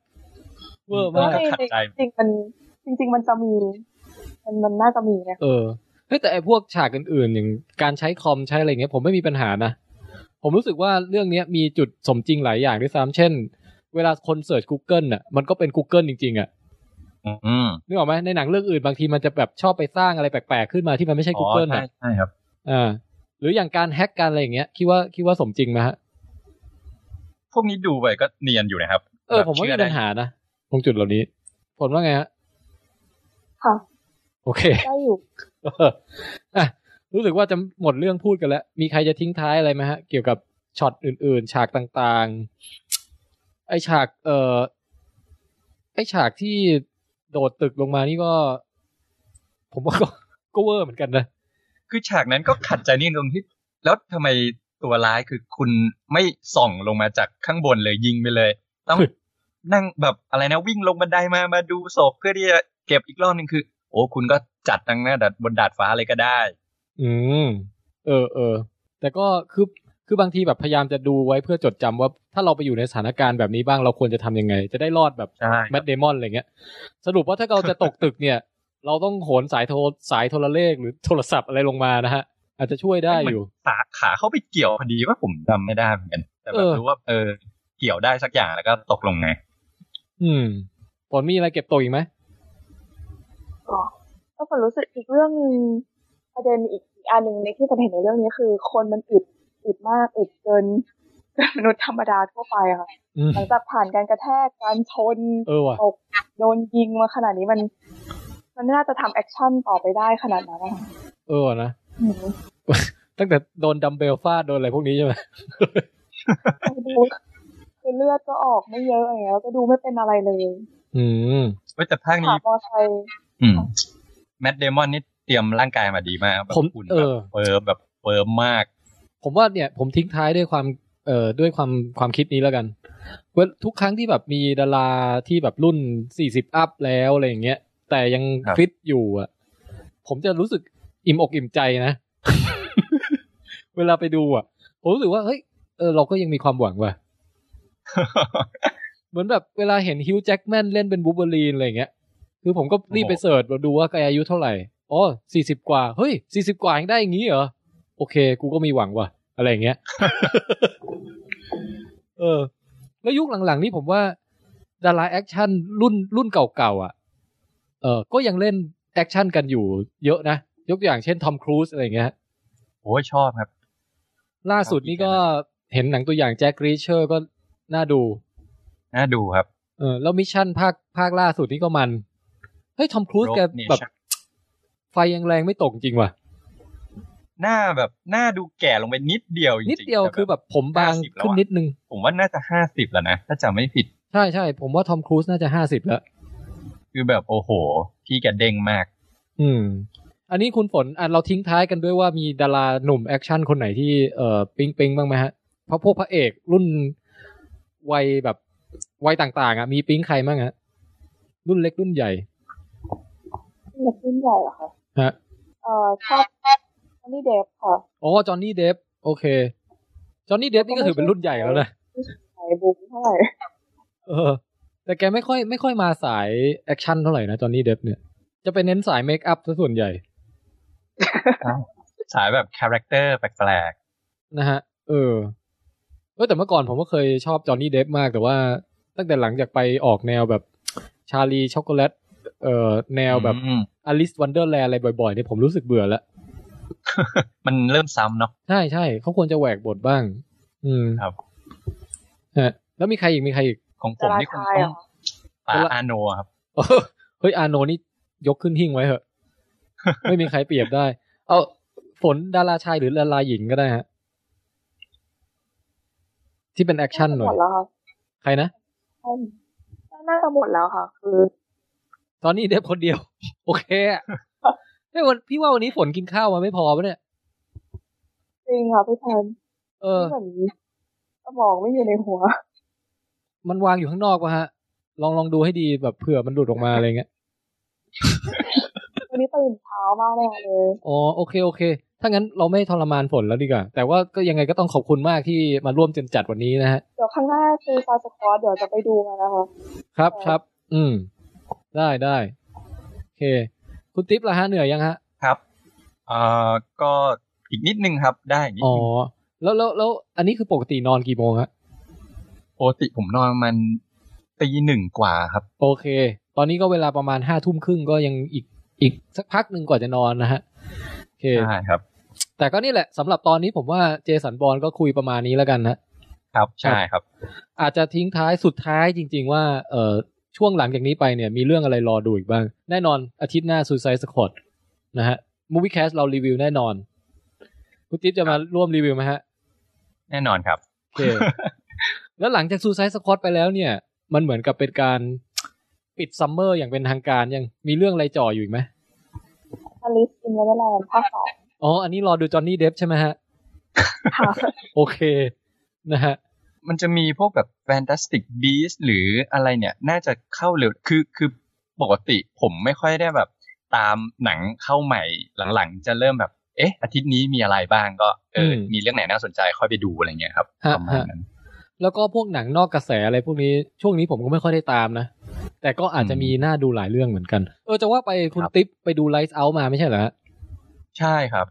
A: เวอร์
C: แล้ว
A: มาก
C: ในในจริงๆมันจริง ๆ มันจะมี มันมันน่าจะมีนะ
A: เออเฮ้ยแต่ไอ้พวกฉากอื่นๆ อย่างการใช้คอมใช้อะไรเงี้ยผมไม่มีปัญหานะ ผมรู้สึกว่าเรื่องเนี้ยมีจุดสมจริงหลายอย่างด้วยซ้ำเช่น เวลาคนเสิร์ช Google น่ะมันก็เป็น Google จริงๆอ่ะ
E: อืม
A: นึกออกไหมในหนังเรื่องอื่นบางทีมันจะแบบชอบไปสร้างอะไรแปลกๆ ขึ้นมาที่มันไม่ใช่
E: อ๋อ
A: Google
E: ใช่
A: อ่ะ
E: ใช่ครับ
A: อ่าหรืออย่างการแฮกการอะไรอย่างเงี้ยคิดว่าคิดว่าสมจริงไหมฮะ
E: พวกนี้ดูไปก็เนียนอยู่นะครับ
A: เออ
E: แบบ
A: ผมไม่
E: เชื่
A: มี
E: ด้
A: ปัญหานะ ตรงจุดเหล่านี้ ผลว่าไงฮะ
C: ค่ะ
A: โอเค [laughs]
C: ได้อยู่
A: อ่ะรู้สึกว่าจะหมดเรื่องพูดกันแล้ว มีใครจะทิ้งท้ายอะไรไหมฮะ เกี่ยวกับช็อตอื่นๆ ฉากต่างๆ ไอฉาก เอ่อ ไอฉากที่โดดตึกลงมานี่ก็ ผมว่าก็ [laughs] ก็เวอร์เหมือนกันนะ
E: คือฉากนั้นก็ขัดใจนิดนึงที่ แล้วทำไมตัวร้ายคือคุณไม่ส่องลงมาจากข้างบนเลยยิงไปเลย
A: [laughs]
E: ต้อง นั่งแบบอะไรนะวิ่งลงบันไดมามาดูศพเพื่อที่จะเก็บอีกรอบหนึ่งคือ โอ้คุณก็จัดตั้งหน้าดัดบนดาดฟ้าเลยก็ได้
A: อืม เออเออ แต่ก็คือ คือบางทีแบบพยายามจะดูไว้เพื่อจดจำว่า ถ้าเราไปอยู่ในสถานการณ์แบบนี้บ้างเราควรจะทำยังไง จะได้รอดแบบ
E: ใช่
A: แมดเดมอนอะไรเงี้ย สรุปว่าถ้าเราจะตกตึกเนี่ย [laughs] เราต้องโหนสายโทรสายโทรเลขหรือโทรศัพท์อะไรลงมานะฮะ อาจจะช่วยได้อยู่
E: ขาขาเข้าไปเกี่ยวพอดีว่าผมจำไม่ได้เหมือนกัน แต่แบ
A: เอบ อ
E: รู้ว่าเออเกี่ยวได้สักอย่างแล้วก็ตกลงไง
A: อืมผลมีอะไรเก็บตัวอีกไหม
C: ก็ก็ฝนรู้สึกอีกเรื่องหนึ่งประเด็นอีกอีกอันหนึ่งในที่ฝนเห็นในเรื่องนี้คือ คนมันอึดอึดมากอึดเกิน [laughs] เกินมนุษย์ธรรมดาทั่วไปอะค่ะ
A: อืม
C: หลังจากผ่านการกระแทกการชน
A: เออว่ะ
C: ตกโดนยิงมาขนาดนี้มัน มันไม่น่าจะทำแอคชั่นต่อไปได้ขนาดนั้นอะค่ะ
A: เออว่ะนะ
C: อืม
A: ตั้งแต่โดนดัมเบลฟาดโดนอะไรพวกนี้ใช่ไหม
C: ดูคือเลือดก็ออกไม่เยอะอะไรเงี้ยแล้วก็ดูไม่เป็นอะไรเลย
A: อืม
E: เว้ยแต่ภาค
C: ขา
E: นี้
C: มอไซค์
E: อืมแมดเดมอนนี่เตรียมร่างกายมาดีมากแบบ
A: ผม
E: หุ่น
A: เอ
E: แบบ
A: อ
E: เฟิร์มแบบเฟิร์มมาก [laughs]
A: ผมว่าเนี่ยผมทิ้งท้ายด้วยความเอ่อด้วยความความคิดนี้แล้วกันว่าทุกครั้งที่แบบมีดาราที่แบบรุ่นสี่สิบอัพแล้วอะไรอย่างเงี้ย แต่ยัง
E: ครับ
A: ฟิตอยู่อ่ะ ผมจะรู้สึกอิ่มอกอิ่มใจนะ [laughs] เวลาไปดูอ่ะ ผมรู้สึกว่าเฮ้ยเออเราก็ยังมีความหวังว่ะ เหมือนแบบเวลาเห็นฮิวจ์แจ็คแมนเล่นเป็นบูเบอรีนอะไรอย่างเงี้ย คือผมก็รีบไปเสิร์ชมาดูว่าแกอายุเท่าไหร่อ๋อสี่สิบกว่า เฮ้ยสี่สิบกว่ายังได้อย่างนี้เหรอ โอเค กูก็มีหวังว่ะ อะไรอย่างเงี้ [laughs] ย เออ แล้วยุคหลังๆนี่ผมว่า ดาราแอคชั่นรุ่นรุ่นเก่าๆอ่ะ เออก็ยังเล่นแอคชั่นกันอยู่เยอะนะ ยกตัวอย่างเช่นทอมครูซอะไรอย่างเงี้ย
E: โอ้ยชอบครับ
A: ล่าสุดนี่ก็เห็นหนังตัวอย่างแจ็ครีเชอร์ก็น่าดู
E: น่าดูครับ
A: เออแล้วมิชชั่นภาคภาคล่าสุดนี่ก็มัน เฮ้ย ทอมครูซ
E: Rogue
A: แกแบบ
E: Nation
A: ไฟยังแรงไม่ตกจริงว่ะ
E: หน้าแบบหน้าดูแก่ลงไปนิดเดียวจริงๆ
A: นิดเดียว
E: แต่
A: คือแบบผมบาง
E: 50แล้วอะ
A: ขึ้นนิดนึง
E: ผมว่าน่าจะห้าสิบแล้วนะ ถ้าจำไม่ผิด
A: ใช่ใช่ผมว่าทอมครูซน่าจะห้าสิบแล้ว
E: คือแบบโอ้โห พี่แกเด้งมาก
A: อืม อันนี้คุณฝนอ่ะเราทิ้งท้ายกันด้วยว่ามีดาราหนุ่มแอคชั่นคนไหนที่เอ่อปิงปิงบ้างไหมฮะ เพราะพวกพระเอกรุ่นวัยแบบวัยต่าง ๆ อ่ะ มีปิงใครบ้างฮะ รุ่นเล็กรุ่นใหญ่
C: ที่มันขึ้นใหญ่เหรอคะ
A: ฮะ
C: เอ่อชอบอันนี้เดฟค่ะ
A: อ๋อ จอห์นนี่เดฟ โอเค จอห์นนี่เดฟนี่ก็ถือเป็นรุ่นใหญ่แล้วนะ
C: ไหนบูมเท่าไหร่
A: เออ แต่แกไม่ค่อยไม่ค่อยมาสายแอคชั่นเท่าไหร่นะจอห์นนี่เดฟเนี่ย จะไปเน้นสายเมคอัพซะส่วนใหญ่
E: สายแบบคาแรคเตอร์แปลก
A: นะฮะ เออเออแต่เมื่อก่อนผมก็เคยชอบจอห์นนี่เดฟมากแต่ว่าตั้งแต่หลังจากไปออกแนวแบบชาลีช็อกโกแลตเอ่อแน
E: ๆ
A: วแบบ
E: อืม
A: อลิสวันเดอร์แลอะไรบ่อยๆเนี่ยผมรู้สึกเบื่อแล้ว
E: มันเริ่มซ้ำเนาะ
A: ใช่ใช่เขาควรจะแหวกบทบ้าง อืม
E: ครับ
A: ฮะแล้วมีใครอีกมีใครอีก
E: ของผมนี่คงต้อง
A: ดา
E: ปา
A: ราชายเหรอ
E: อาโนครับ
A: เออ [laughs] เฮ้ยอาโนนี่ยกขึ้นหิ้งไว้เหอะ ไม่มีใครเปรียบได้ เอาฝนดาราชายหรือดาราหญิงก็ได้ฮะ ที่เป็นแอคชั่นหน่อย
C: มดแล้วค่ะ
A: ใครนะ
C: ใช่น่าจะหมดแล้วค่ะ คือ
A: ตอนนี้เดฟคนเดียว [laughs] โอเคอะเฮ้ยวันพี่ว่าวันนี้ฝนกินข้าวมาไม่พอปะเนี่ย
C: จริงค่ะพี่แทน
A: เออ
C: ที่เหมือนสมองไม่อยู่ในหัว
A: มันวางอยู่ข้างนอกปะฮะ ลองลองดูให้ดีแบบเผื่อมันหลุดออกมาอะไรเงี้ย
C: วันนี้ตื่นเช้ามากแน่เลย
A: อ๋อโอเคโอเค ถ้างั้นเราไม่ทรมานฝนแล้วดีกว่า แต่ว่าก็ยังไงก็ต้องขอบคุณมากที่มาร่วมจนจัดวันนี้นะฮะ
C: เดี๋ยวข้างหน้าคือฟาสคอร์เดี๋ยวจะไปดูมานะคะ
A: ครับ
C: เออ
A: ครับ อืม ได้ได้โอเค คุณติ๊บละฮะเหนื่อยยังฮะ
E: ครับเอ่อก็อีกนิดนึงครับ ได้อีกนิด
A: อ๋อ
E: นึง
A: แล้วแล้วแล้วอันนี้คือปกตินอนกี่โมงฮะ
E: ปกติผมนอนมันตีหนึ่งกว่าครับ
A: โอเค ตอนนี้ก็เวลาประมาณห้าทุ่มครึ่งก็ยังอีกอีกสักพักหนึ่งกว่าจะนอนนะฮะ โอเค
E: ใช่ครับ
A: แต่ก็นี่แหละสำหรับตอนนี้ผมว่าเจสันบอลก็คุยประมาณนี้แล้วกันนะ
E: ครับใช่ครับ
A: อาจจะทิ้งท้ายสุดท้ายจริง ๆ ว่าเออ ช่วงหลังจากนี้ไปเนี่ยมีเรื่องอะไรรอดูอีกบ้าง แน่นอนอาทิตย์หน้า Suicide Squad นะฮะ Movie Cast เรารีวิวแน่นอนคุณติ๊บจะมาร่วมรีวิวไหมฮะ
E: แน่นอนครับ
A: โอเค แล้วหลังจากซูไซสควอตไปแล้วเนี่ย มันเหมือนกับเป็นการปิดซัมเมอร์อย่างเป็นทางการยังมีเรื่องอะไรจ่ออยู่อีกไหม
C: อลิสอินเวเดอร์แลนด์ภาคสอง
A: อ๋อ อันนี้รอดูจอห์นนี่เดฟใช่ไหมฮะ
C: ค่ะ
A: โอเค นะฮะ
E: มันจะมีพวกแบบ Fantastic Beasts หรืออะไรเนี่ย น่าจะเข้าเร็ว คือคือปกติผมไม่ค่อยได้แบบ ตามหนังเข้าใหม่หลังๆ จะเริ่มแบบ เอ๊ะ อาทิตย์นี้มีอะไรบ้างก็เอออ
A: ม
E: มีเรื่องไหนน่าสนใจค่อยไปดูอะไรเงี้ยครับ
A: ฮะ
E: ประมาณนั้น
A: แล้วก็พวกหนังนอกกระแสอะไรพวกนี้ช่วงนี้ผมก็ไม่ค่อยได้ตามนะ แต่ก็อาจจะมีหน้าดูหลายเรื่องเหมือนกัน เออจะว่าไปคุณ
E: ครับ
A: ติ๊บไปดูไลท์เอามาไม่ใช่เหรอฮะ
E: ใช่ครับ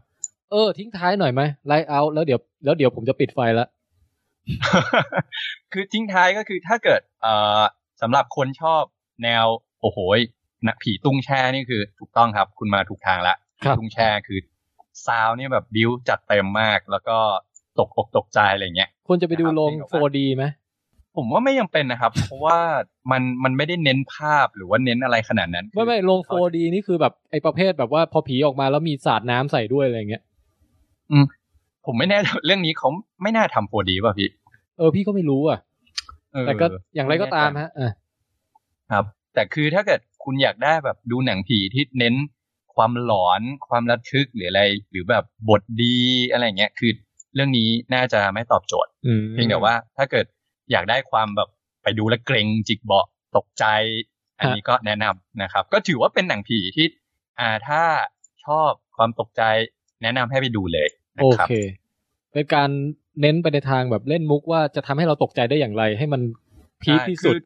A: เออทิ้งท้ายหน่อยไหมไลท์เอาแล้วเดี๋ยวแล้วเดี๋ยวผมจะปิดไฟละ
E: [laughs] คือทิ้งท้ายก็คือถ้าเกิดเอ่อสำหรับคนชอบแนว โอ้โหยหนักผีตุ้งแช่นี่คือถูกต้องครับ คุณมาถูกทางละ
A: ครับ
E: ตุ้งแช่คือซาวนี่แบบบิวจัดเต็มมาก แล้วก็ตกอกตกใจอะไรเงี้ย
A: ควรจะไปดู
E: ครับ
A: ลง
E: จริงเหรอวะ
A: 4D ไหม
E: ผมว่าไม่ยังเป็นนะครับ เพราะว่ามันมันไม่ได้เน้นภาพหรือว่าเน้นอะไรขนาดนั้น
A: ไม่ไม่ลง
E: เขา
A: 4D นี่คือแบบไอ้ประเภทแบบว่าพอผีออกมาแล้วมีสาดน้ำใส่ด้วยอะไรอย่างเงี้ย
E: ผมไม่แน่ใจเรื่องนี้เขาไม่น่าทำโฟดีป่ะพี่
A: เออพี่ก็ไม่รู้อ่ะ
E: เออ
A: แต่ก็อย่างไรก็ตามฮะอ่ะ
E: ครับแต่คือถ้าเกิดคุณอยากได้แบบดูหนังผีที่เน้นความหลอนความระทึกหรืออะไร หรือแบบบทดีอะไรอย่างเงี้ยคือเรื่องนี้น่าจะไม่ตอบโจทย์
A: อืม
E: เพียงแต่ว่าถ้าเกิดอยากได้ความแบบไปดูแลวเกรงจิกเบาะตกใจ อันนี้ก็แนะนำนะครับ ก็ถือว่าเป็นหนังผีที่อ่าถ้าชอบความตกใจแนะนำให้ไปดูเลยนะ
A: โอ
E: ครับ
A: เค เป็นการเน้นไปในทางแบบเล่นมุกว่าจะทำให้เราตกใจได้อย่างไร ให้มันพีค
E: ใช่
A: ที่สุด
E: คือ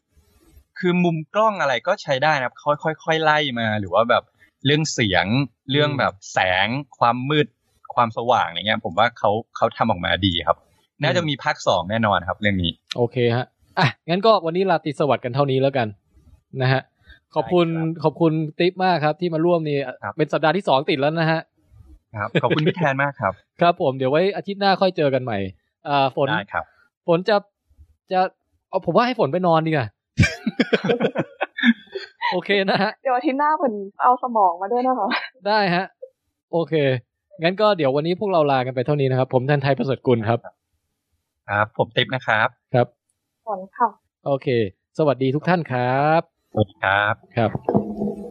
E: คือมุมกล้องอะไรก็ใช้ได้นะครับค่อยๆค่อยๆไล่มาหรือว่าแบบเรื่องเสียงเรื่องแบบแสง ความมืด ความสว่างอะไรเงี้ย ผมว่าเขาเขาทำออกมาดีครับ น่าจะมีภาคสองแน่นอนครับ เรื่องนี้
A: โอเคฮะ อ่ะ งั้นก็วันนี้ลาติสวัสดิ์กันเท่านี้แล้วกัน นะฮะ ขอบคุณ
E: ใช่ครับ
A: ขอบคุณติ๊บมากครับ ที่มาร่วมนี่
E: ครับ
A: เป็นสัปดาห์ที่สองติดแล้วนะฮะ
E: ครับขอบคุณพี่แทนมากครับ
A: ครับผมเดี๋ยวไว้อาทิตย์หน้าค่อยเจอกันใหม่อ่าฝน
E: ได้ครับ
A: ฝนจะจะเอาผมว่าให้ฝนไปนอนดีกว่า โอเคนะฮะ
C: เดี๋ยวอาทิตย์หน้าผมเอาสมองมาด้วยนะคะ
A: ได้ฮะ โอเค งั้นก็เดี๋ยววันนี้พวกเราลากันไปเท่านี้นะครับ ผมแทันไทยประเสริฐกุลครับ
E: ครับ ผมติ๊บนะครับ
A: ครับ
C: ฝนค่ะ
A: โอเค สวัสดีทุกท่านครับ
E: สวัสดีครับ
A: ครับ